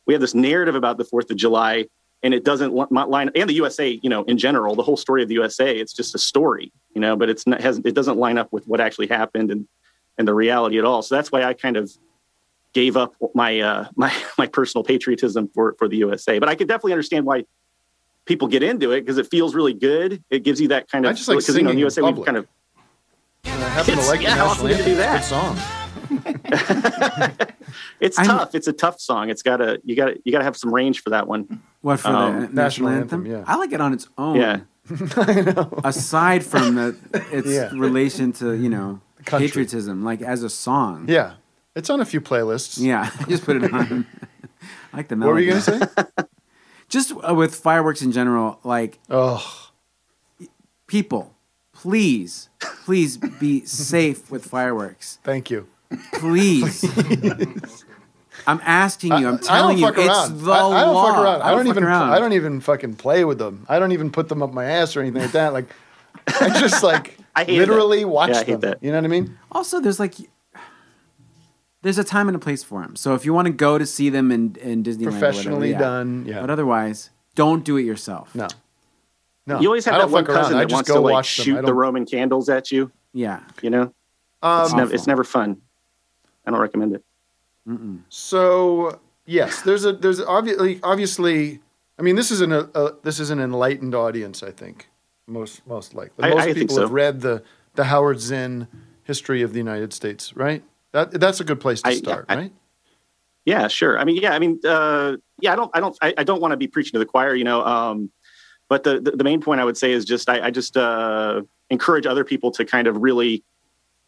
[SPEAKER 20] we have this narrative about the Fourth of July, and it doesn't li- not line and the USA, you know, in general, the whole story of the USA, it's just a story, you know, but it's not has it doesn't line up with what actually happened and and the reality at all. So that's why I kind of gave up my uh, (laughs) my my personal patriotism for for the USA. But I could definitely understand why people get into it because it feels really good. It gives you that kind of
[SPEAKER 3] I just like
[SPEAKER 20] because you know in the USA
[SPEAKER 3] singing in
[SPEAKER 20] we've
[SPEAKER 3] public.
[SPEAKER 20] kind of
[SPEAKER 3] I happen to
[SPEAKER 20] It's-
[SPEAKER 3] like
[SPEAKER 20] yeah,
[SPEAKER 3] the
[SPEAKER 20] how
[SPEAKER 3] national
[SPEAKER 20] often do you do
[SPEAKER 3] anthem. It's a good song.
[SPEAKER 20] (laughs)
[SPEAKER 5] (laughs)
[SPEAKER 20] it's tough. It's a tough song. It's got to you got to you got to have some range for that one.
[SPEAKER 5] What for
[SPEAKER 20] Um,
[SPEAKER 5] the national, anthem? I like it on its own.
[SPEAKER 3] (laughs)
[SPEAKER 20] Yeah.
[SPEAKER 5] Aside from the its
[SPEAKER 3] Yeah.
[SPEAKER 5] relation to you know patriotism, like as a song.
[SPEAKER 3] Yeah. It's on a few playlists.
[SPEAKER 5] Yeah, (laughs) just
[SPEAKER 3] (laughs)
[SPEAKER 5] put it on. I like the
[SPEAKER 3] What were you
[SPEAKER 5] melody. (laughs) just uh, with fireworks in general, like
[SPEAKER 3] oh,
[SPEAKER 5] people, please, please be safe with fireworks.
[SPEAKER 3] Thank you. (laughs)
[SPEAKER 5] Please. I'm asking you. I'm
[SPEAKER 3] I don't
[SPEAKER 5] telling you,
[SPEAKER 3] fuck around.
[SPEAKER 5] it's the
[SPEAKER 3] I, I don't
[SPEAKER 5] law.
[SPEAKER 3] fuck around. I don't,
[SPEAKER 5] fuck
[SPEAKER 3] even.
[SPEAKER 5] around.
[SPEAKER 3] I don't even fucking play with them. I don't even put them up my ass or anything like that. Like, I just like
[SPEAKER 5] (laughs) I hate
[SPEAKER 3] literally
[SPEAKER 5] that.
[SPEAKER 3] watch
[SPEAKER 5] Yeah, I hate
[SPEAKER 3] them. You know what I mean?
[SPEAKER 5] Also, there's like there's a time and a place for them. So if you want to go to see them in, in Disneyland, or whatever,
[SPEAKER 3] Professionally done, yeah.
[SPEAKER 5] But otherwise, don't do it yourself. No,
[SPEAKER 20] You always have
[SPEAKER 5] I
[SPEAKER 20] that
[SPEAKER 5] don't
[SPEAKER 20] one
[SPEAKER 5] fuck around.
[SPEAKER 20] cousin
[SPEAKER 5] I
[SPEAKER 20] that
[SPEAKER 5] just
[SPEAKER 20] wants
[SPEAKER 5] go
[SPEAKER 20] to like
[SPEAKER 5] watch them. I
[SPEAKER 20] shoot the
[SPEAKER 5] don't-
[SPEAKER 20] Roman candles at you.
[SPEAKER 5] Yeah.
[SPEAKER 20] You know, it's,
[SPEAKER 3] Um,
[SPEAKER 20] never, it's never fun. I don't recommend it.
[SPEAKER 3] So yes, there's a there's obviously obviously. I mean, this is an a, a, this is an enlightened audience. I think most most likely
[SPEAKER 20] I-
[SPEAKER 3] most
[SPEAKER 20] I think
[SPEAKER 3] people have
[SPEAKER 20] so.
[SPEAKER 3] read the the Howard Zinn history of the United States, right? That that's a good place to
[SPEAKER 20] I-
[SPEAKER 3] start, right?
[SPEAKER 20] Yeah, sure. I mean, yeah, I mean, uh, yeah, I don't, I don't, I, I don't want to be preaching to the choir, you know. Um, but the, the the main point I would say is just I, I just uh, encourage other people to kind of really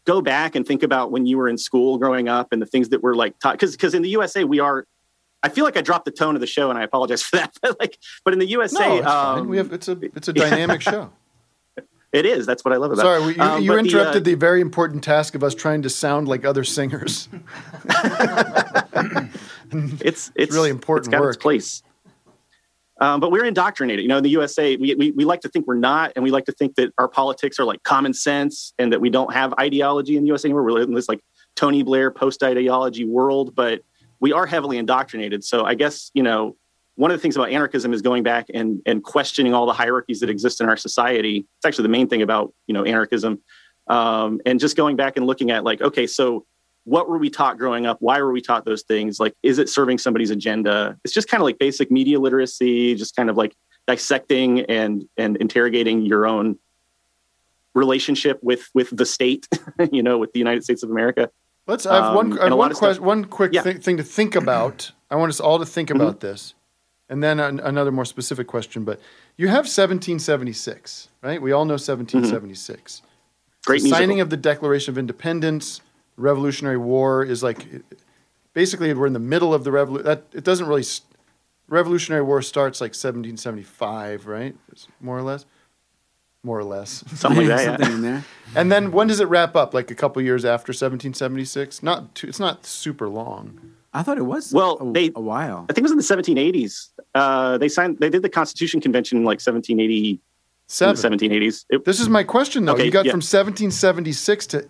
[SPEAKER 20] go back and think about when you were in school growing up and the things that were like taught because because in the USA we are. I feel like I dropped the tone of the show, and I apologize for (laughs) that. But like, but in the USA,
[SPEAKER 3] no, that's
[SPEAKER 20] um,
[SPEAKER 3] fine. We
[SPEAKER 20] (laughs)
[SPEAKER 3] have it's a it's a
[SPEAKER 20] yeah.
[SPEAKER 3] dynamic
[SPEAKER 20] (laughs)
[SPEAKER 3] show.
[SPEAKER 20] it is. That's what I love about.
[SPEAKER 3] Sorry,
[SPEAKER 20] it.
[SPEAKER 3] we- you,
[SPEAKER 20] Um,
[SPEAKER 3] you
[SPEAKER 20] but the, uh,
[SPEAKER 3] interrupted the, very important task of us trying to sound like other singers.
[SPEAKER 20] (laughs) it's it's really important it's got Its place. Um, but we're indoctrinated. You know, in the USA, we, we, we like to think we're not, and we like to think that our politics are like common sense and that we don't have ideology in the US anymore. We're in this like Tony Blair post ideology world, but we are heavily indoctrinated. So I guess, you know, one of the things about anarchism is going back and, and questioning all the hierarchies that exist in our society. It's actually the main thing about, you know, anarchism. Um, and just going back and looking at like, okay, so what were we taught growing up? Why were we taught those things? Like, is it serving somebody's agenda? It's just kind of like basic media literacy, just kind of like dissecting and and interrogating your own relationship with with the state, (laughs) you know, with the United States of America.
[SPEAKER 3] Let's. I have
[SPEAKER 20] Um,
[SPEAKER 3] one. I
[SPEAKER 20] and
[SPEAKER 3] have
[SPEAKER 20] a lot
[SPEAKER 3] one,
[SPEAKER 20] of stuff-
[SPEAKER 3] quest, one quick thi- thing to think about. I want us all to think about
[SPEAKER 20] Mm-hmm.
[SPEAKER 3] this, and then an, another more specific question. But you have 1776, right? We all know 1776.
[SPEAKER 20] Mm-hmm. Great
[SPEAKER 3] the
[SPEAKER 20] musical.
[SPEAKER 3] signing of the Declaration of Independence. Revolutionary War is like, basically, we're in the middle of the revolution. That it doesn't really. s Revolutionary War starts like 1775, right? It's More or less. More or less.
[SPEAKER 20] (laughs) Something like that, yeah. Something in
[SPEAKER 5] there.
[SPEAKER 3] And then when does it wrap up? Like a couple years after 1776? Not too, it's not super long.
[SPEAKER 5] I thought it was.
[SPEAKER 20] Well, they
[SPEAKER 5] a while.
[SPEAKER 20] I think it was in the 1780s. Uh, they signed. They did the Constitution Convention in like 1780.
[SPEAKER 3] Seven.
[SPEAKER 20] 1780s. It-
[SPEAKER 3] This is my question though.
[SPEAKER 20] Okay,
[SPEAKER 3] you got
[SPEAKER 20] yeah.
[SPEAKER 3] from 1776 to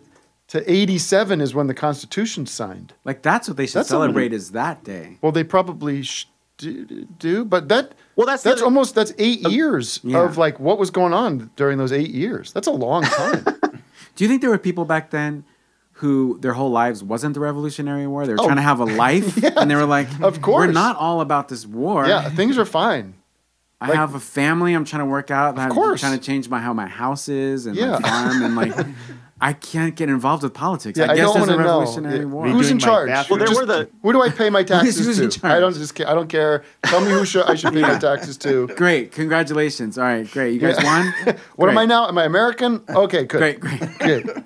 [SPEAKER 3] to 87 is when the Constitution's signed.
[SPEAKER 5] Like that's what they should
[SPEAKER 3] That's a-
[SPEAKER 5] celebrate is that day.
[SPEAKER 3] Well, they probably sh- do, do, but that
[SPEAKER 20] well, that's
[SPEAKER 3] that's almost that's eight years
[SPEAKER 5] Oh, yeah.
[SPEAKER 3] of like what was going on during those eight years. That's a long
[SPEAKER 5] (laughs)
[SPEAKER 3] time.
[SPEAKER 5] Do you think there were people back then who their whole lives wasn't the Revolutionary War? They were
[SPEAKER 3] Oh.
[SPEAKER 5] trying to
[SPEAKER 3] (laughs)
[SPEAKER 5] have a life, and they were like,
[SPEAKER 3] of course.
[SPEAKER 5] we're not all about this war."
[SPEAKER 3] yeah, things are fine.
[SPEAKER 5] I
[SPEAKER 3] like-
[SPEAKER 5] have a family. I'm trying to work out. I'm
[SPEAKER 3] course.
[SPEAKER 5] trying to change my how my house is and
[SPEAKER 3] Yeah.
[SPEAKER 5] my farm, and
[SPEAKER 3] (laughs)
[SPEAKER 5] like I can't get involved with politics.
[SPEAKER 3] Yeah,
[SPEAKER 5] I
[SPEAKER 3] I,
[SPEAKER 5] guess
[SPEAKER 3] don't
[SPEAKER 5] there's
[SPEAKER 3] want
[SPEAKER 5] a
[SPEAKER 3] to
[SPEAKER 5] Revolutionary
[SPEAKER 3] know
[SPEAKER 5] War.
[SPEAKER 3] who's in charge. Just- Who do I pay my taxes
[SPEAKER 5] (laughs) Who's in
[SPEAKER 3] to? I don't just. ca- I don't care. Tell me who should, I should pay
[SPEAKER 5] (laughs)
[SPEAKER 3] my taxes to.
[SPEAKER 5] Great, congratulations. All right, great. You guys
[SPEAKER 3] Yeah.
[SPEAKER 5] won.
[SPEAKER 3] (laughs) What am I
[SPEAKER 5] Great.
[SPEAKER 3] now? Am I American? Okay, good.
[SPEAKER 5] Great, great,
[SPEAKER 3] (laughs) good.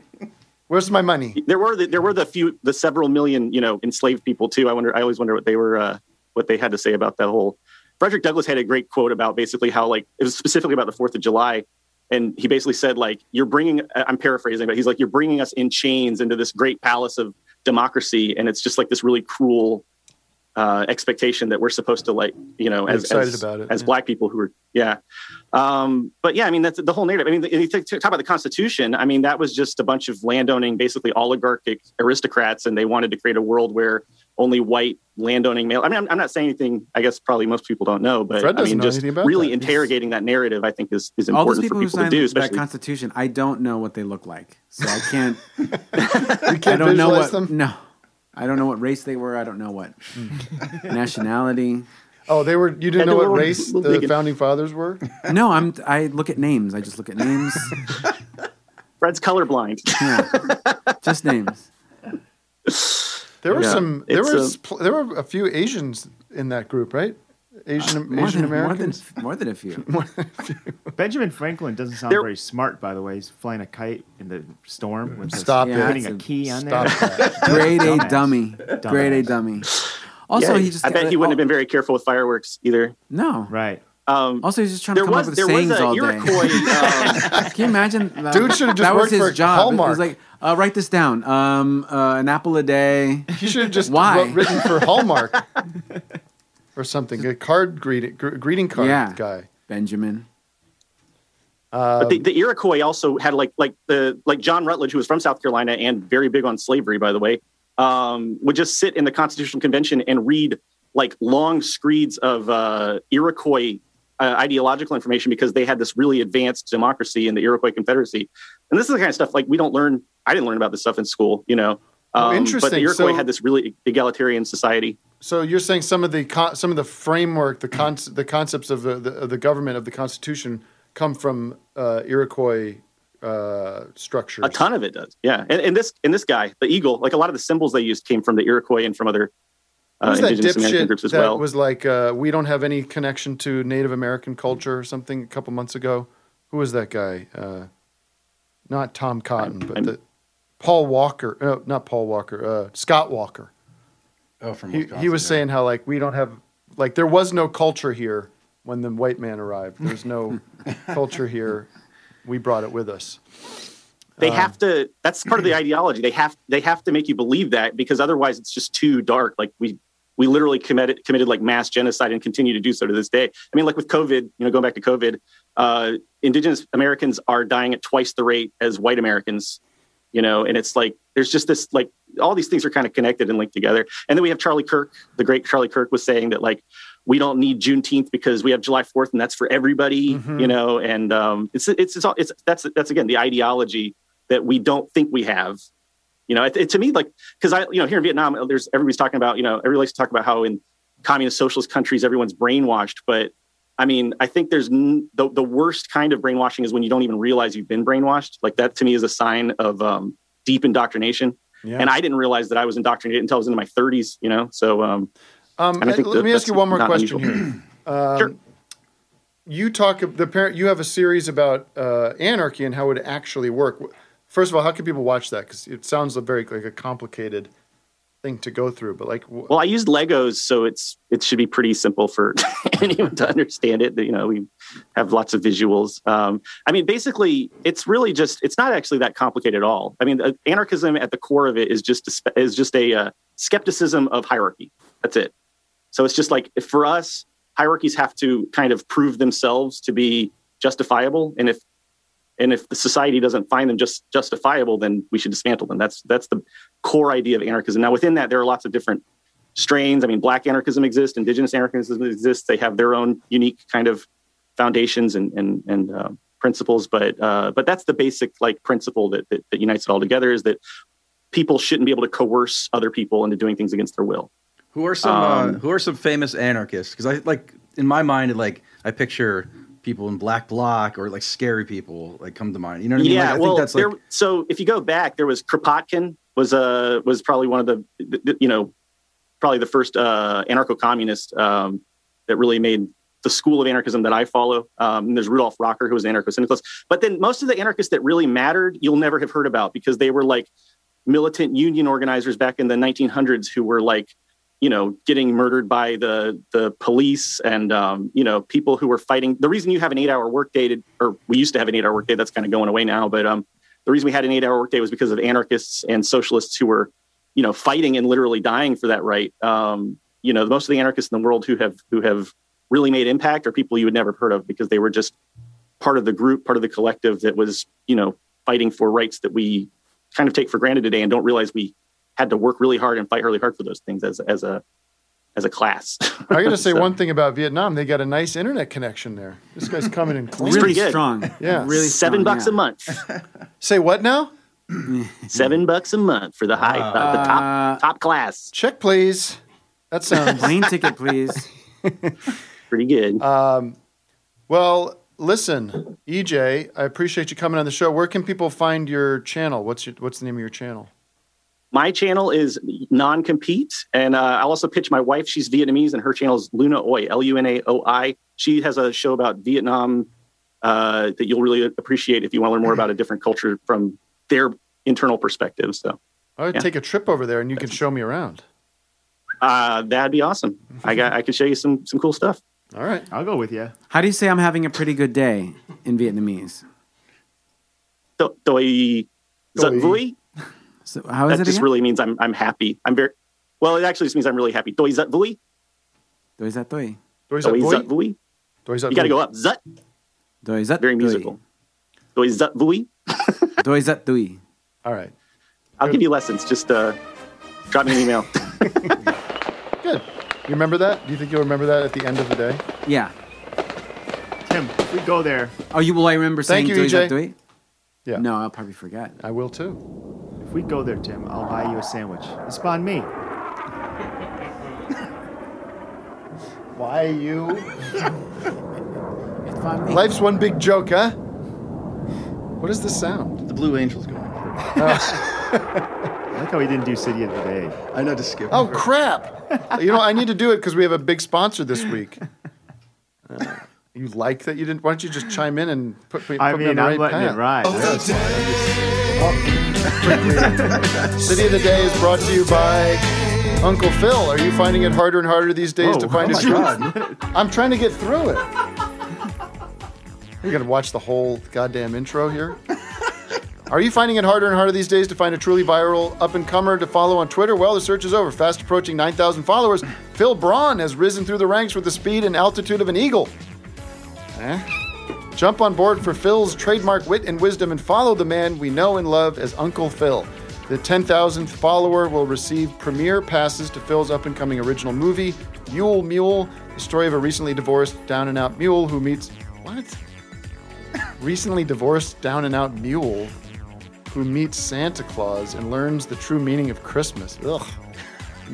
[SPEAKER 3] Where's my money?
[SPEAKER 20] there were the, there were the few the several million you know enslaved people too. I wonder I always wonder what they were uh, what they had to say about that whole. Frederick Douglass had a great quote about basically how like it was specifically about the Fourth of July, and he basically said like you're bringing I'm paraphrasing but he's like you're bringing us in chains into this great palace of democracy, and it's just like this really cruel uh, expectation that we're supposed to like you know
[SPEAKER 3] Be
[SPEAKER 20] as
[SPEAKER 3] excited
[SPEAKER 20] as,
[SPEAKER 3] about it,
[SPEAKER 20] as
[SPEAKER 3] yeah.
[SPEAKER 20] black people who are yeah um, but yeah, I mean that's the whole narrative. I mean, the, you think- talk about the Constitution. I mean, that was just a bunch of landowning, basically oligarchic aristocrats, and they wanted to create a world where only white landowning male. I mean, I'm, I'm not saying anything. I guess probably most people don't know, but
[SPEAKER 5] Fred
[SPEAKER 20] I
[SPEAKER 5] doesn't
[SPEAKER 20] mean,
[SPEAKER 5] know
[SPEAKER 20] just
[SPEAKER 5] anything about
[SPEAKER 20] really
[SPEAKER 5] that.
[SPEAKER 20] interrogating that narrative, I think, is is
[SPEAKER 5] All those
[SPEAKER 20] important
[SPEAKER 5] people,
[SPEAKER 20] for
[SPEAKER 5] who
[SPEAKER 20] people to
[SPEAKER 5] signed
[SPEAKER 20] do,
[SPEAKER 5] that
[SPEAKER 20] especially.
[SPEAKER 5] Constitution, I don't know what they look like, so I
[SPEAKER 3] (laughs)
[SPEAKER 5] can't. I don't know
[SPEAKER 20] visualize
[SPEAKER 5] what.
[SPEAKER 20] them?
[SPEAKER 5] No, I don't know what race they were. I don't know
[SPEAKER 3] (laughs)
[SPEAKER 5] what nationality.
[SPEAKER 3] Oh, they were. You
[SPEAKER 5] Yeah,
[SPEAKER 3] didn't know
[SPEAKER 5] they
[SPEAKER 3] what
[SPEAKER 5] were-
[SPEAKER 3] race
[SPEAKER 5] they
[SPEAKER 3] the
[SPEAKER 5] can-
[SPEAKER 3] founding fathers were?
[SPEAKER 5] No, I'm. I look at names. I just look at names.
[SPEAKER 20] (laughs) Fred's colorblind.
[SPEAKER 5] (laughs) Yeah, just names.
[SPEAKER 3] There were
[SPEAKER 5] Yeah.
[SPEAKER 3] some. There
[SPEAKER 5] It's,
[SPEAKER 3] was.
[SPEAKER 5] uh,
[SPEAKER 3] pl- there were a few Asians in that group, right? Asian
[SPEAKER 4] more
[SPEAKER 3] Asian
[SPEAKER 4] than- more
[SPEAKER 3] Americans.
[SPEAKER 5] More than a few.
[SPEAKER 4] Benjamin Franklin doesn't sound very smart, by the way. He's flying a kite in the storm. With
[SPEAKER 5] Stop
[SPEAKER 4] the,
[SPEAKER 5] it.
[SPEAKER 4] Putting a
[SPEAKER 5] That's a-
[SPEAKER 4] key on
[SPEAKER 5] stop
[SPEAKER 4] there.
[SPEAKER 5] that. Grade A
[SPEAKER 4] Dumbass.
[SPEAKER 5] dummy.
[SPEAKER 4] Dumbass.
[SPEAKER 5] Grade A dummy. Also,
[SPEAKER 20] Yeah,
[SPEAKER 5] he just.
[SPEAKER 20] I bet he wouldn't have been very careful with fireworks either.
[SPEAKER 5] No.
[SPEAKER 4] Right.
[SPEAKER 20] Um,
[SPEAKER 5] also, he's just trying to
[SPEAKER 20] there
[SPEAKER 5] come
[SPEAKER 20] was
[SPEAKER 5] up with
[SPEAKER 20] there
[SPEAKER 5] sayings
[SPEAKER 20] was a
[SPEAKER 5] all
[SPEAKER 20] Iroquois. uh,
[SPEAKER 5] day. Can
[SPEAKER 3] (laughs)
[SPEAKER 5] you imagine? that-
[SPEAKER 3] Dude should've just
[SPEAKER 5] Uh, that was
[SPEAKER 3] worked
[SPEAKER 5] his
[SPEAKER 3] for
[SPEAKER 5] job. It
[SPEAKER 3] Hallmark.
[SPEAKER 5] was like, uh, write this down. Um, uh, an apple a day.
[SPEAKER 3] He should have just
[SPEAKER 5] Why?
[SPEAKER 3] wrote- written for Hallmark or something. A card greeting gr- greeting card
[SPEAKER 20] Yeah.
[SPEAKER 3] guy. Um,
[SPEAKER 5] Benjamin.
[SPEAKER 20] but the, the Iroquois also had like like the like John Rutledge, who was from South Carolina and very big on slavery, by the way. um, would just sit in the Constitutional Convention and read like long screeds of uh, Iroquois uh, ideological information because they had this really advanced democracy in the Iroquois Confederacy. And this is the kind of stuff like we don't learn. I didn't learn about this stuff in school, you know.
[SPEAKER 3] Oh,
[SPEAKER 20] Um, But the
[SPEAKER 3] interesting.
[SPEAKER 20] Iroquois
[SPEAKER 3] So-
[SPEAKER 20] had this really egalitarian society.
[SPEAKER 3] So you're saying some of the co- some of the framework, the con- the concepts of the, the of the government of the Constitution come from uh, Iroquois uh, structures.
[SPEAKER 20] A ton of it does. Yeah. And, and this and this guy, the eagle, like a lot of the symbols they used came from the Iroquois and from other uh,
[SPEAKER 3] Who's that
[SPEAKER 20] indigenous American
[SPEAKER 3] dipshit
[SPEAKER 20] groups as
[SPEAKER 3] that
[SPEAKER 20] well.
[SPEAKER 3] was like, uh, we don't have any connection to Native American culture or something? A couple months ago, who was that guy? Uh, not Tom Cotton, but the, Paul Walker. No, not Paul Walker. Uh, Scott Walker.
[SPEAKER 10] Oh, from
[SPEAKER 3] he, he was saying how like we don't have like there was no culture here when the white man arrived.
[SPEAKER 20] (laughs)
[SPEAKER 3] There's no culture here. We brought it with us.
[SPEAKER 20] they
[SPEAKER 3] Um,
[SPEAKER 20] have to that's part of
[SPEAKER 3] (clears throat)
[SPEAKER 20] the ideology they have they have to make you believe that because otherwise it's just too dark like we we literally committed committed like mass genocide and continue to do so to this day i mean like with covid you know going back to covid uh indigenous americans are dying at twice the rate as white americans you know and it's like there's just this like all these things are kind of connected and linked together and then we have charlie kirk the great charlie kirk was saying that like we don't need juneteenth because we have july 4th and that's for everybody
[SPEAKER 10] Mhm.
[SPEAKER 20] you know and um, it's, it's it's all it's that's that's again the ideology that we don't think we have you know it, it- to me like because i you know here in vietnam uh, there's everybody's talking about you know everybody likes to talk about how in communist socialist countries everyone's brainwashed but i mean i think there's n- the, the worst kind of brainwashing is when you don't even realize you've been brainwashed like that to me is a sign of um, deep indoctrination
[SPEAKER 3] Yeah.
[SPEAKER 20] and i didn't realize that i was indoctrinated until i was in my 30s you know so um,
[SPEAKER 3] Um,
[SPEAKER 20] and I
[SPEAKER 3] and
[SPEAKER 20] think
[SPEAKER 3] let
[SPEAKER 20] that
[SPEAKER 3] me ask
[SPEAKER 20] that's
[SPEAKER 3] you one more
[SPEAKER 20] not
[SPEAKER 3] question
[SPEAKER 20] unusual. (clears throat)
[SPEAKER 3] here. Um, You talk of- the parent. You have a series about uh, anarchy and how it actually work. First of all, how can people watch that? Because it sounds a very like a complicated thing to go through. But like,
[SPEAKER 20] (laughs)
[SPEAKER 3] wh-
[SPEAKER 20] Well, I used Legos, so it's it should be pretty simple for (laughs) anyone to understand it. You know, we have lots of visuals. Um, I mean, basically, it's really just it's not actually that complicated at all. I mean, uh, anarchism at the core of it is just a, spe- is just a uh, skepticism of hierarchy. That's it. So it's just like for us, hierarchies have to kind of prove themselves to be justifiable, and if and if the society doesn't find them just justifiable, then we should dismantle them. That's that's the core idea of anarchism. Now, within that, there are lots of different strains. I mean, black anarchism exists, indigenous anarchism exists. They have their own unique kind of foundations and and and uh, principles. But uh, but that's the basic like principle that, that that unites it all together is that people shouldn't be able to coerce other people into doing things against their will.
[SPEAKER 10] Who are some
[SPEAKER 20] Um,
[SPEAKER 10] uh, Who are some famous anarchists? Because I like in my mind, it, like I picture people in Black Bloc or like scary people like come to mind. You know what I mean?
[SPEAKER 20] Yeah,
[SPEAKER 10] Like, I
[SPEAKER 20] well,
[SPEAKER 10] think that's
[SPEAKER 20] there,
[SPEAKER 10] like
[SPEAKER 20] so if you go back, there was Kropotkin was uh, was probably one of the, th- th- you know probably the first uh, anarcho-communist um, that really made the school of anarchism that I follow. Um, and there's Rudolf Rocker, who was an anarcho-syndicalist. But then most of the anarchists that really mattered, you'll never have heard about because they were like militant union organizers back in the 1900s who were like you know getting murdered by the the police and um, you know people who were fighting the reason you have an eight hour workday to, or we used to have an eight hour workday that's kind of going away now but um, the reason we had an eight hour workday was because of anarchists and socialists who were you know fighting and literally dying for that right um, you know most of the anarchists in the world who have who have really made impact are people you would never have heard of because they were just part of the group part of the collective that was you know fighting for rights that we kind of take for granted today and don't realize we had to work really hard and fight really hard for those things as as a as a class.
[SPEAKER 3] I got to say
[SPEAKER 20] (laughs) So-
[SPEAKER 3] one thing about Vietnam. They got a nice internet connection there. This guy's coming in clean.
[SPEAKER 20] It's pretty good.
[SPEAKER 3] Yeah,
[SPEAKER 20] really seven bucks a month.
[SPEAKER 3] Say what
[SPEAKER 5] (laughs)
[SPEAKER 3] now?
[SPEAKER 20] seven bucks a month for the high, uh,
[SPEAKER 3] Wow.
[SPEAKER 20] the
[SPEAKER 5] Uh,
[SPEAKER 20] top top class.
[SPEAKER 3] Check, please. That
[SPEAKER 20] (laughs)
[SPEAKER 3] sounds
[SPEAKER 5] Plane ticket, please.
[SPEAKER 20] pretty good.
[SPEAKER 3] Um, well, listen, EJ, I appreciate you coming on the show. Where can people find your channel? What's your What's the name of your channel?
[SPEAKER 20] My channel is non compete, and uh, I'll also pitch my wife. She's Vietnamese, and her channel is Luna Oi, L U N A O I. She has a show about Vietnam uh, that you'll really appreciate if you want to learn more about a different culture from their internal perspective. So
[SPEAKER 3] I would
[SPEAKER 20] Yeah.
[SPEAKER 3] take a trip over there, and you can show me around.
[SPEAKER 20] uh, that'd be awesome. I got I could show you some some cool stuff.
[SPEAKER 3] All right,
[SPEAKER 5] I'll go with you. (laughs) How do you say I'm having a pretty good day in Vietnamese?
[SPEAKER 20] Do- doi-
[SPEAKER 5] Doi.
[SPEAKER 20] Zut vui?
[SPEAKER 5] So how is
[SPEAKER 20] that
[SPEAKER 5] it
[SPEAKER 20] just
[SPEAKER 5] again?
[SPEAKER 20] really means I'm I'm happy. I'm very well. It actually just means I'm really happy. Doi zut vui?
[SPEAKER 5] Doi zat doi.
[SPEAKER 3] Doi
[SPEAKER 20] Doi zut vui?
[SPEAKER 3] Doi
[SPEAKER 20] You got to go up. Zut.
[SPEAKER 5] Doi zat
[SPEAKER 20] Very musical. Doi zut vui?
[SPEAKER 5] Doi zat doi.
[SPEAKER 3] All right.
[SPEAKER 20] I'll give you lessons. Just uh, Drop me an email.
[SPEAKER 3] Good. You remember that? Do you think you'll remember that at the end of the day?
[SPEAKER 5] Yeah.
[SPEAKER 4] Tim, if we go there.
[SPEAKER 5] Oh, you E will. I remember
[SPEAKER 3] Thank
[SPEAKER 5] saying
[SPEAKER 3] you, E
[SPEAKER 5] do that,
[SPEAKER 3] EJ.
[SPEAKER 5] do it?
[SPEAKER 3] Yeah.
[SPEAKER 5] No, I'll probably forget.
[SPEAKER 3] I will too.
[SPEAKER 4] If we go there, Tim, I'll buy you a sandwich. It's on me.
[SPEAKER 3] Why you?
[SPEAKER 5] Fine.
[SPEAKER 3] Life's one big joke, huh? What is the sound? Oh.
[SPEAKER 10] The Blue Angels going.
[SPEAKER 4] (laughs) I like how we didn't do City of the Day.
[SPEAKER 10] I know to skip.
[SPEAKER 3] Oh crap! you know I need to do it because we have a big sponsor this (laughs) week. Uh, you like that you didn't? Why don't you just chime in and put, put
[SPEAKER 4] I
[SPEAKER 3] put me on
[SPEAKER 4] mean,
[SPEAKER 3] the
[SPEAKER 4] I'm
[SPEAKER 3] right
[SPEAKER 4] letting it
[SPEAKER 3] path?
[SPEAKER 4] ride. Oh,
[SPEAKER 3] City of the Day is brought to you by Uncle Phil. Are you finding it harder and harder these days
[SPEAKER 4] Whoa,
[SPEAKER 3] to find
[SPEAKER 4] oh
[SPEAKER 3] a
[SPEAKER 4] my
[SPEAKER 3] truth? (laughs) I'm trying to get through it. You're gonna watch the whole goddamn intro here. Are you finding it harder and harder these days to find a truly viral up and comer to follow on Twitter? Well, the search is over. Fast approaching 9,000 followers, Phil Braun has risen through the ranks with the speed and altitude of an eagle. Eh? Jump on board for Phil's trademark wit and wisdom and follow the man we know and love as Uncle Phil. The 10,000th follower will receive premiere passes to Phil's up and coming original movie, Mule Mule, the story of a recently divorced down and out mule who meets. What? recently divorced down and out mule who meets Santa Claus and learns the true meaning of Christmas. Ugh.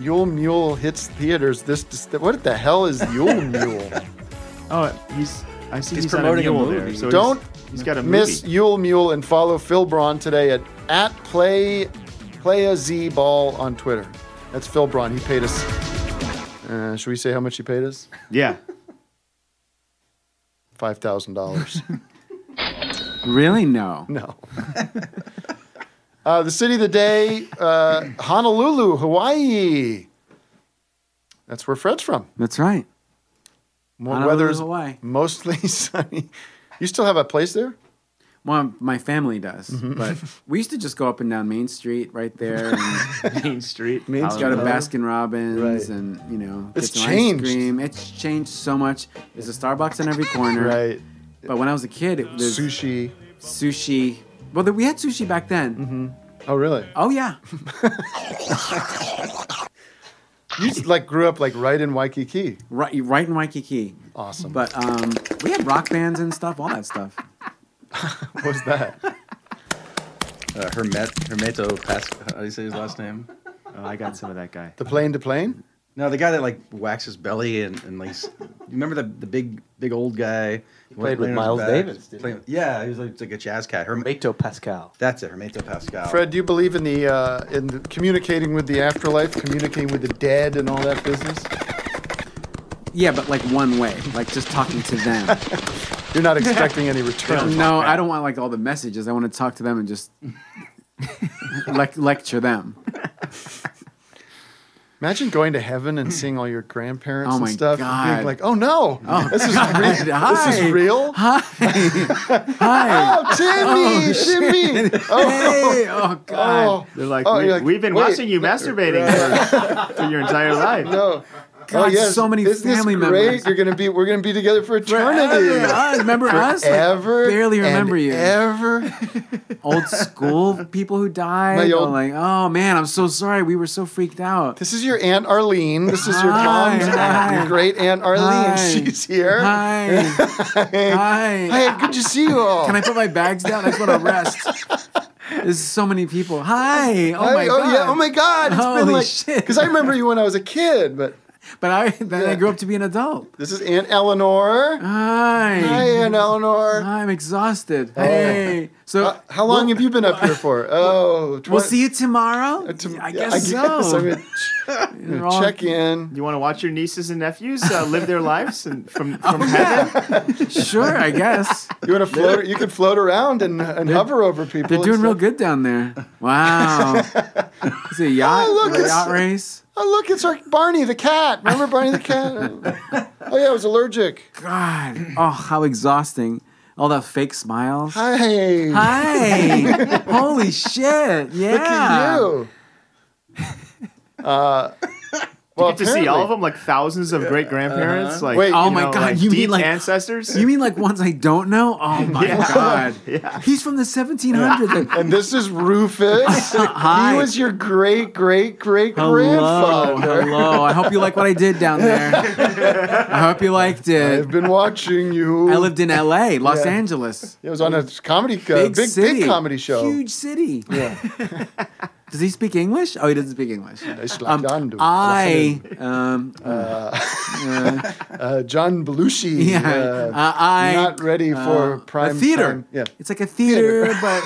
[SPEAKER 3] Yule Mule hits theaters this. Dec- what the hell is Yule Mule?
[SPEAKER 4] (laughs) Oh, he's. I see
[SPEAKER 10] He's
[SPEAKER 4] he's,
[SPEAKER 10] promoting a
[SPEAKER 4] on a mule
[SPEAKER 10] movie.
[SPEAKER 4] there. So he's-
[SPEAKER 3] Don't
[SPEAKER 4] he's got a
[SPEAKER 3] miss
[SPEAKER 4] movie.
[SPEAKER 3] Yule Mule and follow Phil Braun today at at play playa z ball on Twitter. That's Phil Braun. He paid us. Uh, should we say how much he paid us?
[SPEAKER 4] Yeah.
[SPEAKER 3] Five thousand
[SPEAKER 4] (laughs)
[SPEAKER 3] dollars.
[SPEAKER 5] Really? No. (laughs)
[SPEAKER 3] No. Uh, the city of the day, uh, Honolulu, Hawaii. That's where Fred's from.
[SPEAKER 5] That's right.
[SPEAKER 3] Mo-
[SPEAKER 5] Honolulu,
[SPEAKER 3] Weather's
[SPEAKER 5] Hawaii.
[SPEAKER 3] mostly (laughs) sunny. You still have a place there? Mm-hmm.
[SPEAKER 5] Well, my family does, but we used to just go up and down Main Street right there.
[SPEAKER 3] (laughs)
[SPEAKER 5] And
[SPEAKER 4] Main Street.
[SPEAKER 5] Main Street. Go to
[SPEAKER 4] Honolulu.
[SPEAKER 5] Baskin Robbins and, you know, get
[SPEAKER 3] It's
[SPEAKER 5] some
[SPEAKER 3] changed.
[SPEAKER 5] Ice cream. It's changed so much. There's a Starbucks on every corner.
[SPEAKER 3] Right.
[SPEAKER 5] But when I was a kid, it was
[SPEAKER 3] sushi.
[SPEAKER 5] Sushi. Well, we had sushi back then.
[SPEAKER 3] Oh, really?
[SPEAKER 5] Oh, yeah.
[SPEAKER 3] (laughs) You just, like grew up like right in Waikiki.
[SPEAKER 5] Right, right in Waikiki.
[SPEAKER 3] Awesome.
[SPEAKER 5] But um, we had rock bands and stuff, all that stuff.
[SPEAKER 3] (laughs) What was that?
[SPEAKER 10] Uh, Hermet Hermeto Pas. How do you say his last name?
[SPEAKER 4] Oh, I got some of that guy.
[SPEAKER 3] The plane to plane.
[SPEAKER 10] No, the guy that like waxed his belly and, and like, s- you remember the the big big old guy? He
[SPEAKER 7] played with
[SPEAKER 10] went laying on his
[SPEAKER 7] Miles
[SPEAKER 10] back,
[SPEAKER 7] Davis, didn't
[SPEAKER 10] playing- yeah, he was like, like a jazz cat. Hermeto Pascal. That's it, Hermeto Pascal.
[SPEAKER 3] Fred, do you believe in the uh, in the communicating with the afterlife, communicating with the dead, and all that business?
[SPEAKER 5] Yeah, but like one way, like just talking
[SPEAKER 3] (laughs)
[SPEAKER 5] to them.
[SPEAKER 3] You're not expecting any return.
[SPEAKER 5] no, I don't want like all the messages. I want to talk to them
[SPEAKER 3] (laughs)
[SPEAKER 5] and just lec- lecture them.
[SPEAKER 3] Imagine going to heaven and seeing all your grandparents
[SPEAKER 5] Oh
[SPEAKER 3] and
[SPEAKER 5] my
[SPEAKER 3] stuff. And
[SPEAKER 5] God.
[SPEAKER 3] being like, oh no,
[SPEAKER 5] Oh,
[SPEAKER 3] this is
[SPEAKER 5] God.
[SPEAKER 3] real. This
[SPEAKER 5] Hi.
[SPEAKER 3] is real. (laughs)
[SPEAKER 5] Hi.
[SPEAKER 3] Oh, Timmy,
[SPEAKER 4] (laughs)
[SPEAKER 5] Oh, shit.
[SPEAKER 3] Timmy.
[SPEAKER 5] Hey, oh God.
[SPEAKER 3] Oh.
[SPEAKER 4] They're like,
[SPEAKER 3] Oh,
[SPEAKER 4] we,
[SPEAKER 3] you're like,
[SPEAKER 4] we've been
[SPEAKER 3] wait.
[SPEAKER 4] watching you masturbating for, for your entire life.
[SPEAKER 3] No. Oh,
[SPEAKER 5] God, so many
[SPEAKER 3] Isn't this
[SPEAKER 5] family
[SPEAKER 3] great?
[SPEAKER 5] members.
[SPEAKER 3] You're gonna be. We're gonna be together for eternity.
[SPEAKER 5] Forever. I
[SPEAKER 3] (laughs)
[SPEAKER 5] remember us. Like,
[SPEAKER 3] Forever
[SPEAKER 5] barely
[SPEAKER 3] and
[SPEAKER 5] remember you.
[SPEAKER 3] Ever.
[SPEAKER 5] (laughs) Old school people who
[SPEAKER 3] My
[SPEAKER 5] died.
[SPEAKER 3] old-
[SPEAKER 5] I'm like, oh man, I'm so sorry. We were so freaked out.
[SPEAKER 3] This is your aunt Arlene. This is your
[SPEAKER 5] Hi,
[SPEAKER 3] mom's aunt,
[SPEAKER 5] hi.
[SPEAKER 3] your great aunt Arlene.
[SPEAKER 5] Hi.
[SPEAKER 3] She's here.
[SPEAKER 5] Hi. Hi.
[SPEAKER 3] Hey, good to see you
[SPEAKER 5] (laughs)
[SPEAKER 3] all.
[SPEAKER 5] Can I put my bags down? I just want
[SPEAKER 3] (laughs)
[SPEAKER 5] to rest. There's so many people. Hi. Oh
[SPEAKER 3] Hi,
[SPEAKER 5] my god.
[SPEAKER 3] oh yeah. Oh my God. It's been
[SPEAKER 5] Holy
[SPEAKER 3] like
[SPEAKER 5] shit.
[SPEAKER 3] because I remember you when I was a kid, but
[SPEAKER 5] But I then
[SPEAKER 3] Yeah.
[SPEAKER 5] I grew up to be an adult.
[SPEAKER 3] this is Aunt Eleanor.
[SPEAKER 5] Hi.
[SPEAKER 3] Hi, Aunt Eleanor.
[SPEAKER 5] I'm exhausted.
[SPEAKER 3] Oh.
[SPEAKER 5] Hey. So
[SPEAKER 3] Uh, how long have you been up here for? Oh,
[SPEAKER 5] we'll
[SPEAKER 3] 20
[SPEAKER 5] see you tomorrow. I
[SPEAKER 3] yeah,
[SPEAKER 5] guess so.
[SPEAKER 3] I'm gonna ch- I'm
[SPEAKER 5] You're
[SPEAKER 3] gonna
[SPEAKER 5] all-
[SPEAKER 3] check in.
[SPEAKER 4] You want to watch your nieces and nephews uh, live their lives and from, from heaven?
[SPEAKER 5] (laughs) sure, I guess.
[SPEAKER 3] Oh. (laughs) You want to float? You can float around and, and hover over people.
[SPEAKER 5] They're
[SPEAKER 3] and
[SPEAKER 5] doing real
[SPEAKER 3] stuff.
[SPEAKER 5] good down there. Wow. Is it a yacht?
[SPEAKER 3] Oh, look,
[SPEAKER 5] a
[SPEAKER 3] it's-
[SPEAKER 5] yacht race?
[SPEAKER 3] Oh look, it's our Barney the cat. Remember Barney the cat?
[SPEAKER 5] (laughs)
[SPEAKER 3] Oh. Oh yeah, I was allergic.
[SPEAKER 5] God. Oh, how exhausting. All the fake smiles.
[SPEAKER 3] Hi. (laughs)
[SPEAKER 5] Hi. Holy shit. Yeah.
[SPEAKER 3] Look at you. Uh,
[SPEAKER 4] Do you
[SPEAKER 3] Well,
[SPEAKER 4] get to see all
[SPEAKER 3] apparently-
[SPEAKER 4] of them, like thousands of great grandparents,
[SPEAKER 5] Uh-huh.
[SPEAKER 4] like
[SPEAKER 5] Wait,
[SPEAKER 4] you
[SPEAKER 5] oh my
[SPEAKER 4] know,
[SPEAKER 5] God,
[SPEAKER 4] like,
[SPEAKER 5] you mean,
[SPEAKER 4] deep
[SPEAKER 5] like-
[SPEAKER 4] ancestors?
[SPEAKER 5] You mean like ones I don't know? Oh my
[SPEAKER 4] (laughs) Yeah.
[SPEAKER 5] god.
[SPEAKER 4] Yeah.
[SPEAKER 5] He's from the 1700s.
[SPEAKER 3] and this is Rufus.
[SPEAKER 5] Hi.
[SPEAKER 3] He was your great, great, great
[SPEAKER 5] Hello,
[SPEAKER 3] grandfather.
[SPEAKER 5] hello. I hope you like what I did down there. I hope you liked it. I've
[SPEAKER 3] been watching you.
[SPEAKER 5] I lived in L.A., Los
[SPEAKER 3] Yeah.
[SPEAKER 5] Angeles.
[SPEAKER 3] It was on a comedy, uh, big, big,
[SPEAKER 5] city.
[SPEAKER 3] comedy show.
[SPEAKER 5] Huge city.
[SPEAKER 3] Yeah.
[SPEAKER 5] Does he speak English? Oh, he doesn't speak English. Um,
[SPEAKER 3] like John do.
[SPEAKER 5] I um
[SPEAKER 3] uh, uh, John Belushi.
[SPEAKER 5] (laughs) Yeah.
[SPEAKER 3] uh,
[SPEAKER 5] Uh, I-
[SPEAKER 3] not ready for
[SPEAKER 5] uh,
[SPEAKER 3] prime
[SPEAKER 5] a theater.
[SPEAKER 3] time. Yeah.
[SPEAKER 5] It's like a theater,
[SPEAKER 3] (laughs)
[SPEAKER 5] but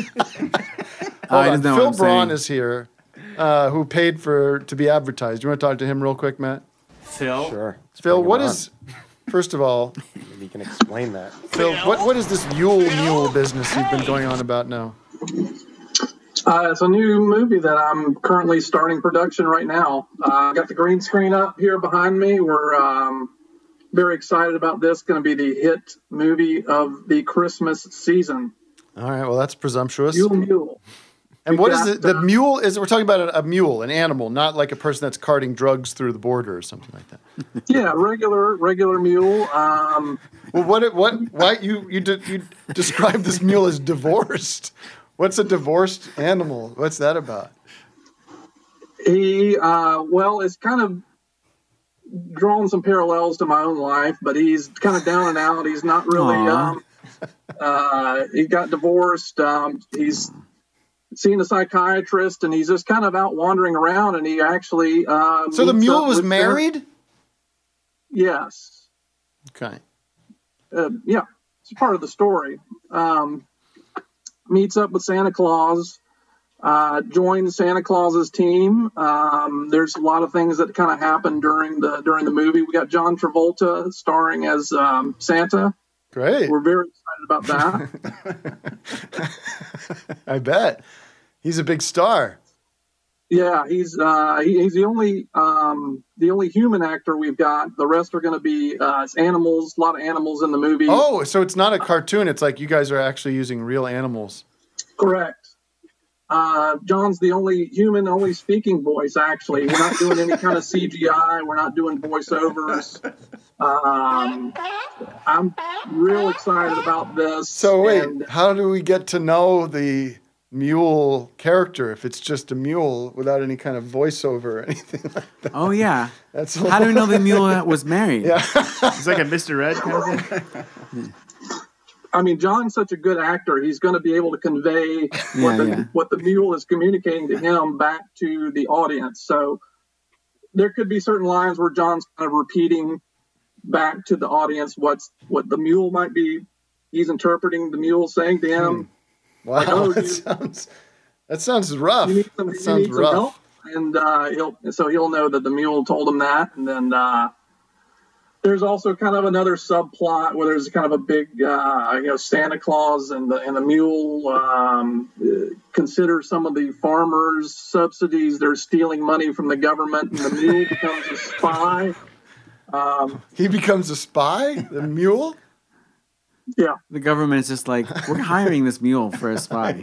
[SPEAKER 3] Hold
[SPEAKER 5] I
[SPEAKER 3] on.
[SPEAKER 5] didn't know what
[SPEAKER 3] Phil
[SPEAKER 5] I'm
[SPEAKER 3] Braun
[SPEAKER 5] saying.
[SPEAKER 3] is here, uh, who paid for to be advertised. You want to talk to him real quick, Matt?
[SPEAKER 7] Phil. Sure.
[SPEAKER 3] Phil,
[SPEAKER 7] bring him
[SPEAKER 3] what
[SPEAKER 7] on.
[SPEAKER 3] is first of all,
[SPEAKER 7] Maybe you can explain that.
[SPEAKER 3] Phil, what, what is this Yule Mule business you've been going on about now?
[SPEAKER 21] Uh, it's a new movie that I'm currently starting production right now. Uh, I got the green screen up here behind me. We're um, very excited about this. Going to be the hit movie of the Christmas season.
[SPEAKER 3] All right, well that's presumptuous.
[SPEAKER 21] Yule Mule.
[SPEAKER 3] And what is
[SPEAKER 21] Yeah.
[SPEAKER 3] it? The mule is we're talking about a, a mule, an animal, not like a person that's carting drugs through the border or something like that.
[SPEAKER 21] Yeah, regular regular mule. Um,
[SPEAKER 3] Well, what what why you you de, you describe this mule as divorced? What's a divorced animal? What's that about?
[SPEAKER 21] he uh, well, it's kind of drawn some parallels to my own life, but he's kind of down and out. He's not really.
[SPEAKER 5] Aw.
[SPEAKER 21] Um, uh, he got divorced. Um, he's seen a psychiatrist, and he's just kind of out wandering around. And he actually. Um,
[SPEAKER 3] So the
[SPEAKER 21] meets
[SPEAKER 3] mule
[SPEAKER 21] up
[SPEAKER 3] was
[SPEAKER 21] with-
[SPEAKER 3] married?
[SPEAKER 21] Yes.
[SPEAKER 3] Okay.
[SPEAKER 21] uh, yeah, it's part of the story. Um, meets up with Santa Claus, uh, joins Santa Claus's team. Um, there's a lot of things that kind of happen during the during the movie. We got John Travolta starring
[SPEAKER 3] (laughs)
[SPEAKER 21] as um, Santa.
[SPEAKER 3] Great.
[SPEAKER 21] We're very excited about that.
[SPEAKER 3] I bet he's a big star.
[SPEAKER 21] yeah, he's uh, he, he's the only um, the only human actor we've got. The rest are going to be uh, it's animals. A lot of animals in the movie.
[SPEAKER 3] Oh, so it's not a cartoon. It's like you guys are actually using real animals.
[SPEAKER 21] Correct. Uh, John's the only human, only speaking voice. Actually, we're not doing any kind of CGI. We're not doing
[SPEAKER 3] (laughs)
[SPEAKER 21] voiceovers. Um, I'm real excited about this.
[SPEAKER 3] So wait, how do we get to know the mule character if it's just a mule without any kind of voiceover or (laughs) anything? Like
[SPEAKER 5] oh yeah.
[SPEAKER 3] That's
[SPEAKER 5] How do we know
[SPEAKER 3] (laughs)
[SPEAKER 5] the mule was married?
[SPEAKER 3] Yeah.
[SPEAKER 5] It's
[SPEAKER 21] like a Mr. Red kind of thing. I mean, John's such a good actor. He's going to be able
[SPEAKER 3] (laughs)
[SPEAKER 21] to convey
[SPEAKER 5] Yeah,
[SPEAKER 21] what, the,
[SPEAKER 5] yeah.
[SPEAKER 21] what the mule is communicating to him back to the audience. So there could be certain lines where John's kind of repeating back to the audience what's what the mule might be. He's interpreting the mule saying to him,
[SPEAKER 3] Hmm. Wow,
[SPEAKER 21] Like, oh,
[SPEAKER 3] that
[SPEAKER 21] you-
[SPEAKER 3] sounds that sounds rough.
[SPEAKER 21] you need some,
[SPEAKER 3] That
[SPEAKER 21] you
[SPEAKER 3] sounds
[SPEAKER 21] need some
[SPEAKER 3] rough.
[SPEAKER 21] help. And uh, he'll so he'll know that the mule told him that. And then uh, there's also kind of another subplot where there's kind of a big, uh, you know, Santa Claus and the and the mule um, uh, consider some of the farmers' subsidies. They're stealing money from the government, and the mule (laughs) becomes a spy. Um,
[SPEAKER 3] He becomes a spy, the mule.
[SPEAKER 21] Yeah.
[SPEAKER 5] The government is just like, we're hiring this mule for
[SPEAKER 3] (laughs)
[SPEAKER 5] a spy.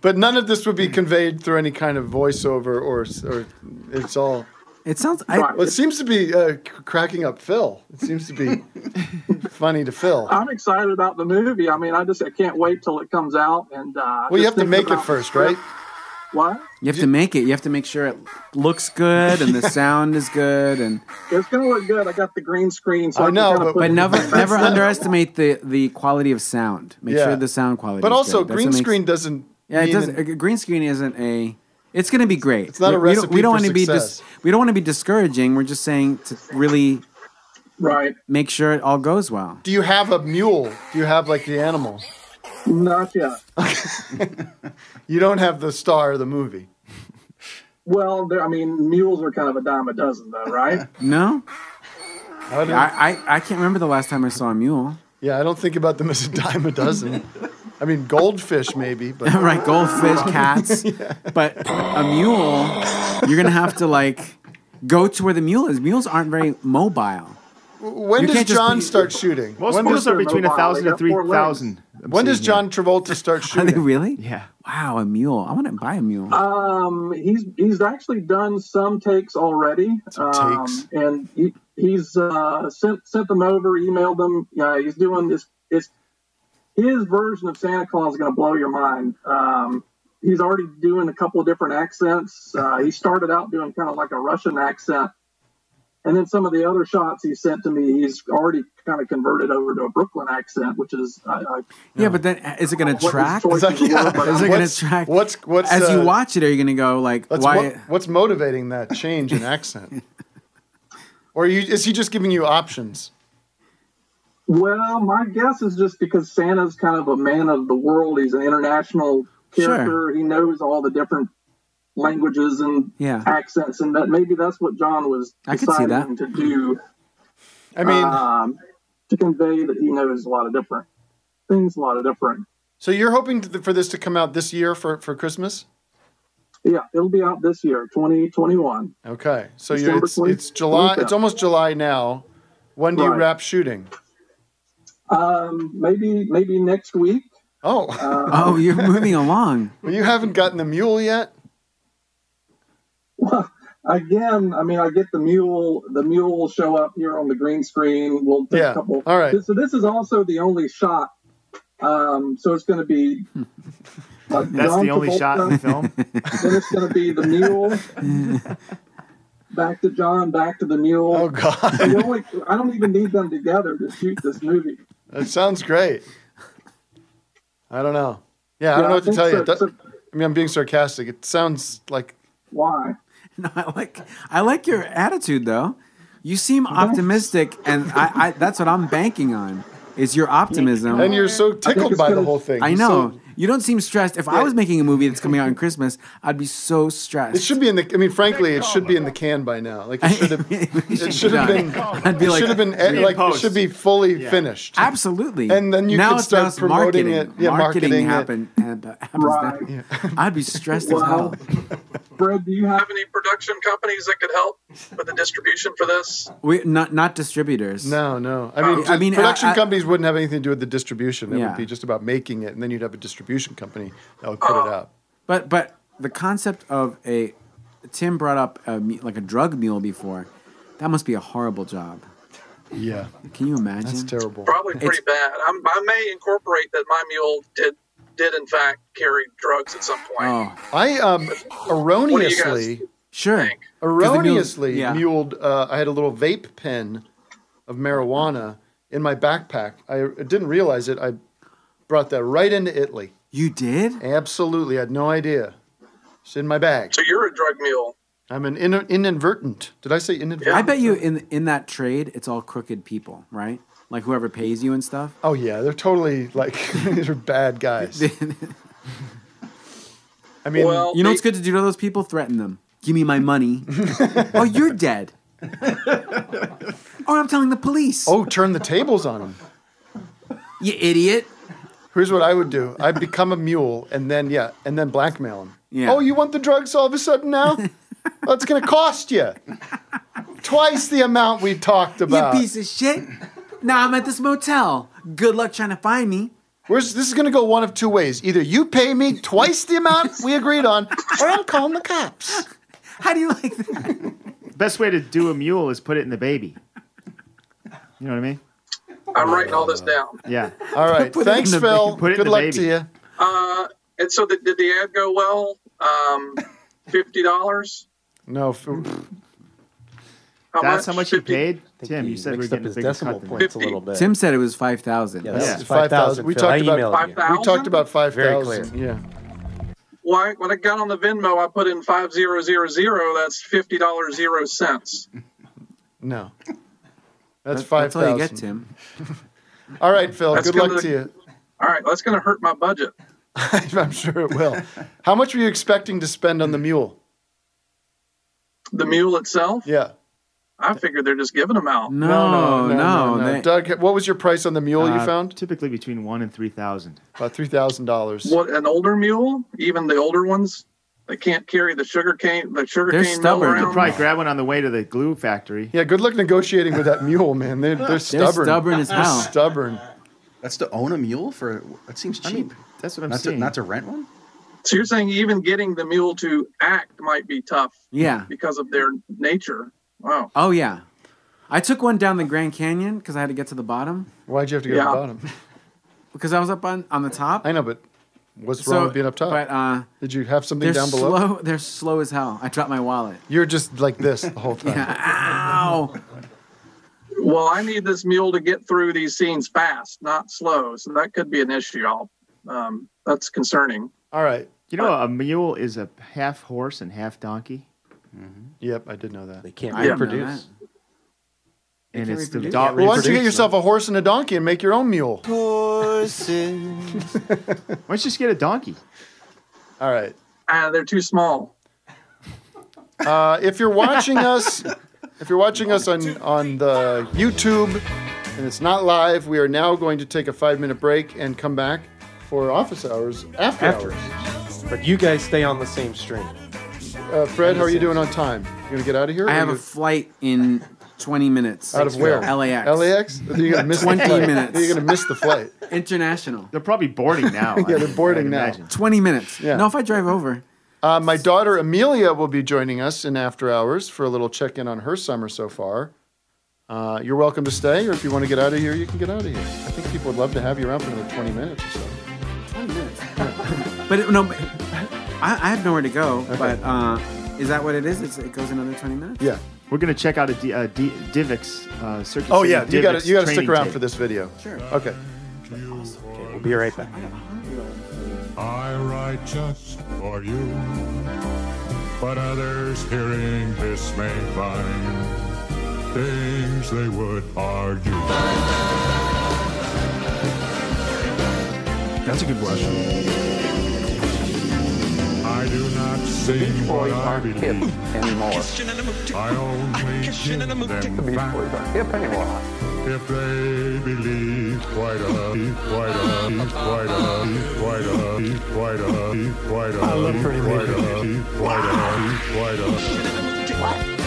[SPEAKER 3] But none of this would be conveyed through any kind of voiceover or or it's all.
[SPEAKER 5] It sounds.
[SPEAKER 21] I-
[SPEAKER 3] well, it seems to be uh, c- cracking up Phil. It seems to be funny to Phil.
[SPEAKER 21] I'm excited about the movie. I mean, I just I can't wait till it comes out. And uh,
[SPEAKER 3] (laughs) Well, you
[SPEAKER 21] just
[SPEAKER 3] have to
[SPEAKER 21] thinking
[SPEAKER 3] make it
[SPEAKER 21] about-
[SPEAKER 3] first, right?
[SPEAKER 21] What?
[SPEAKER 5] You have to make it. You have to make sure it looks good and the sound is good and
[SPEAKER 21] It's gonna look good. I got the green screen. So
[SPEAKER 3] I
[SPEAKER 21] can
[SPEAKER 3] know,
[SPEAKER 21] kinda
[SPEAKER 3] but-
[SPEAKER 21] put-
[SPEAKER 3] (laughs)
[SPEAKER 5] but never never
[SPEAKER 3] not-
[SPEAKER 5] underestimate the the quality of sound. (laughs) Make
[SPEAKER 3] Yeah.
[SPEAKER 5] sure the sound quality.
[SPEAKER 3] But
[SPEAKER 5] is
[SPEAKER 3] also,
[SPEAKER 5] good. That's
[SPEAKER 3] green
[SPEAKER 5] what makes-
[SPEAKER 3] screen doesn't.
[SPEAKER 5] Yeah, it
[SPEAKER 3] mean
[SPEAKER 5] does.
[SPEAKER 3] an-
[SPEAKER 5] A g- green screen isn't a. It's going to be great. It's
[SPEAKER 3] not a
[SPEAKER 5] we,
[SPEAKER 3] recipe
[SPEAKER 5] We don't,
[SPEAKER 3] for
[SPEAKER 5] we don't want to be
[SPEAKER 3] success.
[SPEAKER 5] we don't want to be discouraging. We're just saying to really
[SPEAKER 21] right
[SPEAKER 5] make sure it all goes well.
[SPEAKER 3] Do you have a mule? Do you have like the animal?
[SPEAKER 21] Not yet.
[SPEAKER 3] (laughs) You don't have the star of the movie.
[SPEAKER 21] Well, there- I mean, mules are kind of a dime a dozen, though, right?
[SPEAKER 5] No,
[SPEAKER 3] I, don't-
[SPEAKER 5] I, I I can't remember the last time I saw a mule.
[SPEAKER 3] yeah, I don't think about them as a dime a dozen. I mean, goldfish maybe, (laughs) but
[SPEAKER 5] (laughs) right,
[SPEAKER 3] (laughs)
[SPEAKER 5] goldfish, cats, but a mule, you're going to have to like go to where the mule is. Mules aren't very mobile.
[SPEAKER 3] When
[SPEAKER 5] You
[SPEAKER 3] does
[SPEAKER 5] can't just
[SPEAKER 3] John
[SPEAKER 5] be-
[SPEAKER 3] start shooting?
[SPEAKER 5] Most
[SPEAKER 3] when
[SPEAKER 5] mules
[SPEAKER 3] does-
[SPEAKER 5] are between They're mobile. 1,000 to They got four legs. 3,000. I'm
[SPEAKER 3] When does
[SPEAKER 5] seeing
[SPEAKER 3] John Travolta start shooting?
[SPEAKER 5] (laughs) Are they really?
[SPEAKER 4] Yeah.
[SPEAKER 5] Wow, a mule. I want to buy a mule.
[SPEAKER 21] Um, he's he's actually done some takes already. um,
[SPEAKER 5] takes.
[SPEAKER 21] and he, he's uh, sent sent them over, emailed them. Yeah, he's doing this. It's his version of Santa Claus is going to blow your mind. Um, he's already doing a couple of different accents. Uh, he started out doing kind of like a Russian accent, and then some of the other shots he sent to me, he's already kind of converted over to a Brooklyn accent, which is I, I,
[SPEAKER 5] Yeah, but then uh, is it going
[SPEAKER 21] What
[SPEAKER 5] to
[SPEAKER 21] is
[SPEAKER 5] track?
[SPEAKER 21] choice of words?
[SPEAKER 5] Is it going to
[SPEAKER 21] What's-
[SPEAKER 5] track?
[SPEAKER 3] What's what's
[SPEAKER 5] as you
[SPEAKER 3] uh,
[SPEAKER 5] watch it? Are you going to go like
[SPEAKER 3] That's
[SPEAKER 5] why?
[SPEAKER 3] what, what's motivating that change in
[SPEAKER 5] (laughs)
[SPEAKER 3] accent? or you, is he just giving you options?
[SPEAKER 21] Well, my guess is just because Santa's kind of a man of the world. He's an international character. He knows all the different languages and
[SPEAKER 5] Yeah.
[SPEAKER 21] accents, and that maybe that's what John was
[SPEAKER 5] I could see
[SPEAKER 21] deciding
[SPEAKER 5] that.
[SPEAKER 21] to do.
[SPEAKER 3] I mean-
[SPEAKER 21] um, to convey that he knows a lot of different things, a lot of different.
[SPEAKER 3] So you're hoping to, for this to come out this year for, for Christmas?
[SPEAKER 21] Yeah, it'll be out this year, 2021.
[SPEAKER 3] Okay. So you
[SPEAKER 21] December
[SPEAKER 3] it's,
[SPEAKER 21] 20
[SPEAKER 3] it's July.
[SPEAKER 21] 25th.
[SPEAKER 3] It's almost July now. When do you
[SPEAKER 21] Right.
[SPEAKER 3] wrap shooting?
[SPEAKER 21] Um, maybe maybe next week. Uh,
[SPEAKER 3] Oh.
[SPEAKER 21] (laughs)
[SPEAKER 5] Oh, you're moving along.
[SPEAKER 3] well, you haven't gotten the mule yet.
[SPEAKER 21] Again, I mean, I get the mule. The mule will show up here on the green screen. We'll take
[SPEAKER 3] Yeah,
[SPEAKER 21] a couple.
[SPEAKER 3] all right.
[SPEAKER 21] So this is also the only shot. Um, so it's going to
[SPEAKER 5] (laughs)
[SPEAKER 21] be. uh,
[SPEAKER 4] That's
[SPEAKER 21] John
[SPEAKER 4] the only shot in the
[SPEAKER 21] Travolta, then it's going to be the mule. Back to John. Back to the mule. Oh
[SPEAKER 3] God!
[SPEAKER 21] I don't even need them together to shoot this movie.
[SPEAKER 3] That sounds great. I don't know. Yeah, I
[SPEAKER 21] Yeah,
[SPEAKER 3] don't know
[SPEAKER 21] I
[SPEAKER 3] what to
[SPEAKER 21] think
[SPEAKER 3] tell you.
[SPEAKER 21] so.
[SPEAKER 3] It does-
[SPEAKER 21] So-
[SPEAKER 3] I mean, I'm being sarcastic. It sounds like
[SPEAKER 21] Why?
[SPEAKER 5] No, I like I like your attitude though. You seem optimistic, and I, I that's what I'm banking on is your optimism.
[SPEAKER 3] And you're so tickled by the whole thing.
[SPEAKER 5] I
[SPEAKER 3] You're
[SPEAKER 5] know
[SPEAKER 3] so-
[SPEAKER 5] you don't seem stressed. If I was making a movie that's coming out on Christmas, I'd be so stressed.
[SPEAKER 3] it should be in the. I mean, frankly, it should be in the can by now.
[SPEAKER 5] (laughs)
[SPEAKER 3] Like it should have. it should have been.
[SPEAKER 5] I'd be
[SPEAKER 3] it
[SPEAKER 5] like-
[SPEAKER 3] should have been ed-
[SPEAKER 5] Yeah.
[SPEAKER 3] like it should be fully
[SPEAKER 5] Yeah.
[SPEAKER 3] finished.
[SPEAKER 5] Absolutely.
[SPEAKER 3] And then you
[SPEAKER 5] now
[SPEAKER 3] could
[SPEAKER 5] it's-
[SPEAKER 3] start
[SPEAKER 5] now it's
[SPEAKER 3] promoting
[SPEAKER 5] marketing.
[SPEAKER 3] it. Yeah,
[SPEAKER 5] marketing,
[SPEAKER 3] marketing it.
[SPEAKER 5] happen, and, uh, happens then. I'd be stressed as hell.
[SPEAKER 21] Brad, do you have any production companies that could help with the distribution for this?
[SPEAKER 5] We not not distributors.
[SPEAKER 3] No, no. I mean,
[SPEAKER 5] I mean,
[SPEAKER 3] production
[SPEAKER 5] I- I-
[SPEAKER 3] companies wouldn't have anything to do with the distribution. It
[SPEAKER 5] Yeah.
[SPEAKER 3] would be just about making it, and then you'd have a distribution company that would put it out.
[SPEAKER 5] Oh. But but the concept of a Tim brought up a, mu- like a drug mule before. That must be a horrible job.
[SPEAKER 3] Yeah.
[SPEAKER 5] Can you imagine? That's
[SPEAKER 3] terrible.
[SPEAKER 21] Probably pretty bad. I'm, I may incorporate that my mule did did in fact carry drugs at some point.
[SPEAKER 5] Oh.
[SPEAKER 3] I um
[SPEAKER 21] What do you
[SPEAKER 3] erroneously
[SPEAKER 5] sure
[SPEAKER 3] erroneously
[SPEAKER 21] Yeah.
[SPEAKER 3] muled. Uh, I had a little vape pen of marijuana in my backpack. I didn't realize it. I brought that right into Italy.
[SPEAKER 5] You did?
[SPEAKER 3] Absolutely. I had no idea. It's in my bag.
[SPEAKER 21] So you're a drug mule.
[SPEAKER 3] I'm an in- inadvertent. Did I say inadvertent?
[SPEAKER 5] I bet you in in that trade, it's all crooked people, right? Like whoever pays you and stuff.
[SPEAKER 3] Oh yeah, they're totally like (laughs) these are bad guys. I mean,
[SPEAKER 5] you know what's good to do to those people? Threaten them. Give me
[SPEAKER 3] (laughs)
[SPEAKER 5] my money. oh, you're dead. oh, I'm telling the police.
[SPEAKER 3] Oh, turn the tables on them.
[SPEAKER 5] You idiot.
[SPEAKER 3] Here's what I would do. I'd become a mule and then yeah, and then blackmail them. Oh, you want the drugs all of a sudden now? well, it's going to cost you (laughs) twice the amount we talked about.
[SPEAKER 5] You piece of shit. Now I'm at this motel. Good luck trying to find me.
[SPEAKER 3] Where's this is going to go one of two ways. Either you pay me twice the amount we agreed on, or I'm calling the cops.
[SPEAKER 5] (laughs) How do you like that?
[SPEAKER 4] Best way to do a mule is put it in the baby. You know what I mean?
[SPEAKER 21] I'm writing all this down.
[SPEAKER 4] Yeah.
[SPEAKER 3] (laughs) All right.
[SPEAKER 4] Put it in
[SPEAKER 3] Thanks,
[SPEAKER 4] the
[SPEAKER 3] Phil.
[SPEAKER 4] baby. Put it in
[SPEAKER 3] Good
[SPEAKER 4] the
[SPEAKER 3] luck
[SPEAKER 4] baby.
[SPEAKER 3] to you.
[SPEAKER 21] Uh, and so the, did the ad go well? Um, fifty dollars.
[SPEAKER 3] No, f-
[SPEAKER 4] That's how much you paid, Tim. You said we're getting a bigger cut than that.
[SPEAKER 5] Tim said it was five thousand.
[SPEAKER 4] Yeah,
[SPEAKER 3] that's Yeah. 5,000, We Phil. talked I about- emailed you. we talked about five
[SPEAKER 5] Very
[SPEAKER 3] thousand. Yeah.
[SPEAKER 21] Why? When I got on the Venmo, I put in five zero zero zero. That's fifty dollars zero cents.
[SPEAKER 3] No. That's
[SPEAKER 21] That-
[SPEAKER 3] five
[SPEAKER 21] that's all
[SPEAKER 3] thousand.
[SPEAKER 21] you get,
[SPEAKER 5] Tim.
[SPEAKER 3] (laughs) all right, Phil.
[SPEAKER 21] That's
[SPEAKER 3] good luck
[SPEAKER 21] gonna-
[SPEAKER 3] to you.
[SPEAKER 21] All right, that's going to hurt my budget.
[SPEAKER 3] (laughs) I'm sure it will. How much were you expecting to spend on the mule?
[SPEAKER 21] The mule itself.
[SPEAKER 3] Yeah.
[SPEAKER 21] I figured they're just giving them out.
[SPEAKER 3] Doug, what was your price on the mule you
[SPEAKER 4] Uh,
[SPEAKER 3] found?
[SPEAKER 4] Typically between one and three thousand.
[SPEAKER 3] About three thousand dollars.
[SPEAKER 21] What an older mule, even the older ones, they can't carry the sugar cane. The sugar cane mill
[SPEAKER 4] You
[SPEAKER 21] around.
[SPEAKER 4] could probably grab one on the way to the glue factory.
[SPEAKER 3] Yeah, good luck negotiating with that mule, man. They're, they're
[SPEAKER 4] They're
[SPEAKER 3] stubborn.
[SPEAKER 4] stubborn as
[SPEAKER 3] They're
[SPEAKER 4] hell.
[SPEAKER 3] stubborn.
[SPEAKER 10] That's to own a mule for that seems cheap.
[SPEAKER 4] that's what I'm
[SPEAKER 10] not
[SPEAKER 4] saying.
[SPEAKER 10] To, not to rent one.
[SPEAKER 21] So you're saying even getting the mule to act might be tough
[SPEAKER 5] Yeah.
[SPEAKER 21] because of their nature. Wow.
[SPEAKER 5] Oh yeah. I took one down the Grand Canyon because I had to get to the bottom.
[SPEAKER 3] Why'd you have to go to the
[SPEAKER 5] Yeah. (laughs)
[SPEAKER 3] bottom?
[SPEAKER 5] Because I was up on, on the top.
[SPEAKER 3] I know, but what's wrong with being up top?
[SPEAKER 5] But uh,
[SPEAKER 3] Did you have something
[SPEAKER 5] they're
[SPEAKER 3] down below?
[SPEAKER 5] slow. They're slow as hell. I dropped my wallet.
[SPEAKER 3] You're just like this the whole
[SPEAKER 5] (laughs)
[SPEAKER 3] time.
[SPEAKER 5] Ow.
[SPEAKER 21] Well, I need this mule to get through these scenes fast, not slow. So that could be an issue. I'll, um, that's concerning.
[SPEAKER 3] All right.
[SPEAKER 4] You know, a mule is a half horse and half donkey.
[SPEAKER 3] Yep, I did know that. They
[SPEAKER 4] can't
[SPEAKER 3] I didn't know reproduce.
[SPEAKER 4] And
[SPEAKER 3] Can't
[SPEAKER 4] it's the
[SPEAKER 3] reproduce.
[SPEAKER 4] dog.
[SPEAKER 3] Well, why don't you get yourself a horse and a donkey and make your own mule?
[SPEAKER 4] Horses. why don't you just get a donkey?
[SPEAKER 3] All right.
[SPEAKER 21] Ah, they're too small.
[SPEAKER 3] Uh, if you're watching us, if you're watching us on on the YouTube, and it's not live, we are now going to take a five minute break and come back for office hours after,
[SPEAKER 7] After.
[SPEAKER 3] hours.
[SPEAKER 7] But you guys stay on the same stream.
[SPEAKER 3] Uh, Fred, how are you doing on time? You gonna get out of here?
[SPEAKER 5] I
[SPEAKER 3] or
[SPEAKER 5] have
[SPEAKER 3] you-
[SPEAKER 5] a flight in 20 minutes.
[SPEAKER 3] Out of where?
[SPEAKER 5] LAX. (laughs)
[SPEAKER 3] LAX? Then You're gonna miss the
[SPEAKER 5] 20
[SPEAKER 3] flight.
[SPEAKER 5] minutes.
[SPEAKER 3] You're gonna miss the flight.
[SPEAKER 5] International.
[SPEAKER 4] They're probably boarding
[SPEAKER 3] now, (laughs) Yeah, I- they're boarding I'd now. imagine.
[SPEAKER 5] 20 minutes.
[SPEAKER 3] Yeah.
[SPEAKER 5] No, if I drive over.
[SPEAKER 3] Uh, my daughter Amelia will be joining us in after hours for a little check in on her summer so far. Uh, you're welcome to stay, or if you want to get out of here, you can get out of here. I think people would love to have you around for another 20 minutes or so.
[SPEAKER 5] 20 minutes. but it, no, but (laughs) I, I have nowhere to go. But uh, is that what it is? It's, it goes another 20 minutes?
[SPEAKER 3] Yeah.
[SPEAKER 4] We're gonna check out a D, uh, D, Divx uh, circuit.
[SPEAKER 3] Oh,
[SPEAKER 4] City
[SPEAKER 3] yeah, you gotta-
[SPEAKER 4] Divx
[SPEAKER 3] you gotta stick
[SPEAKER 4] training
[SPEAKER 3] around
[SPEAKER 4] tape.
[SPEAKER 3] for this video.
[SPEAKER 5] Sure.
[SPEAKER 3] Okay.
[SPEAKER 7] We'll be right back.
[SPEAKER 6] I write just for you, but others hearing this may find things they would argue. That's a good question. I do not sing what I believe anymore. I only give them back if they believe quite a quite a quite a quite a quite a quite a
[SPEAKER 17] I love Pretty
[SPEAKER 6] quite
[SPEAKER 17] Little
[SPEAKER 6] a quite a quite a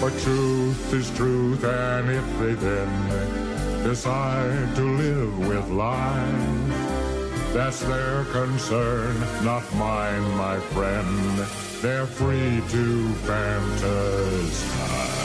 [SPEAKER 6] But truth is truth, and if they then decide to live with lies, that's their concern, not mine, my friend. They're free to fantasize.